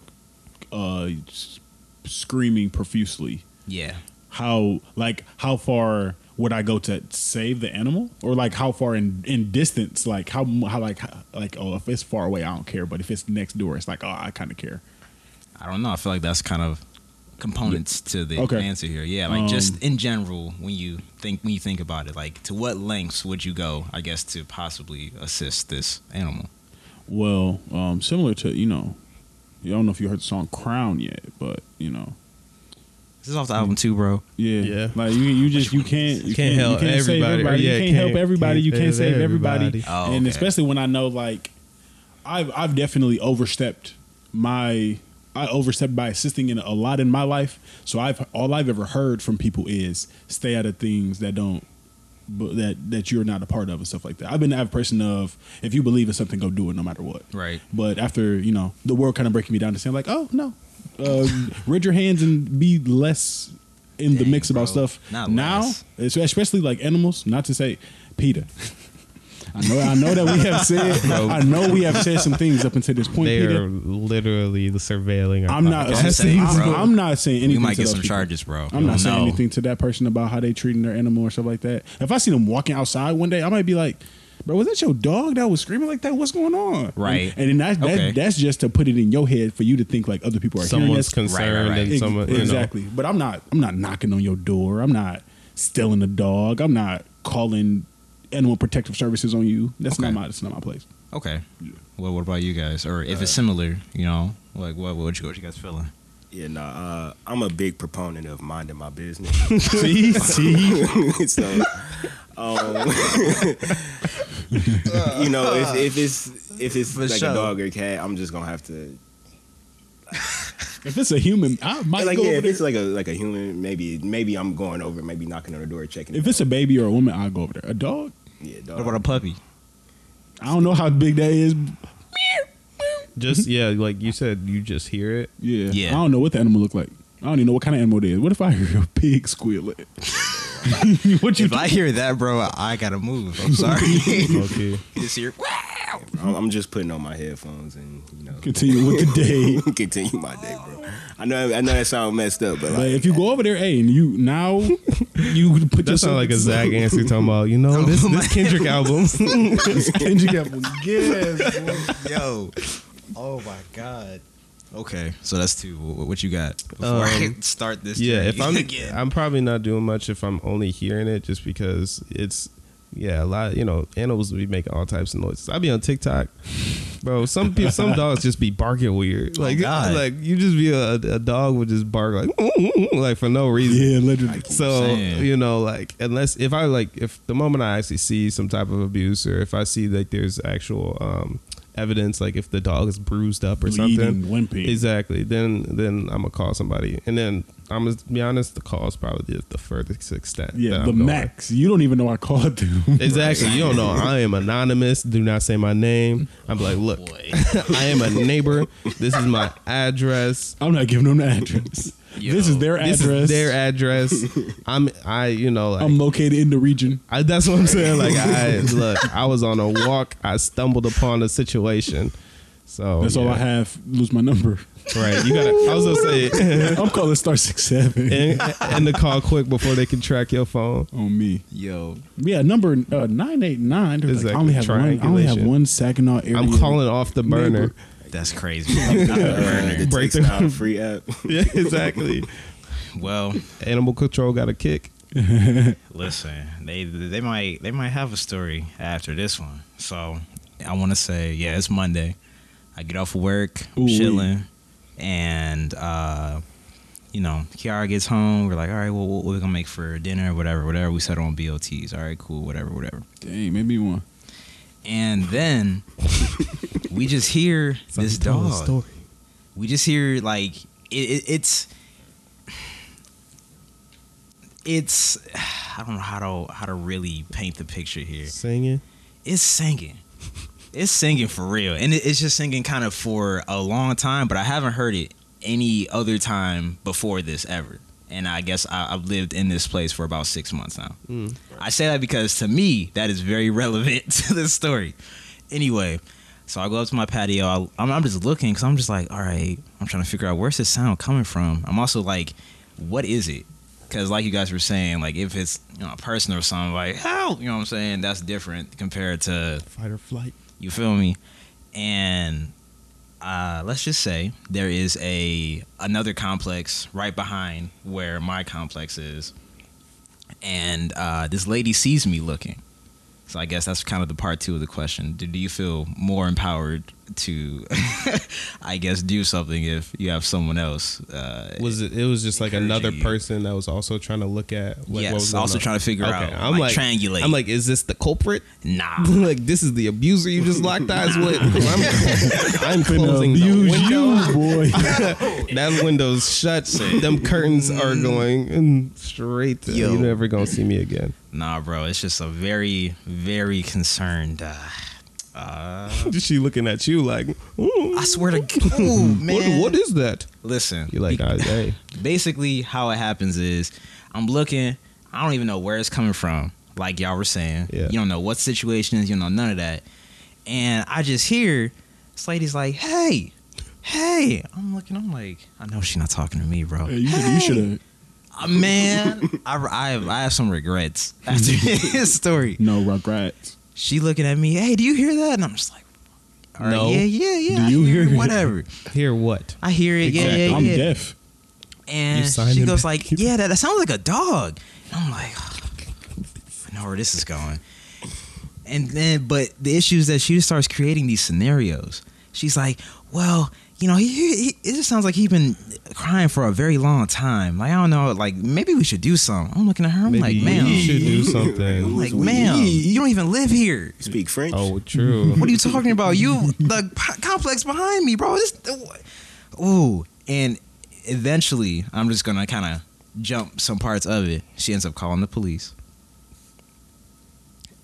[SPEAKER 3] uh s- screaming profusely,
[SPEAKER 1] Yeah.
[SPEAKER 3] how like how far would I go to save the animal, or like how far in in distance? Like how mu- how like how- like oh if it's far away I don't care, but if it's next door it's like oh I kind of care.
[SPEAKER 1] I don't know. I feel like that's kind of components to the
[SPEAKER 3] Okay.
[SPEAKER 1] answer here. Yeah, like just in general, when you think when you think about it, like to what lengths would you go? I guess to possibly assist this animal.
[SPEAKER 3] Well, um, similar to you know, I don't know if you heard the song Crown yet, but you know,
[SPEAKER 1] This is off the album too, bro.
[SPEAKER 3] yeah,
[SPEAKER 4] Yeah.
[SPEAKER 3] like you, you just you can't you
[SPEAKER 4] Can't help
[SPEAKER 3] you can't save
[SPEAKER 4] everybody,
[SPEAKER 3] everybody.
[SPEAKER 4] yeah,
[SPEAKER 3] you can't,
[SPEAKER 4] can't-
[SPEAKER 3] help everybody. You
[SPEAKER 4] can't
[SPEAKER 3] can't,
[SPEAKER 4] save
[SPEAKER 3] save everybody,
[SPEAKER 4] everybody.
[SPEAKER 1] Oh,
[SPEAKER 3] and
[SPEAKER 1] okay.
[SPEAKER 3] especially when I know like I've I've definitely overstepped my I overstepped by assisting in a lot in my life. So I've all I've ever heard from people is stay out of things that don't but that that you're not a part of and stuff like that. I've been the average person of if you believe in something, go do it no matter what.
[SPEAKER 1] Right.
[SPEAKER 3] But after you know the world kind of breaking me down to saying like, oh no, uh, rid your hands and be less in the
[SPEAKER 1] Dang,
[SPEAKER 3] mix about
[SPEAKER 1] bro.
[SPEAKER 3] stuff.
[SPEAKER 1] Not
[SPEAKER 3] now,
[SPEAKER 1] less.
[SPEAKER 3] es- especially like animals. Not to say, Peter. I know, I know that we have said,
[SPEAKER 4] Bro.
[SPEAKER 3] I know we have said some things up until this point,
[SPEAKER 4] They are
[SPEAKER 3] Peter.
[SPEAKER 4] literally surveilling. Our
[SPEAKER 3] I'm not,
[SPEAKER 4] podcast.
[SPEAKER 1] I'm saying,
[SPEAKER 3] I'm,
[SPEAKER 1] bro.
[SPEAKER 3] I'm not saying
[SPEAKER 1] we
[SPEAKER 3] anything.
[SPEAKER 1] might
[SPEAKER 3] to
[SPEAKER 1] get
[SPEAKER 3] those
[SPEAKER 1] some
[SPEAKER 3] people.
[SPEAKER 1] charges, bro.
[SPEAKER 3] I'm not
[SPEAKER 1] You don't
[SPEAKER 3] saying
[SPEAKER 1] know.
[SPEAKER 3] anything to that person about how they treating their animal or stuff like that. If I see them walking outside one day, I might be like, "Bro, was that your dog that was screaming like that? What's going on?"
[SPEAKER 1] Right.
[SPEAKER 3] And, and then that, that
[SPEAKER 1] Okay.
[SPEAKER 3] that's just to put it in your head for you to think like other people are hearing
[SPEAKER 4] Someone's
[SPEAKER 3] this.
[SPEAKER 4] concerned
[SPEAKER 1] right.
[SPEAKER 4] and
[SPEAKER 3] Ex-
[SPEAKER 4] someone you know.
[SPEAKER 3] exactly. But I'm not. I'm not knocking on your door. I'm not stealing a dog. I'm not calling animal protective services on you. That's not
[SPEAKER 1] Okay.
[SPEAKER 3] my. That's not my place.
[SPEAKER 1] Okay. Well, what about you guys? Or if it's similar, you know, like what what you, what you guys feeling?
[SPEAKER 2] yeah, nah. Uh, I'm a big proponent of minding my business.
[SPEAKER 3] see, see.
[SPEAKER 2] so, um, you know, if, if it's if it's like
[SPEAKER 1] sure.
[SPEAKER 2] a dog or a cat, I'm just gonna have to
[SPEAKER 3] If it's a human, I might
[SPEAKER 2] like
[SPEAKER 3] go.
[SPEAKER 2] yeah.
[SPEAKER 3] over
[SPEAKER 2] If
[SPEAKER 3] there.
[SPEAKER 2] it's like a like a human, maybe maybe I'm going over, maybe knocking on the door, checking.
[SPEAKER 3] if
[SPEAKER 2] it
[SPEAKER 3] it's a
[SPEAKER 2] out.
[SPEAKER 3] baby or a woman, I go over there. A dog.
[SPEAKER 2] yeah,
[SPEAKER 1] What
[SPEAKER 2] dog.
[SPEAKER 1] about a puppy?
[SPEAKER 3] I don't know how big that is.
[SPEAKER 4] Just yeah, like you said, you just hear it.
[SPEAKER 3] Yeah.
[SPEAKER 1] Yeah.
[SPEAKER 3] I don't know what the animal look like. I don't even know what kind of animal it is. What if I hear a pig squealing? what you
[SPEAKER 1] If I hear that, bro, I gotta move. I'm sorry.
[SPEAKER 4] Okay.
[SPEAKER 1] this here, wow.
[SPEAKER 2] I'm, I'm just putting on my headphones and you know
[SPEAKER 3] continue with the day?
[SPEAKER 2] continue my day, bro. I know I know that sound messed up, but
[SPEAKER 3] Like
[SPEAKER 2] like,
[SPEAKER 3] if you go over there, hey, and you now you would put
[SPEAKER 4] That
[SPEAKER 3] yourself
[SPEAKER 4] sounds like a Zach answer talking about, you
[SPEAKER 1] Oh
[SPEAKER 4] know, this, this Kendrick album.
[SPEAKER 3] Kendrick Apple. Yes.
[SPEAKER 1] Yo. Oh my god. Okay, so that's two. Wh- What you got before I
[SPEAKER 4] Um,
[SPEAKER 1] start this?
[SPEAKER 4] yeah,
[SPEAKER 1] journey
[SPEAKER 4] if I'm
[SPEAKER 1] again.
[SPEAKER 4] I'm probably not doing much if I'm only hearing it just because it's yeah, a lot you know, animals be making all types of noises. I be on TikTok. Bro, some people some dogs just be barking weird. Like
[SPEAKER 1] Oh, God.
[SPEAKER 4] like you just be a, a dog would just bark like like for no reason.
[SPEAKER 3] Yeah, literally.
[SPEAKER 4] So
[SPEAKER 1] saying.
[SPEAKER 4] you know, like unless if I like if the moment I actually see some type of abuse or if I see like there's actual um, evidence, like if the dog is bruised up or
[SPEAKER 3] Bleeding,
[SPEAKER 4] something,
[SPEAKER 3] limping.
[SPEAKER 4] exactly, then then I'm gonna call somebody, and then I'm gonna be honest, the call is probably the, the furthest extent.
[SPEAKER 3] Yeah,
[SPEAKER 4] that
[SPEAKER 3] the
[SPEAKER 4] I'm going.
[SPEAKER 3] max. You don't even know I called them.
[SPEAKER 4] Exactly. You don't know. I am anonymous. Do not say my name. I'm
[SPEAKER 3] Oh,
[SPEAKER 4] like, look,
[SPEAKER 1] Boy.
[SPEAKER 4] I am a neighbor. This is my address.
[SPEAKER 3] I'm not giving them the address. This
[SPEAKER 1] Yo,
[SPEAKER 3] is their
[SPEAKER 4] This
[SPEAKER 3] address.
[SPEAKER 4] is their address. I'm I you know like
[SPEAKER 3] I'm located in the region.
[SPEAKER 4] I, that's what I'm saying. Like I look, I was on a walk. I stumbled upon a situation. So
[SPEAKER 3] That's all
[SPEAKER 4] Oh, yeah.
[SPEAKER 3] I have. Lose my number.
[SPEAKER 4] Right, you gotta. I was gonna say,
[SPEAKER 3] I'm calling Star Six Seven
[SPEAKER 4] and, and to call quick before they can track your phone.
[SPEAKER 3] on me.
[SPEAKER 1] Yo,
[SPEAKER 3] Yeah, number uh, nine eight nine. They're Like, I only have
[SPEAKER 4] Exactly.
[SPEAKER 3] one. I only have
[SPEAKER 4] Triangulation.
[SPEAKER 3] one Saginaw area.
[SPEAKER 4] I'm calling off the burner.
[SPEAKER 1] that's crazy.
[SPEAKER 2] uh, the
[SPEAKER 4] break
[SPEAKER 2] break
[SPEAKER 4] the-
[SPEAKER 2] the free app.
[SPEAKER 4] Yeah, exactly.
[SPEAKER 1] well,
[SPEAKER 4] Animal control got a kick.
[SPEAKER 1] listen, they they might they might have a story after this one. So I want to say, yeah, it's Monday. I get off of work, I'm
[SPEAKER 3] Ooh-wee.
[SPEAKER 1] chilling, and uh, you know, Kiara gets home. We're like, all right, well, what we gonna make for dinner, whatever, whatever. We settle on BLTs. All right, cool, whatever, whatever.
[SPEAKER 3] Dang, maybe one.
[SPEAKER 1] And then we just hear this
[SPEAKER 4] Tell a
[SPEAKER 1] dog.
[SPEAKER 4] story.
[SPEAKER 1] we just hear like it, it, it's it's I don't know how to how to really paint the picture here.
[SPEAKER 4] Singing.
[SPEAKER 1] It's singing. It's singing for real, and it, it's just singing kind of for a long time. But I haven't heard it any other time before this ever. and I guess I, I've lived in this place for about six months now. I say that because to me that is very relevant to this story. Anyway, so I go up to my patio. I, I'm, I'm just looking because I'm just like, all right, I'm trying to figure out where's this sound coming from. I'm also like, what is it? Because like you guys were saying, like if it's you know a person or something, like help, you know what I'm saying? That's different compared to
[SPEAKER 4] Fight or flight.
[SPEAKER 1] you feel me? And uh, let's just say there is a another complex right behind where my complex is, and uh, this lady sees me looking. So I guess that's kind of the part two of the question. Do, do you feel more empowered to, I guess, do something if you have someone else? Uh,
[SPEAKER 4] Was it? It was just like
[SPEAKER 1] Encouraging
[SPEAKER 4] another
[SPEAKER 1] you.
[SPEAKER 4] person that was also trying to look at. Like,
[SPEAKER 1] yes,
[SPEAKER 4] what was
[SPEAKER 1] also
[SPEAKER 4] going on.
[SPEAKER 1] trying to figure out. I'm like, triangulate.
[SPEAKER 4] I'm like, is this the culprit?
[SPEAKER 1] nah.
[SPEAKER 4] like, this is the abuser you just locked eyes with. I'm, I'm closing the
[SPEAKER 3] abuse
[SPEAKER 4] window.
[SPEAKER 3] you, boy.
[SPEAKER 4] that window's shut. Them curtains are going and straight. To,
[SPEAKER 1] Yo.
[SPEAKER 4] You're never gonna see me again.
[SPEAKER 1] Nah, bro. It's just a very, very concerned. Uh, uh,
[SPEAKER 4] she looking at you like, ooh,
[SPEAKER 1] I swear to God, Ooh, man.
[SPEAKER 4] what, what is that?
[SPEAKER 1] Listen,
[SPEAKER 4] You're like, I, hey,
[SPEAKER 1] basically, how it happens is I'm looking. I don't even know where it's coming from. Like y'all were saying,
[SPEAKER 4] Yeah.
[SPEAKER 1] you don't know what situation is. You don't know none of that. And I just hear this lady's like, "Hey, hey!" I'm looking. I'm like, I know she's not talking to me, bro.
[SPEAKER 3] Hey, you should- you should have.
[SPEAKER 1] Uh, man, I, I have I have some regrets after this story.
[SPEAKER 3] No regrets.
[SPEAKER 1] She looking at me. Hey, do you hear that? And I'm just like, All right,
[SPEAKER 4] No.
[SPEAKER 1] yeah, yeah, yeah.
[SPEAKER 3] Do
[SPEAKER 1] I
[SPEAKER 3] you
[SPEAKER 1] hear
[SPEAKER 3] hear
[SPEAKER 1] it,
[SPEAKER 3] it?"
[SPEAKER 1] whatever?
[SPEAKER 4] hear what?
[SPEAKER 1] I hear it. Yeah, yeah, yeah.
[SPEAKER 3] I'm deaf.
[SPEAKER 1] And
[SPEAKER 4] You signed
[SPEAKER 1] she
[SPEAKER 4] him
[SPEAKER 1] goes
[SPEAKER 4] back.
[SPEAKER 1] like, "Yeah, that, that sounds like a dog." And I'm like, "Oh, "I know where this is going." And then, but the issue is that she just starts creating these scenarios. She's like, "Well, you know, he, he, he- it just sounds like he's been crying for a very long time. Like I don't know, like maybe we should do something." I'm looking at her. I'm
[SPEAKER 4] Maybe
[SPEAKER 1] like, "Ma'am,
[SPEAKER 4] you should do
[SPEAKER 1] I'm
[SPEAKER 4] something.
[SPEAKER 1] like, ma'am, you don't even live here."
[SPEAKER 2] Speak French.
[SPEAKER 4] Oh, true.
[SPEAKER 1] What are you talking about? You the p- complex behind me, bro. This, ooh, and eventually, I'm just gonna kind of jump some parts of it. She ends up calling the police,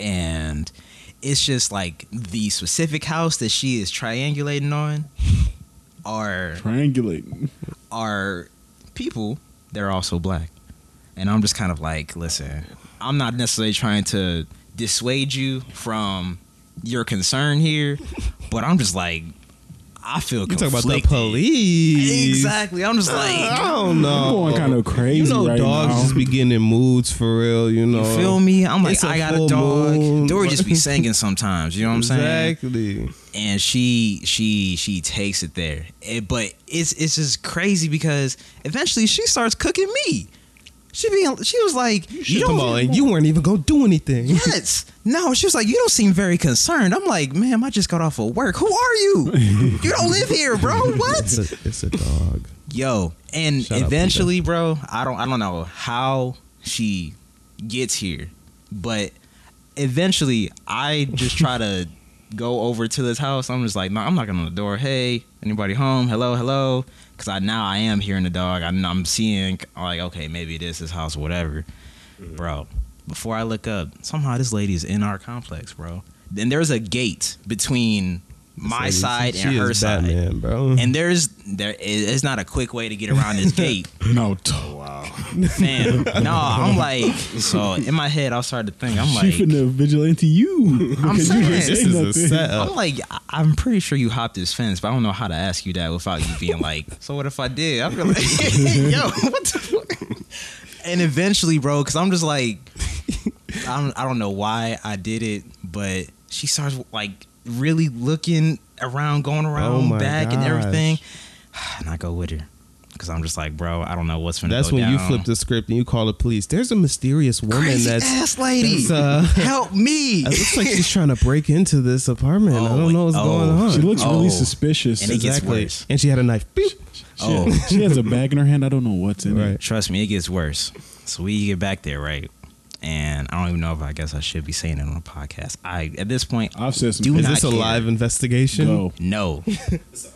[SPEAKER 1] and it's just like the specific house that she is triangulating on are
[SPEAKER 3] Triangulate.
[SPEAKER 1] are people that are also black. And I'm just kind of like, listen, I'm not necessarily trying to dissuade you from your concern here, but I'm just like, I feel
[SPEAKER 4] You talk about the
[SPEAKER 1] conflicted.
[SPEAKER 4] police? Ah.
[SPEAKER 1] Exactly. I'm just
[SPEAKER 4] I
[SPEAKER 1] like,
[SPEAKER 4] don't know.
[SPEAKER 3] I'm going kind of
[SPEAKER 4] You
[SPEAKER 3] crazy
[SPEAKER 4] know,
[SPEAKER 3] right
[SPEAKER 4] dogs
[SPEAKER 3] now.
[SPEAKER 4] just be getting in moods for real. You know,
[SPEAKER 1] you feel me? I'm like,
[SPEAKER 4] It's a
[SPEAKER 1] I got a
[SPEAKER 4] full
[SPEAKER 1] dog.
[SPEAKER 4] moon.
[SPEAKER 1] Dory just be singing sometimes. You know what I'm saying?
[SPEAKER 4] Exactly.
[SPEAKER 1] and she she she takes it there. It- but it's it's just crazy because eventually she starts cooking me. She be she was like, you
[SPEAKER 4] Come
[SPEAKER 1] don't
[SPEAKER 4] on, and you weren't even gonna do anything.
[SPEAKER 1] Yes. No, she was like, you don't seem very concerned. I'm like, ma'am, I just got off of work. Who are you? you don't live here, bro. What?
[SPEAKER 4] It's a, it's a dog.
[SPEAKER 1] Yo, and
[SPEAKER 4] Shout out
[SPEAKER 1] eventually, bro, I don't I don't know how she gets here, but eventually I just try to go over to this house. I'm just like, no, I'm knocking on the door. Hey, anybody home? Hello, hello. Cause I now I am hearing the dog. I'm, I'm seeing like, okay, maybe it is this house, whatever.
[SPEAKER 4] Mm-hmm.
[SPEAKER 1] Bro, before I look up, somehow this lady is in our complex, bro. Then there's a gate between my
[SPEAKER 4] Lady,
[SPEAKER 1] side
[SPEAKER 4] she
[SPEAKER 1] and
[SPEAKER 4] is
[SPEAKER 1] her side
[SPEAKER 4] Batman, bro.
[SPEAKER 1] and there's there it's not a quick way to get around this gate
[SPEAKER 3] No, t-
[SPEAKER 1] fam no i'm like so in my head i started to think i'm
[SPEAKER 3] she
[SPEAKER 1] like
[SPEAKER 3] finna vigilante you.
[SPEAKER 1] I'm
[SPEAKER 3] Because
[SPEAKER 1] saying,
[SPEAKER 3] you didn't
[SPEAKER 1] this
[SPEAKER 3] say
[SPEAKER 4] this is a
[SPEAKER 3] nothing.
[SPEAKER 4] setup.
[SPEAKER 1] i'm like I- i'm pretty sure you hopped this fence but i don't know how to ask you that without you being like so what if i did i'm like yo what the fuck and eventually bro because i'm just like I don't, I don't know why i did it but she starts like really looking around going around
[SPEAKER 4] Oh my
[SPEAKER 1] back and
[SPEAKER 4] gosh.
[SPEAKER 1] everything and i go with her because i'm just like bro i don't know what's gonna
[SPEAKER 4] That's
[SPEAKER 1] go
[SPEAKER 4] when you
[SPEAKER 1] down.
[SPEAKER 4] flip the script and you call the police. There's a mysterious woman
[SPEAKER 1] crazy
[SPEAKER 4] that's.
[SPEAKER 1] ass lady.
[SPEAKER 4] that's, uh,
[SPEAKER 1] Help me.
[SPEAKER 4] it looks like she's trying to break into this apartment. I
[SPEAKER 1] Oh,
[SPEAKER 4] don't know what's
[SPEAKER 1] oh.
[SPEAKER 4] going on.
[SPEAKER 3] She looks
[SPEAKER 1] Oh.
[SPEAKER 3] really suspicious.
[SPEAKER 1] And it gets
[SPEAKER 4] exactly.
[SPEAKER 1] worse.
[SPEAKER 4] And she had a knife. Beep.
[SPEAKER 3] She-
[SPEAKER 1] Oh.
[SPEAKER 3] she has a bag in her hand. I don't know what's in
[SPEAKER 4] Right.
[SPEAKER 3] it.
[SPEAKER 1] Trust me, it gets worse. So we get back there, right? And I don't even know if I guess I should be saying it on a podcast. I at this point
[SPEAKER 3] I've said some.
[SPEAKER 1] Do
[SPEAKER 4] Is
[SPEAKER 1] not
[SPEAKER 4] this a
[SPEAKER 1] care.
[SPEAKER 4] live investigation?
[SPEAKER 3] Go.
[SPEAKER 1] no.
[SPEAKER 5] It's an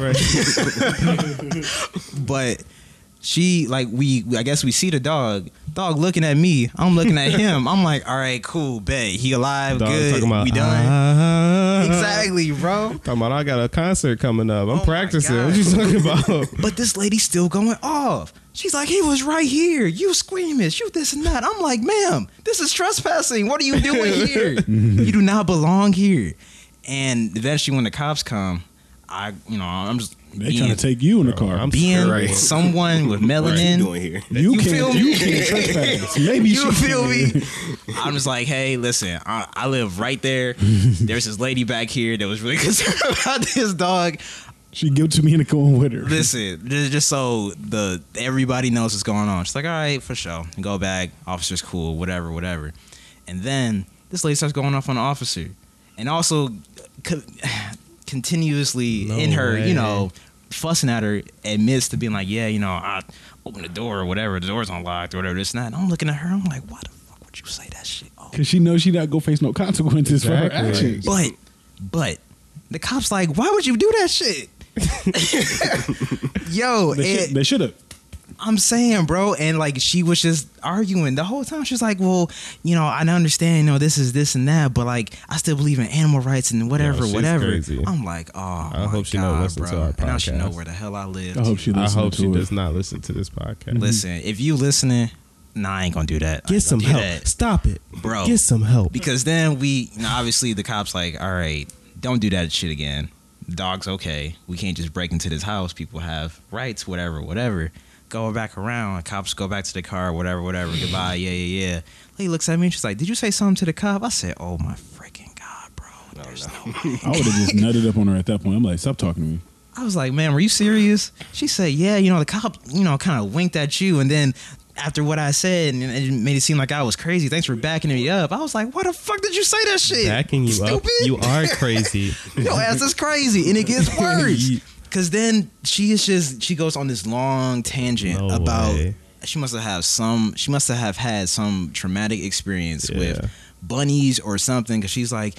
[SPEAKER 5] open cat.
[SPEAKER 4] Right.
[SPEAKER 1] But She like we I guess we see the dog. Dog looking at me. I'm looking at him. I'm like, all right, cool, bet. He alive,
[SPEAKER 4] Dog
[SPEAKER 1] good.
[SPEAKER 4] talking about,
[SPEAKER 1] we done.
[SPEAKER 4] "Ah."
[SPEAKER 1] exactly, bro.
[SPEAKER 4] Talking about I got a concert coming up. I'm
[SPEAKER 1] my
[SPEAKER 4] practicing.
[SPEAKER 1] God.
[SPEAKER 4] What you talking about?
[SPEAKER 1] But this lady's still going off. She's like, he was right here. You squeamish. You this and that. I'm like, ma'am, this is trespassing. What are you doing here? you do not belong here. And eventually, when the cops come, I, you know, I'm just
[SPEAKER 3] They trying
[SPEAKER 1] being,
[SPEAKER 3] to take you in the car.
[SPEAKER 4] I'm-
[SPEAKER 1] being
[SPEAKER 2] Right.
[SPEAKER 1] someone with
[SPEAKER 2] What you
[SPEAKER 1] melanin.
[SPEAKER 2] doing here?
[SPEAKER 3] you,
[SPEAKER 1] you
[SPEAKER 3] can
[SPEAKER 1] feel
[SPEAKER 3] feel
[SPEAKER 1] me?
[SPEAKER 3] you can trespass. Maybe
[SPEAKER 1] You
[SPEAKER 3] she
[SPEAKER 1] feel
[SPEAKER 3] can.
[SPEAKER 1] me? I'm just like, hey, listen, I, I live right there. There's this lady back here that was really concerned about this dog.
[SPEAKER 3] She give it to me and go with her.
[SPEAKER 1] Listen, this is just so the everybody knows what's going on. She's like, all right, for sure. And go back. Officer's cool, whatever, whatever. And then this lady starts going off on the officer, and also co- continuously
[SPEAKER 4] No
[SPEAKER 1] in her,
[SPEAKER 4] way.
[SPEAKER 1] you know, fussing at her, admits to being like, yeah, you know, I open the door or whatever, the door's unlocked or whatever, this and that. And I'm looking at her, I'm like, why the fuck would you say that shit? Oh,
[SPEAKER 3] Cause she knows she not gonna face no consequences for her
[SPEAKER 4] Exactly.
[SPEAKER 3] actions.
[SPEAKER 1] but, but the cops like, why would you do that shit? Yo,
[SPEAKER 3] They,
[SPEAKER 1] it,
[SPEAKER 3] should, they should have.
[SPEAKER 1] I'm saying, bro, and like she was just arguing the whole time. She's like, "Well, you know, I understand, you know, this is this and that, but like, I still believe in animal rights and whatever,
[SPEAKER 4] Yo, she's
[SPEAKER 1] whatever."
[SPEAKER 4] crazy.
[SPEAKER 1] I'm like, "Oh, I
[SPEAKER 4] hope she don't
[SPEAKER 1] God,
[SPEAKER 4] listen
[SPEAKER 1] bro.
[SPEAKER 4] to our
[SPEAKER 1] And Now she
[SPEAKER 4] podcast.
[SPEAKER 1] know where the hell I live.
[SPEAKER 3] I hope she
[SPEAKER 4] I
[SPEAKER 3] listens
[SPEAKER 4] hope
[SPEAKER 3] to
[SPEAKER 4] she
[SPEAKER 3] it.
[SPEAKER 4] does not listen to this podcast.
[SPEAKER 1] Listen, if you listening, nah, I ain't gonna do that. I
[SPEAKER 4] Get
[SPEAKER 1] ain't
[SPEAKER 4] some
[SPEAKER 1] gonna do
[SPEAKER 4] help.
[SPEAKER 1] that. Oh.
[SPEAKER 4] Stop it,
[SPEAKER 1] Bro.
[SPEAKER 4] Get some help.
[SPEAKER 1] because then we, you know, obviously, the cops like, "All right, don't do that shit again. The dog's okay. We can't just break into this house. People have rights, whatever, whatever." Go back around. Cops go back to the car, whatever, whatever. Goodbye. Yeah, yeah, yeah. Lady looks at me and she's like, Did you say something to the cop? I said, Oh my freaking God, bro. There's no way."
[SPEAKER 3] I would have just nutted up on her at that point. I'm like, stop talking to me.
[SPEAKER 1] I was like, Man, were you serious? She said, Yeah, you know, the cop, you know, kind of winked at you. And then after what I said, and it made it seem like I was crazy. Thanks for backing me up. I was like, Why the fuck did you say that shit?
[SPEAKER 4] Backing you up.
[SPEAKER 1] Stupid.
[SPEAKER 4] You are crazy.
[SPEAKER 1] Your ass is crazy, and it gets worse. Cause then she is just she goes on this long tangent
[SPEAKER 4] No
[SPEAKER 1] about
[SPEAKER 4] way.
[SPEAKER 1] she must have had some she must have had some traumatic experience
[SPEAKER 4] Yeah.
[SPEAKER 1] with bunnies or something. Cause she's like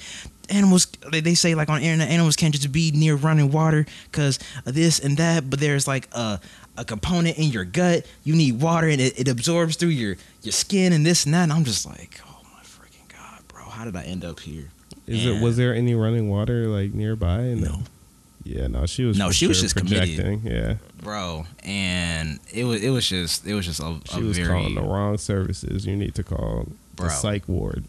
[SPEAKER 1] animals they, they say like on the internet animals can't just be near running water because of this and that. But there's like a a component in your gut you need water and it, it absorbs through your your skin and this and that. And I'm just like, oh my freaking god, bro, how did I end up here?
[SPEAKER 4] Is
[SPEAKER 1] Yeah.
[SPEAKER 4] it? Was there any running water like nearby? And
[SPEAKER 1] No.
[SPEAKER 4] Yeah, no. She was.
[SPEAKER 1] No,
[SPEAKER 4] for
[SPEAKER 1] she was
[SPEAKER 4] sure
[SPEAKER 1] just committed.
[SPEAKER 4] projecting. Yeah,
[SPEAKER 1] bro and it was it was just it was just a,
[SPEAKER 4] she
[SPEAKER 1] a
[SPEAKER 4] was
[SPEAKER 1] very
[SPEAKER 4] calling the wrong services. You need to call
[SPEAKER 1] Bro.
[SPEAKER 4] the psych ward.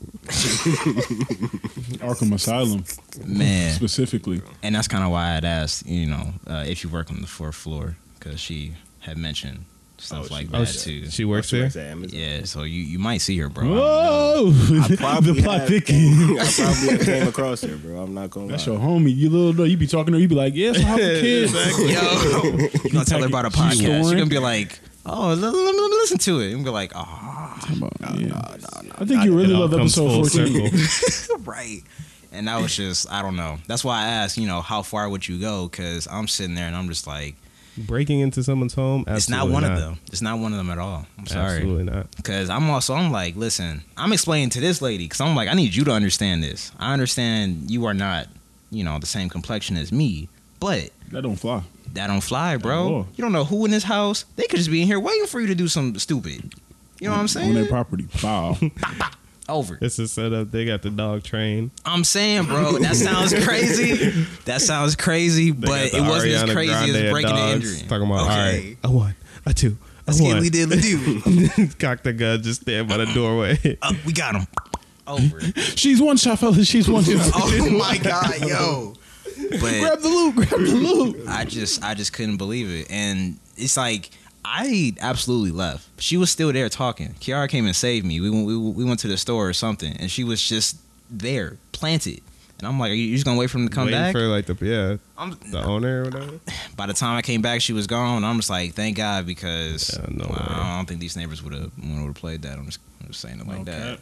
[SPEAKER 3] Arkham Asylum
[SPEAKER 1] man
[SPEAKER 3] specifically.
[SPEAKER 1] and that's kind of why i'd asked you know uh, if you work on the fourth floor because she had mentioned stuff
[SPEAKER 2] Oh, she-
[SPEAKER 1] like
[SPEAKER 4] Oh,
[SPEAKER 1] that
[SPEAKER 4] she,
[SPEAKER 1] too
[SPEAKER 4] she works
[SPEAKER 2] She
[SPEAKER 4] there.
[SPEAKER 2] at Amazon.
[SPEAKER 1] yeah so you you might see her bro
[SPEAKER 3] Whoa! the plot
[SPEAKER 2] have-
[SPEAKER 3] thickens.
[SPEAKER 2] I probably came across her, bro. I'm not gonna.
[SPEAKER 3] That's
[SPEAKER 2] lie.
[SPEAKER 3] your homie. You little know you be talking to her. You be like, yes, I have a kid.
[SPEAKER 1] yo you gonna tell her about a
[SPEAKER 3] She's
[SPEAKER 1] podcast you're
[SPEAKER 3] scoring.
[SPEAKER 1] gonna be like oh let, let, me- let me listen to it and be like oh
[SPEAKER 3] Come on, yeah. I think you really
[SPEAKER 4] It all
[SPEAKER 3] love
[SPEAKER 4] comes full
[SPEAKER 3] episode 14.
[SPEAKER 4] circle.
[SPEAKER 1] right and that was just i don't know that's why i asked you know how far would you go because i'm sitting there and i'm just like
[SPEAKER 4] Breaking into someone's home. Absolutely
[SPEAKER 1] it's not one of them it's not one of them at all i'm sorry
[SPEAKER 4] Absolutely not.
[SPEAKER 1] Cause I'm also I'm like, listen, I'm explaining to this lady because I'm like, I need you to understand this. I understand you are not, you know, the same complexion as me, but
[SPEAKER 3] That don't fly.
[SPEAKER 1] that don't fly, bro.
[SPEAKER 3] all.
[SPEAKER 1] You don't know who in this house. They could just be in here waiting for you to do something stupid. You know what I'm
[SPEAKER 3] On their
[SPEAKER 1] saying?
[SPEAKER 3] property. Wow.
[SPEAKER 1] Over.
[SPEAKER 4] It's a setup. They got the dog trained.
[SPEAKER 1] I'm saying, bro, that sounds crazy. That sounds crazy,
[SPEAKER 4] They got
[SPEAKER 1] but
[SPEAKER 4] the
[SPEAKER 1] it wasn't as
[SPEAKER 4] Ariana
[SPEAKER 1] crazy
[SPEAKER 4] Grande
[SPEAKER 1] as breaking the
[SPEAKER 4] dogs.
[SPEAKER 1] injury.
[SPEAKER 4] Talking about all right,
[SPEAKER 1] okay.
[SPEAKER 4] a one, a two, a
[SPEAKER 1] Let's get
[SPEAKER 4] one.
[SPEAKER 1] we did do.
[SPEAKER 4] Cock the gun, just stand by the doorway.
[SPEAKER 1] Uh, we got him. Over.
[SPEAKER 3] She's one shot, fellas. She's one shot.
[SPEAKER 1] oh my god, yo. But
[SPEAKER 3] grab the loot. Grab the loot.
[SPEAKER 1] I just I just couldn't believe it. And it's like I absolutely left. She was still there talking. Kiara came and saved me. We went we, we went to the store or something, and she was just there, planted. And I'm like, are you you just gonna wait for him to come
[SPEAKER 4] Waiting
[SPEAKER 1] back?
[SPEAKER 4] for like the yeah,
[SPEAKER 1] I'm,
[SPEAKER 4] the owner or whatever.
[SPEAKER 1] by the time I came back, she was gone. I'm just like, thank God because
[SPEAKER 4] Yeah, no
[SPEAKER 1] well,
[SPEAKER 4] way.
[SPEAKER 1] I don't think these neighbors would have would have played that. I'm just, I'm just saying it like that.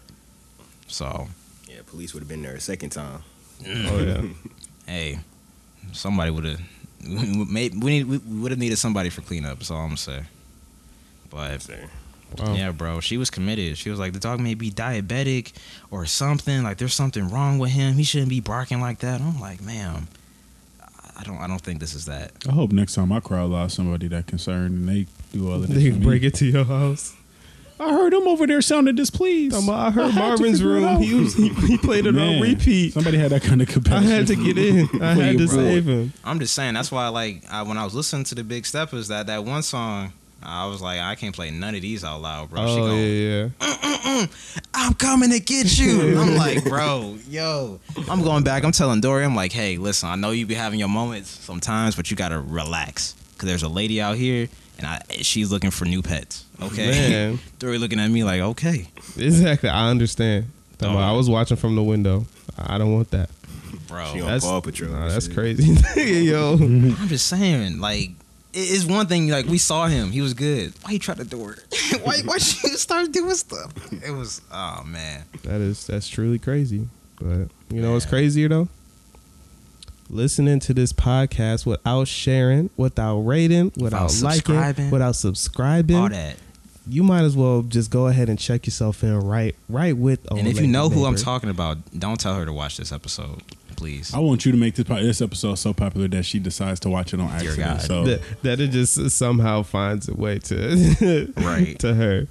[SPEAKER 1] So
[SPEAKER 2] Yeah, police would have been there a second time.
[SPEAKER 4] Oh yeah.
[SPEAKER 1] hey, somebody would have. We, may- we, need- we would have needed somebody for cleanup. That's all I'm gonna say. But
[SPEAKER 4] Wow.
[SPEAKER 1] Yeah, bro. She was committed. She was like, the dog may be diabetic or something. Like, there's something wrong with him. He shouldn't be barking like that. I'm like, ma'am, I- I don't. I don't think this is that.
[SPEAKER 3] I hope next time I crowd live somebody that concerned and they do all of this.
[SPEAKER 4] They
[SPEAKER 3] for me.
[SPEAKER 4] bring it to your house.
[SPEAKER 3] I heard him over there sounding displeased.
[SPEAKER 4] Talking about, I heard
[SPEAKER 3] had to
[SPEAKER 4] Marvin's
[SPEAKER 3] figure it
[SPEAKER 4] room.
[SPEAKER 3] out.
[SPEAKER 4] He, was, he, he played it
[SPEAKER 3] Man,
[SPEAKER 4] on repeat.
[SPEAKER 3] Somebody had that kind of
[SPEAKER 4] I
[SPEAKER 3] compassion.
[SPEAKER 4] had to get in. I had to
[SPEAKER 1] Bro.
[SPEAKER 4] save him.
[SPEAKER 1] I'm just saying. That's why, like, I, when I was listening to the Big Steppers, that that one song, I was like, I can't play none of these out loud, bro. she
[SPEAKER 4] Oh
[SPEAKER 1] go,
[SPEAKER 4] yeah, yeah.
[SPEAKER 1] I'm coming to get you. And I'm like, bro, yo. I'm going back. I'm telling Dory, I'm like, hey, listen, I know you be having your moments sometimes, but you gotta relax. Cause there's a lady out here and I she's looking for new pets. Okay.
[SPEAKER 4] Man.
[SPEAKER 1] Dory looking at me like, okay.
[SPEAKER 4] Exactly. I understand. Talking about, I was watching from the window. I don't want that.
[SPEAKER 1] Bro.
[SPEAKER 2] She on
[SPEAKER 4] that's-
[SPEAKER 2] Paw Patrol.
[SPEAKER 4] Nah,
[SPEAKER 2] and
[SPEAKER 4] that's
[SPEAKER 2] shit.
[SPEAKER 4] crazy. Yo,
[SPEAKER 1] I'm just saying, like, it- it's one thing, like, we saw him. He was good. Why he tried to do it? why why she start doing stuff? It was oh man.
[SPEAKER 4] that is that's truly crazy. But you know what's crazier though? Listening to this podcast without sharing, without rating, without,
[SPEAKER 1] Without
[SPEAKER 4] liking,
[SPEAKER 1] subscribing.
[SPEAKER 4] without subscribing,
[SPEAKER 1] All that.
[SPEAKER 4] you might as well just go ahead and check yourself in right, right with. old
[SPEAKER 1] and if you
[SPEAKER 4] lady
[SPEAKER 1] know who I'm
[SPEAKER 4] neighbor.
[SPEAKER 1] talking about, don't tell her to watch this episode, please.
[SPEAKER 3] I want you to make this po- this episode so popular that she decides to watch it on
[SPEAKER 1] Dear
[SPEAKER 3] accident.
[SPEAKER 1] God.
[SPEAKER 3] So
[SPEAKER 4] that, that it just somehow finds a way to
[SPEAKER 1] Right.
[SPEAKER 4] to her.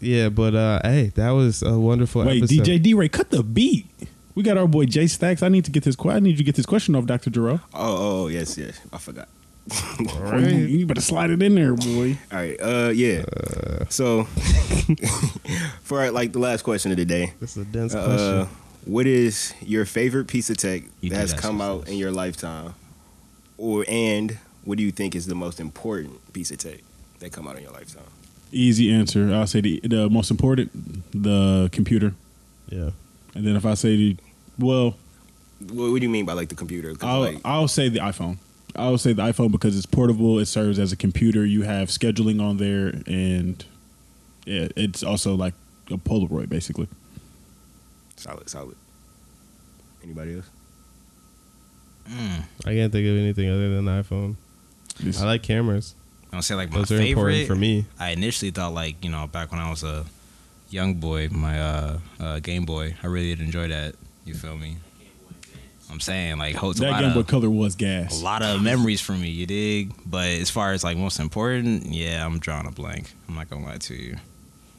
[SPEAKER 4] Yeah, but uh, hey, that was a wonderful
[SPEAKER 3] wait,
[SPEAKER 4] episode.
[SPEAKER 3] DJ D Ray, cut the beat. We got our boy Jay Stacks. I need to get this. que- I need you to get this question off, Doctor Jarrell.
[SPEAKER 2] Oh, oh, yes, yes. I forgot.
[SPEAKER 3] All right. you, you better slide it in there, boy.
[SPEAKER 2] All right. Uh, yeah. so, for like the last question of the day,
[SPEAKER 4] That's a dense
[SPEAKER 2] uh,
[SPEAKER 4] question.
[SPEAKER 2] what is your favorite piece of tech
[SPEAKER 1] You
[SPEAKER 2] that
[SPEAKER 1] do
[SPEAKER 2] has
[SPEAKER 1] that
[SPEAKER 2] come out
[SPEAKER 1] sometimes.
[SPEAKER 2] in your lifetime, or and what do you think is the most important piece of tech that come out in your lifetime?
[SPEAKER 3] Easy answer. I'll say the the most important, the computer,
[SPEAKER 4] Yeah.
[SPEAKER 3] and then if I say the, well,
[SPEAKER 2] What, what do you mean by like the computer? 'Cause,
[SPEAKER 3] I'll,
[SPEAKER 2] like,
[SPEAKER 3] I'll say the iPhone. I'll say the iPhone because it's portable. It serves as a computer. You have scheduling on there, and yeah, it's also like a Polaroid, basically.
[SPEAKER 2] solid, solid. Anybody else?
[SPEAKER 1] Mm.
[SPEAKER 4] I can't think of anything other than an iPhone.
[SPEAKER 3] It's-
[SPEAKER 4] I like cameras.
[SPEAKER 1] I don't say like my
[SPEAKER 4] Those are
[SPEAKER 1] favorite.
[SPEAKER 4] important for me.
[SPEAKER 1] I initially thought like you know back when I was a young boy, my uh, uh, Game Boy, I really did enjoy that. You feel me? I'm saying like holds a
[SPEAKER 3] that
[SPEAKER 1] lot
[SPEAKER 3] Game Boy
[SPEAKER 1] of
[SPEAKER 3] Color was
[SPEAKER 1] a
[SPEAKER 3] gas.
[SPEAKER 1] lot of memories for me. You dig? But as far as like most important, yeah, I'm drawing a blank. I'm not gonna lie to you.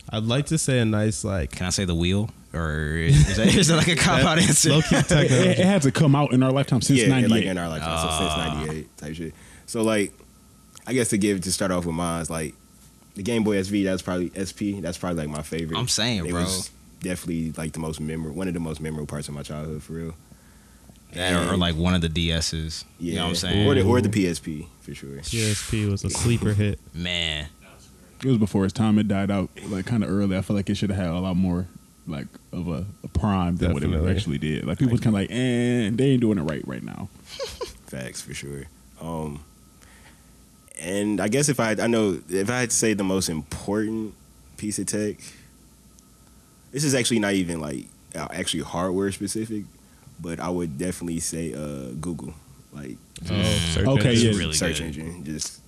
[SPEAKER 4] I'd like to say a nice like
[SPEAKER 1] Can I say the wheel or is that, is that like a cop out answer?
[SPEAKER 4] low key
[SPEAKER 3] It, it- it
[SPEAKER 4] technology.
[SPEAKER 3] had to come out in our lifetime since
[SPEAKER 2] yeah, yeah, like
[SPEAKER 3] '98.
[SPEAKER 2] in our lifetime, so since
[SPEAKER 1] Ah.
[SPEAKER 2] '98 type shit. So like, I guess to give to start off with mine is like the Game Boy SV. That's probably SP. That's probably like my favorite.
[SPEAKER 1] I'm saying, bro.
[SPEAKER 2] definitely like the most memorable, one of the most memorable parts of my childhood for real.
[SPEAKER 1] That or, or like one of the DSs.
[SPEAKER 2] Yeah,
[SPEAKER 1] You know what I'm saying?
[SPEAKER 2] Or the, or the PSP for sure.
[SPEAKER 4] PSP was a sleeper hit.
[SPEAKER 1] Man.
[SPEAKER 3] it was before its time. It died out like kind of early. I feel like it should have had a lot more like of a, a prime than what
[SPEAKER 4] Definitely.
[SPEAKER 3] it actually did. Like people was kind of like, eh, they ain't doing it right right now.
[SPEAKER 2] Facts for sure. Um, and I guess if I I know if I had to say the most important piece of tech, this is actually not even like uh, actually hardware specific, but I would definitely say uh, Google, like
[SPEAKER 4] Oh, search
[SPEAKER 3] Okay,
[SPEAKER 4] engine.
[SPEAKER 3] yeah.
[SPEAKER 1] Really
[SPEAKER 2] search
[SPEAKER 1] good.
[SPEAKER 2] engine, just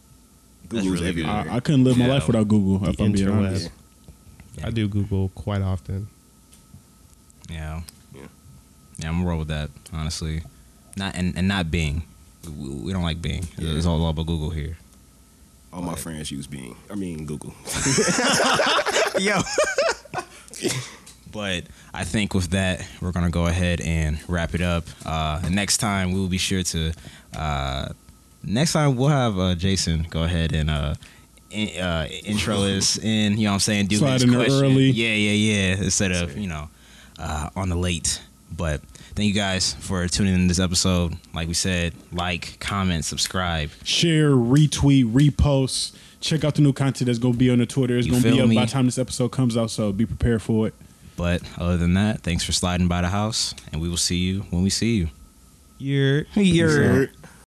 [SPEAKER 2] Google's
[SPEAKER 1] really good.
[SPEAKER 2] everywhere.
[SPEAKER 3] I, I couldn't live my
[SPEAKER 1] Yeah.
[SPEAKER 3] life without Google. If
[SPEAKER 4] The
[SPEAKER 3] I'm being
[SPEAKER 4] interweb.
[SPEAKER 3] honest,
[SPEAKER 4] I do Google quite often.
[SPEAKER 1] Yeah.
[SPEAKER 2] Yeah.
[SPEAKER 1] Yeah, I'm gonna roll with that, honestly. Not and, and not Bing. We, we don't like Bing.
[SPEAKER 2] Yeah.
[SPEAKER 1] It's all about Google here.
[SPEAKER 2] All my friends use Bing. I mean Google.
[SPEAKER 1] Yo. but I think with that, we're gonna go ahead and wrap it up. Uh, and next time, we will be sure to. Uh, next time, we'll have uh, Jason go ahead and. Uh, in, uh, intro us in, you know what I'm saying? Do
[SPEAKER 3] Slide
[SPEAKER 1] this
[SPEAKER 3] in there
[SPEAKER 1] question.
[SPEAKER 3] early.
[SPEAKER 1] Yeah, yeah, yeah. Instead of, you know, uh, on the late. But thank you guys for tuning in this episode. Like we said, like, comment, subscribe.
[SPEAKER 3] share, retweet, repost. Check out the new content that's gonna be on the Twitter. It's
[SPEAKER 1] You
[SPEAKER 3] gonna be
[SPEAKER 1] feel
[SPEAKER 3] up
[SPEAKER 1] me?
[SPEAKER 3] by the time this episode comes out, so be prepared for it.
[SPEAKER 1] But other than that, thanks for sliding by the house, and we will see you when we see you.
[SPEAKER 4] You're
[SPEAKER 3] uh,
[SPEAKER 2] Sure.